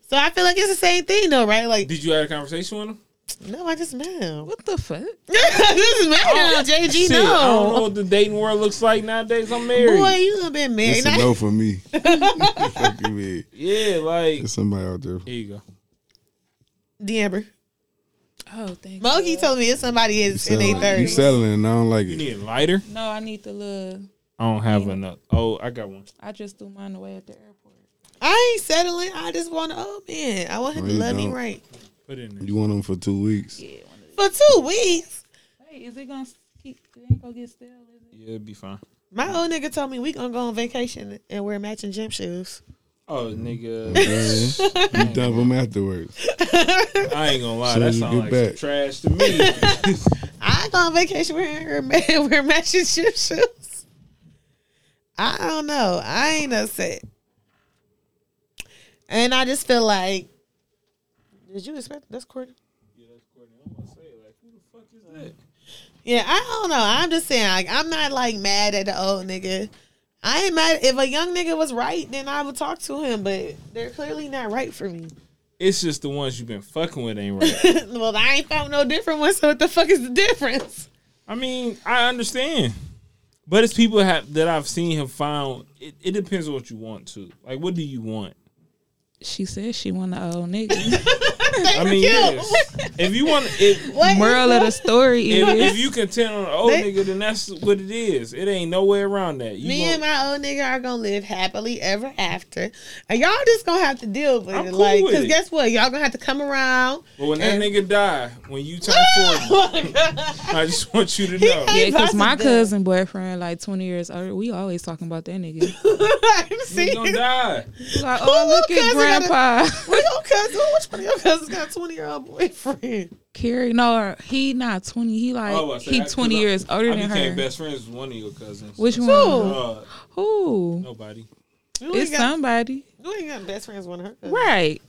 [SPEAKER 3] So I feel like it's the same thing though, right? Like,
[SPEAKER 5] Did you have a conversation with him?
[SPEAKER 3] no, I just ma'am.
[SPEAKER 4] What the fuck?
[SPEAKER 3] this is ma'am, JG.
[SPEAKER 5] Shit, I don't know
[SPEAKER 3] No,
[SPEAKER 5] what the dating world looks like nowadays. I'm married.
[SPEAKER 3] boy, you done been married.
[SPEAKER 6] It's a
[SPEAKER 3] Now-
[SPEAKER 6] no for me. Fuck you, man.
[SPEAKER 5] Yeah, like
[SPEAKER 6] There's somebody out there.
[SPEAKER 5] here you go.
[SPEAKER 3] D'Amber.
[SPEAKER 4] Oh, thank you.
[SPEAKER 3] Moki told me it's somebody
[SPEAKER 6] You
[SPEAKER 3] is in
[SPEAKER 6] selling,
[SPEAKER 3] their
[SPEAKER 6] you
[SPEAKER 3] thirties.
[SPEAKER 6] selling it and I don't like
[SPEAKER 5] You
[SPEAKER 6] it.
[SPEAKER 5] need a lighter?
[SPEAKER 4] No, I need the little.
[SPEAKER 5] I don't have enough. Oh, I got one.
[SPEAKER 4] I just threw mine away at the airport.
[SPEAKER 3] I ain't settling. I just want an old man. I want him
[SPEAKER 6] No,
[SPEAKER 3] to
[SPEAKER 6] you
[SPEAKER 3] love me
[SPEAKER 6] don't.
[SPEAKER 3] right
[SPEAKER 5] Put it in there.
[SPEAKER 6] You want them for two weeks.
[SPEAKER 4] Yeah, one of these.
[SPEAKER 3] for two weeks.
[SPEAKER 4] Hey, is it gonna keep? It ain't gonna get stale, is it?
[SPEAKER 5] Yeah, it'd be fine.
[SPEAKER 3] My old nigga told me we gonna go on vacation and wear matching gym shoes.
[SPEAKER 5] Oh, nigga.
[SPEAKER 6] Yeah. you dump them afterwards.
[SPEAKER 5] I ain't gonna lie.
[SPEAKER 6] Soon
[SPEAKER 5] That
[SPEAKER 6] as you
[SPEAKER 5] sounds
[SPEAKER 6] get
[SPEAKER 5] like
[SPEAKER 6] back.
[SPEAKER 5] some trash to me.
[SPEAKER 3] I go on vacation wearing wear matching gym shoes. I don't know. I ain't upset. And I just feel like, did you expect that's Courtney? Yeah, I don't know. I'm just saying, like, I'm not like mad at the old nigga. I ain't mad. If a young nigga was right, then I would talk to him. But they're clearly not right for me.
[SPEAKER 5] it's just the ones you've been fucking with ain't right.
[SPEAKER 3] well, I ain't found no different one. So what the fuck is the difference?
[SPEAKER 5] I mean, I understand. But it's people have, that I've seen have found. It, it depends on what you want to. Like, what do you want?
[SPEAKER 4] She said she want an old nigga.
[SPEAKER 5] I mean, yes. If you want, if
[SPEAKER 3] What?
[SPEAKER 4] Moral of the story
[SPEAKER 5] if, if
[SPEAKER 4] is
[SPEAKER 5] you contend on an old
[SPEAKER 3] They-
[SPEAKER 5] nigga, then that's what it is. It ain't no way around that. You
[SPEAKER 3] Me
[SPEAKER 5] gon-
[SPEAKER 3] and my old nigga are gonna live happily ever after, and y'all just gonna have to deal with
[SPEAKER 5] I'm
[SPEAKER 3] it.
[SPEAKER 5] cool
[SPEAKER 3] like,
[SPEAKER 5] with
[SPEAKER 3] cause
[SPEAKER 5] it.
[SPEAKER 3] guess what? Y'all gonna have to come around.
[SPEAKER 5] but when that nigga die, when you turn forty, I just want you to know.
[SPEAKER 4] yeah, because my
[SPEAKER 3] Possible.
[SPEAKER 4] cousin boyfriend like twenty years older. We always talking about that nigga.
[SPEAKER 5] You
[SPEAKER 3] See,
[SPEAKER 5] gonna die.
[SPEAKER 4] We Like,
[SPEAKER 3] Who- who
[SPEAKER 4] oh look at
[SPEAKER 3] cousin got a-
[SPEAKER 4] grandpa.
[SPEAKER 3] Where your cousin? Which one of your cousins got a twenty year old boyfriend?
[SPEAKER 4] Carrie, no, he not twenty. He like
[SPEAKER 5] Oh, I said,
[SPEAKER 4] he
[SPEAKER 5] I- 'cause
[SPEAKER 4] twenty
[SPEAKER 5] I-
[SPEAKER 4] years older
[SPEAKER 5] I
[SPEAKER 4] than
[SPEAKER 5] became
[SPEAKER 4] her.
[SPEAKER 5] best friends with one of your cousins.
[SPEAKER 4] Which one?
[SPEAKER 3] Who?
[SPEAKER 5] Uh,
[SPEAKER 4] Who?
[SPEAKER 5] nobody.
[SPEAKER 3] You ain't,
[SPEAKER 4] It's
[SPEAKER 3] got,
[SPEAKER 4] somebody,
[SPEAKER 3] you ain't got best friends with one of her. cousins.
[SPEAKER 4] right?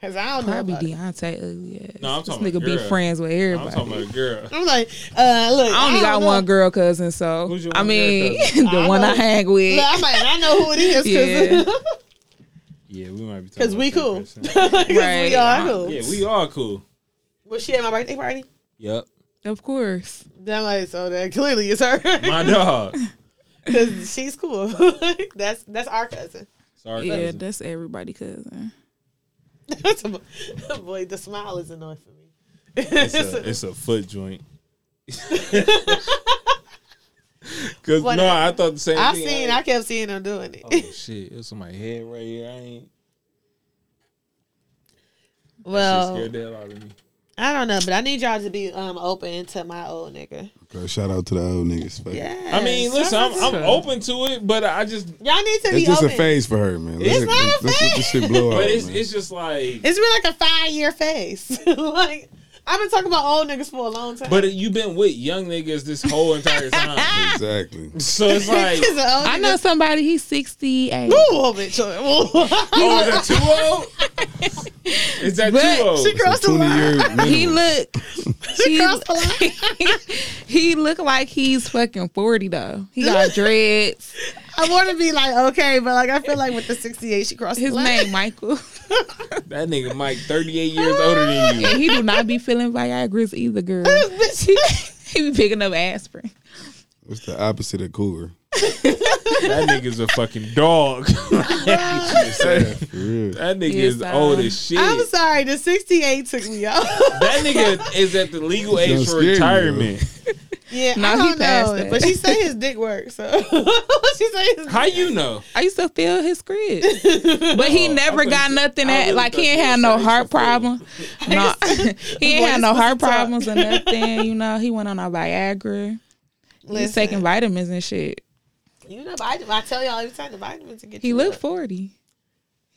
[SPEAKER 3] Cause I don't know.
[SPEAKER 4] Probably
[SPEAKER 3] About it.
[SPEAKER 4] Deontay. Ugly ass.
[SPEAKER 5] No, I'm
[SPEAKER 4] this
[SPEAKER 5] talking
[SPEAKER 4] nigga
[SPEAKER 5] about
[SPEAKER 4] be
[SPEAKER 5] girl.
[SPEAKER 4] friends with
[SPEAKER 5] I'm
[SPEAKER 4] everybody.
[SPEAKER 5] talking about a girl.
[SPEAKER 3] I'm like, uh, look,
[SPEAKER 4] I only
[SPEAKER 3] don't
[SPEAKER 4] got
[SPEAKER 3] know.
[SPEAKER 4] one girl cousin, so
[SPEAKER 5] Who's your
[SPEAKER 4] I
[SPEAKER 5] one girl
[SPEAKER 4] mean
[SPEAKER 5] cousin?
[SPEAKER 4] the
[SPEAKER 3] I
[SPEAKER 4] one I
[SPEAKER 3] know.
[SPEAKER 4] hang with.
[SPEAKER 3] Look, I'm like, I know who it is, cause,
[SPEAKER 5] Yeah, we might be talking
[SPEAKER 3] 'cause
[SPEAKER 5] about
[SPEAKER 3] we
[SPEAKER 5] that
[SPEAKER 3] cool,
[SPEAKER 5] person.
[SPEAKER 3] 'Cause
[SPEAKER 4] Right.
[SPEAKER 3] we are cool.
[SPEAKER 5] Yeah, we are cool.
[SPEAKER 3] Was she at my birthday party?
[SPEAKER 5] Yep,
[SPEAKER 4] Of course.
[SPEAKER 3] Then I'm like, so that clearly is her.
[SPEAKER 5] my dog.
[SPEAKER 3] Cause she's cool. that's that's our cousin.
[SPEAKER 5] Sorry,
[SPEAKER 4] Yeah,
[SPEAKER 5] cousin.
[SPEAKER 4] that's everybody uh, cousin.
[SPEAKER 3] That's a- Boy, the smile is annoying for me.
[SPEAKER 5] it's, a, it's a foot joint. Cause
[SPEAKER 3] What
[SPEAKER 5] no,
[SPEAKER 3] a-
[SPEAKER 5] I thought the same
[SPEAKER 3] I
[SPEAKER 5] thing.
[SPEAKER 3] seen, I kept seeing them doing it.
[SPEAKER 5] oh shit, it's on my head right here. I ain't. Well,
[SPEAKER 3] well,
[SPEAKER 5] scared the hell out of me.
[SPEAKER 3] I don't know, but I need y'all to be um open to my old nigga.
[SPEAKER 6] Bro, shout out to the old niggas. Fuck it.
[SPEAKER 3] Yeah,
[SPEAKER 5] I mean, listen, I'm, I'm
[SPEAKER 4] Yes.
[SPEAKER 5] open to it, but I just,
[SPEAKER 3] y'all need to be
[SPEAKER 6] It's just
[SPEAKER 3] open.
[SPEAKER 6] a phase for her, man. Let's,
[SPEAKER 3] It's not a
[SPEAKER 6] let's let this shit blow up.
[SPEAKER 5] but it's
[SPEAKER 6] man.
[SPEAKER 5] it's just like,
[SPEAKER 3] It's been like a five year phase. like I've been talking about old niggas for a long time.
[SPEAKER 5] but you've been with young niggas this whole entire time,
[SPEAKER 6] exactly.
[SPEAKER 5] so it's like,
[SPEAKER 3] It's an old
[SPEAKER 4] I
[SPEAKER 3] nigga-
[SPEAKER 4] know somebody, he's 68.
[SPEAKER 3] Ooh, old bitch. Ooh.
[SPEAKER 5] oh, is that too old? Is that oh?
[SPEAKER 4] But
[SPEAKER 5] too old?
[SPEAKER 3] she crossed the
[SPEAKER 6] Twenty
[SPEAKER 3] line.
[SPEAKER 6] year
[SPEAKER 4] He
[SPEAKER 6] minimum.
[SPEAKER 4] look
[SPEAKER 3] She
[SPEAKER 4] he,
[SPEAKER 3] crossed the line.
[SPEAKER 4] he look like he's fucking 40 though. He got dreads.
[SPEAKER 3] I want to be like okay, but like I feel like with the sixty eight, she crossed
[SPEAKER 4] His
[SPEAKER 3] the line.
[SPEAKER 4] name Michael.
[SPEAKER 5] That nigga Mike, 38 years older than you.
[SPEAKER 4] And he do not be feeling Viagra's either, girl.
[SPEAKER 3] This bitch.
[SPEAKER 4] He be picking up aspirin.
[SPEAKER 6] What's the opposite of cougar?
[SPEAKER 5] That nigga's a fucking dog. that
[SPEAKER 6] For real.
[SPEAKER 5] nigga
[SPEAKER 4] Yes,
[SPEAKER 5] is
[SPEAKER 4] I-
[SPEAKER 5] old as shit.
[SPEAKER 3] I'm sorry, the 68 took me out.
[SPEAKER 5] That nigga is at the legal age
[SPEAKER 6] Don't
[SPEAKER 5] for
[SPEAKER 6] scare me,
[SPEAKER 5] retirement.
[SPEAKER 3] Yeah,
[SPEAKER 4] No,
[SPEAKER 3] I
[SPEAKER 4] he
[SPEAKER 3] don't
[SPEAKER 4] passed
[SPEAKER 3] know,
[SPEAKER 4] that.
[SPEAKER 3] but she say his dick works. So she say his
[SPEAKER 5] How you know?
[SPEAKER 4] I used to feel his crib, but he
[SPEAKER 5] Oh, I
[SPEAKER 4] never
[SPEAKER 5] thought
[SPEAKER 4] got
[SPEAKER 5] you-
[SPEAKER 4] nothing.
[SPEAKER 5] I
[SPEAKER 4] That
[SPEAKER 5] really
[SPEAKER 4] like he
[SPEAKER 5] thought
[SPEAKER 4] ain't
[SPEAKER 5] you
[SPEAKER 4] had
[SPEAKER 5] was
[SPEAKER 4] no
[SPEAKER 5] saying
[SPEAKER 4] heart
[SPEAKER 5] it's a fool.
[SPEAKER 4] problem. No, he ain't
[SPEAKER 3] Boy,
[SPEAKER 4] had no
[SPEAKER 3] this pussy talk.
[SPEAKER 4] heart problems or nothing. You know, he went on a Viagra. He's
[SPEAKER 3] Listen,
[SPEAKER 4] taking vitamins and shit.
[SPEAKER 3] you know, I, I tell y'all every time the vitamins to get
[SPEAKER 4] He
[SPEAKER 3] you
[SPEAKER 4] looked
[SPEAKER 3] up.
[SPEAKER 4] forty.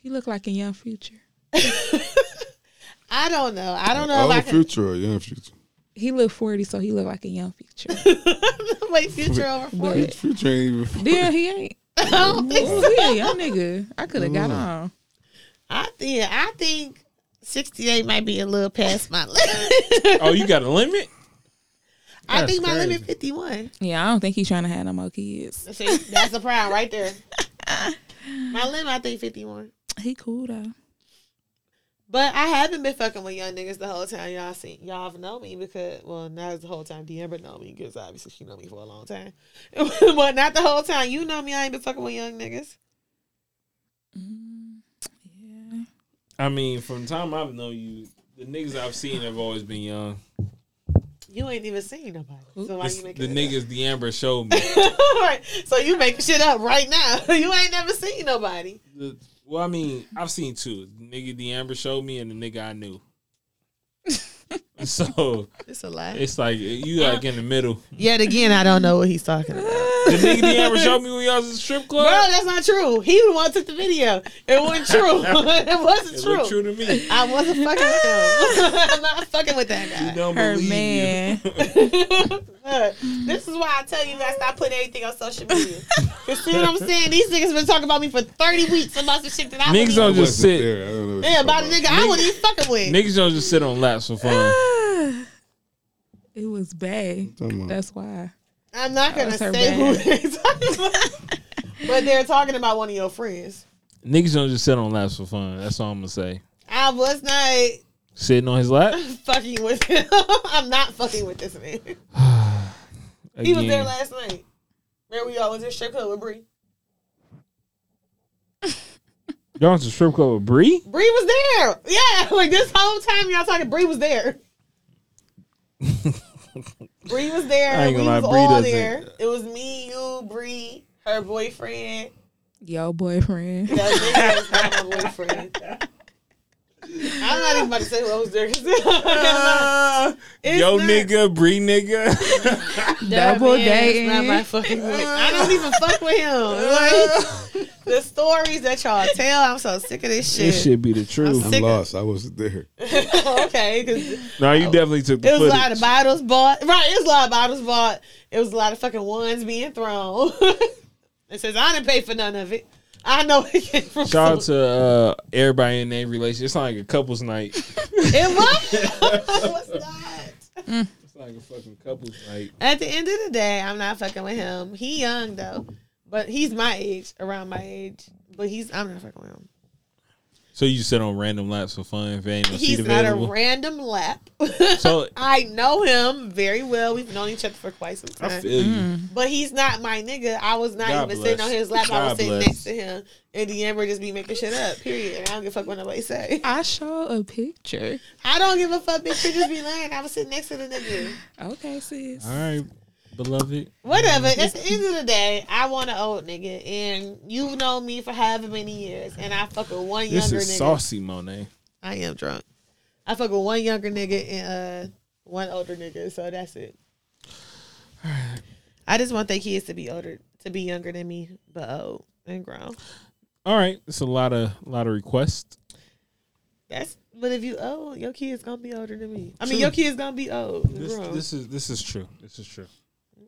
[SPEAKER 4] He looked like a young future.
[SPEAKER 3] I don't know. I don't know if I
[SPEAKER 6] Old
[SPEAKER 3] can
[SPEAKER 6] future or young future?
[SPEAKER 4] He looked forty, so he looked like a young future.
[SPEAKER 3] wait future over forty.
[SPEAKER 4] But
[SPEAKER 6] Future ain't even. forty.
[SPEAKER 4] yeah, he ain't.
[SPEAKER 3] I don't think so.
[SPEAKER 4] Oh, he a young nigga. I could have got on.
[SPEAKER 3] I think I think sixty eight might be a little past my limit.
[SPEAKER 5] Oh, you got a limit?
[SPEAKER 3] I
[SPEAKER 5] That's
[SPEAKER 3] think my
[SPEAKER 5] crazy.
[SPEAKER 3] limit fifty one.
[SPEAKER 4] Yeah, I don't think he's trying to have no more kids.
[SPEAKER 3] See, that's the problem right there. My limit, I think fifty one.
[SPEAKER 4] He cool though.
[SPEAKER 3] But I haven't been fucking with young niggas the whole time y'all seen y'all have known me because well not the whole time Deamber know me because obviously she know me for a long time, but not the whole time you know me I ain't been fucking with young niggas.
[SPEAKER 4] Yeah.
[SPEAKER 5] I mean, from the time I've known you, the niggas I've seen have always been young.
[SPEAKER 3] You ain't even seen nobody. So why
[SPEAKER 5] This-
[SPEAKER 3] you
[SPEAKER 5] the
[SPEAKER 3] making it
[SPEAKER 5] niggas the Amber showed me.
[SPEAKER 3] up? right. So you making shit up right now. you ain't never seen nobody.
[SPEAKER 5] The- well, I mean, I've seen two. The nigga the Amber showed me and the nigga I knew. so
[SPEAKER 3] It's a lie. Uh,
[SPEAKER 5] it's like you like in the middle.
[SPEAKER 3] Yet again, I don't know what he's talking about.
[SPEAKER 5] The nigga the Amber showed me when y'all was in the strip
[SPEAKER 3] Bro,
[SPEAKER 5] club.
[SPEAKER 3] that's not true. He the one took the video. It wasn't true. it wasn't
[SPEAKER 5] it
[SPEAKER 3] true.
[SPEAKER 5] looked true to me.
[SPEAKER 3] I wasn't fucking with him. I'm not fucking with that guy.
[SPEAKER 5] You don't
[SPEAKER 4] Her
[SPEAKER 5] believe
[SPEAKER 4] man.
[SPEAKER 5] you.
[SPEAKER 3] Look, this is why I tell you guys stop putting anything on social media. Cause see what I'm saying? These niggas been talking about me for 30 weeks about some shit that I wouldn't
[SPEAKER 5] Niggas don't
[SPEAKER 6] I
[SPEAKER 3] even-
[SPEAKER 5] just
[SPEAKER 6] wasn't
[SPEAKER 5] sit.
[SPEAKER 6] there. I don't know what
[SPEAKER 3] yeah,
[SPEAKER 6] you're
[SPEAKER 3] about a
[SPEAKER 6] talking
[SPEAKER 3] nigga I wouldn't even fucking with.
[SPEAKER 5] Niggas don't just sit on laps for fun.
[SPEAKER 4] it was bad.
[SPEAKER 6] Talking about-
[SPEAKER 4] That's why.
[SPEAKER 3] I'm not gonna
[SPEAKER 4] That's
[SPEAKER 3] say
[SPEAKER 4] her
[SPEAKER 3] who
[SPEAKER 4] bad.
[SPEAKER 3] they're talking about. But they're talking about one of your friends.
[SPEAKER 5] Niggas don't just sit on laps for fun. That's all I'm gonna say.
[SPEAKER 3] I was not
[SPEAKER 5] Sitting on his lap
[SPEAKER 3] fucking with him. I'm not fucking with this man.
[SPEAKER 5] again.
[SPEAKER 3] He was there last night. Remember we all was in strip club with Bree.
[SPEAKER 5] y'all went to strip club with Bree.
[SPEAKER 3] Bree was there. Yeah, like this whole time y'all talking, Bree was there. Bree was there.
[SPEAKER 5] I ain't
[SPEAKER 3] we
[SPEAKER 5] gonna
[SPEAKER 3] was
[SPEAKER 5] lie, Bree
[SPEAKER 3] all
[SPEAKER 5] doesn't-
[SPEAKER 3] there. It was me, you, Bree, her boyfriend.
[SPEAKER 4] Yo, boyfriend.
[SPEAKER 3] That nigga was not my boyfriend. I'm not even about to say who was there. 'cause it's
[SPEAKER 5] Yo,
[SPEAKER 3] not-
[SPEAKER 5] nigga, Bree, nigga.
[SPEAKER 3] That
[SPEAKER 4] Double
[SPEAKER 3] man is Not
[SPEAKER 4] dating.
[SPEAKER 3] my fucking boy. I don't even fuck with him. Like the stories that y'all tell, I'm so sick of this
[SPEAKER 5] it
[SPEAKER 3] shit.
[SPEAKER 5] should be the
[SPEAKER 6] I'm
[SPEAKER 5] truth.
[SPEAKER 3] Sick.
[SPEAKER 6] lost. I wasn't there.
[SPEAKER 3] okay, because.
[SPEAKER 5] No, you definitely took the
[SPEAKER 3] It was
[SPEAKER 5] footage.
[SPEAKER 3] a lot of bottles bought. Right, it was a lot of bottles bought. It was a lot of fucking ones being thrown. it says I didn't pay for none of it. I know it came from.
[SPEAKER 5] Shout out
[SPEAKER 3] some-
[SPEAKER 5] to uh, everybody in their relationship. It's not like a couples night.
[SPEAKER 3] It was. it was not.
[SPEAKER 5] It's like a fucking couples night.
[SPEAKER 3] At the end of the day, I'm not fucking with him. He young though, but he's my age, around my age. But he's I'm not fucking with him.
[SPEAKER 5] So you sit on random laps for fun if there ain't no
[SPEAKER 3] He's
[SPEAKER 5] seat
[SPEAKER 3] not a
[SPEAKER 5] available.
[SPEAKER 3] random lap.
[SPEAKER 5] so
[SPEAKER 3] I know him very well. We've known each other for quite some time.
[SPEAKER 5] I feel you.
[SPEAKER 3] But he's not my nigga. I was not
[SPEAKER 5] God
[SPEAKER 3] even
[SPEAKER 5] bless.
[SPEAKER 3] sitting on his lap. I was
[SPEAKER 5] God
[SPEAKER 3] sitting
[SPEAKER 5] bless.
[SPEAKER 3] next to him. And the Amber just be making shit up. Period. And I don't give a fuck what nobody say.
[SPEAKER 4] I show a picture.
[SPEAKER 3] I don't give a fuck, bitch. You just be lying. I was sitting next to the nigga.
[SPEAKER 4] Okay, sis.
[SPEAKER 5] All right, beloved.
[SPEAKER 3] Whatever. At the end of the day, I want an old nigga. And you've known me for however many years. And I fuck with one
[SPEAKER 5] This
[SPEAKER 3] younger
[SPEAKER 5] is
[SPEAKER 3] nigga.
[SPEAKER 5] saucy, Monet.
[SPEAKER 3] I am drunk. I fuck with one younger nigga and uh, one older nigga. So that's it. I just want their kids to be older, to be younger than me, but old and grown.
[SPEAKER 5] All right, it's a lot of lot of requests.
[SPEAKER 3] That's but if you old, your kid's gonna be older than me. I mean,
[SPEAKER 5] True.
[SPEAKER 3] your kid's gonna be old. and
[SPEAKER 5] This,
[SPEAKER 3] grown.
[SPEAKER 5] this is this is true. This is true.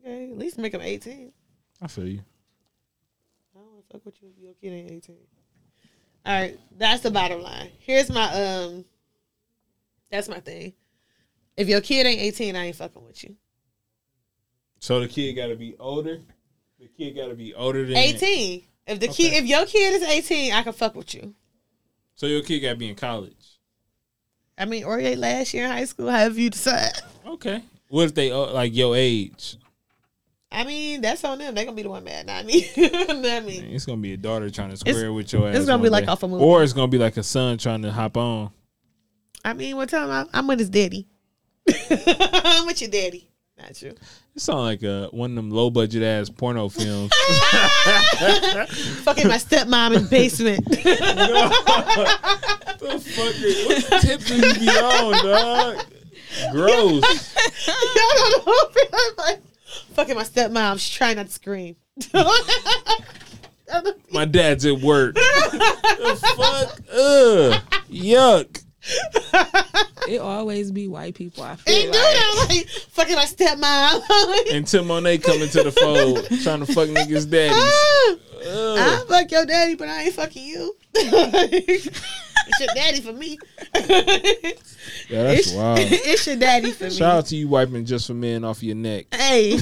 [SPEAKER 3] okay, at least make them eighteen.
[SPEAKER 5] I feel you.
[SPEAKER 3] I don't wanna fuck with you if your kid ain't eighteen. All right, that's the bottom line. Here's my um, that's my thing. If your kid ain't eighteen, I ain't fucking with you.
[SPEAKER 5] So the kid got to be older. The kid got to be older than
[SPEAKER 3] Eighteen. If the
[SPEAKER 5] Okay.
[SPEAKER 3] kid, if your kid is eighteen, I can fuck with you.
[SPEAKER 5] So your kid got to be in college.
[SPEAKER 3] I mean, or your last year in high school, however you decide.
[SPEAKER 5] Okay. What if they o- like your age?
[SPEAKER 3] I mean, that's on them. They gonna be the one mad, not me. not me.
[SPEAKER 5] It's gonna be a daughter trying to square with your ass.
[SPEAKER 3] it's gonna be
[SPEAKER 5] one
[SPEAKER 3] like
[SPEAKER 5] day.
[SPEAKER 3] off a movie.
[SPEAKER 5] or it's gonna be like a son trying to hop on.
[SPEAKER 3] I mean, what time I, I'm with his daddy. I'm with your daddy. Not you.
[SPEAKER 5] It sounds like uh, one of them low budget ass porno films.
[SPEAKER 3] Fucking my stepmom in the basement.
[SPEAKER 5] the fuck is- what tip do you be on, dog? Gross.
[SPEAKER 3] I don't know. I'm like, fucking my stepmom. She's trying not to scream.
[SPEAKER 5] My dad's at work. the fuck? Ugh. Yuck.
[SPEAKER 4] It always be white people. I
[SPEAKER 3] They
[SPEAKER 4] feel
[SPEAKER 3] do
[SPEAKER 4] like.
[SPEAKER 3] that. Like, fucking my stepmom.
[SPEAKER 5] And Tim Monet coming to the fold trying to fuck niggas' daddies. Ugh.
[SPEAKER 3] I'll "Ah, fuck your daddy, but I ain't fucking you. it's your daddy for me.
[SPEAKER 5] Yeah, that's wild.
[SPEAKER 3] it's your daddy for me.
[SPEAKER 5] Shout out to you wiping just for men off your neck.
[SPEAKER 3] Hey.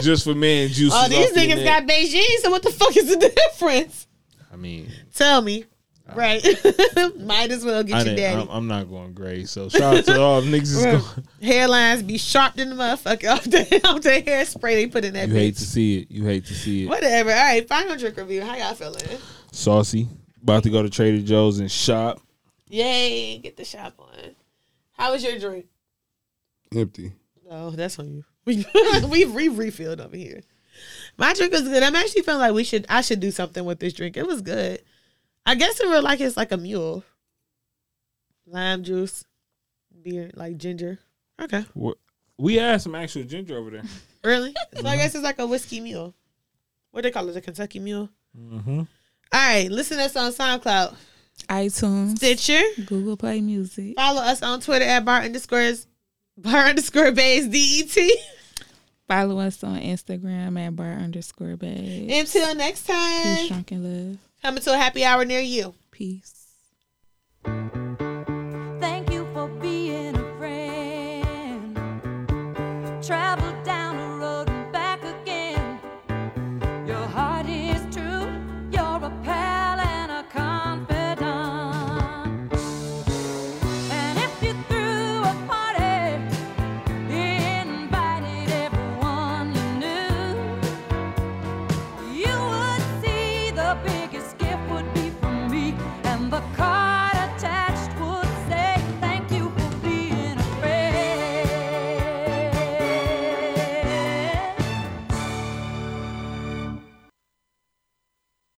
[SPEAKER 5] Just for men juices.
[SPEAKER 3] Oh, these
[SPEAKER 5] off your
[SPEAKER 3] niggas got
[SPEAKER 5] neck.
[SPEAKER 3] Beijing, so what the fuck is the difference?
[SPEAKER 5] I mean,
[SPEAKER 3] Tell me. Right. Might as well get
[SPEAKER 5] I
[SPEAKER 3] your
[SPEAKER 5] didn't,
[SPEAKER 3] daddy.
[SPEAKER 5] I'm, I'm not going gray. So shout out to all them niggas. that's
[SPEAKER 3] Right.
[SPEAKER 5] Going,
[SPEAKER 3] Hairlines be sharp than the motherfucker off the, off the hairspray they put in that
[SPEAKER 5] you
[SPEAKER 3] bitch.
[SPEAKER 5] hate to see it. You hate to see it.
[SPEAKER 3] Whatever. All right, final drink review. How y'all feeling?
[SPEAKER 5] Saucy. About to go to Trader Joe's and shop.
[SPEAKER 3] Yay, get the shop on. How was your drink?
[SPEAKER 6] Empty.
[SPEAKER 3] Oh, that's on you. We we re refilled over here. My drink was good. I'm actually feeling like we should I should do something with this drink. It was good. I guess in real life it's like a mule. Lime juice, beer, like ginger. Okay.
[SPEAKER 5] Wha- We had some actual ginger over there.
[SPEAKER 3] Really? So I guess it's like a whiskey mule. What they call it? A Kentucky mule?
[SPEAKER 5] Mm-hmm.
[SPEAKER 3] All right. Listen to us on SoundCloud.
[SPEAKER 4] iTunes,
[SPEAKER 3] Stitcher.
[SPEAKER 4] Google Play Music,
[SPEAKER 3] Follow us on Twitter at bar underscores bar underscore bays D E T.
[SPEAKER 4] follow us on Instagram at bar underscore bag.
[SPEAKER 3] Until next
[SPEAKER 4] Peace,
[SPEAKER 3] time.
[SPEAKER 4] drunk and love.
[SPEAKER 3] Coming to a happy hour near you.
[SPEAKER 4] Peace.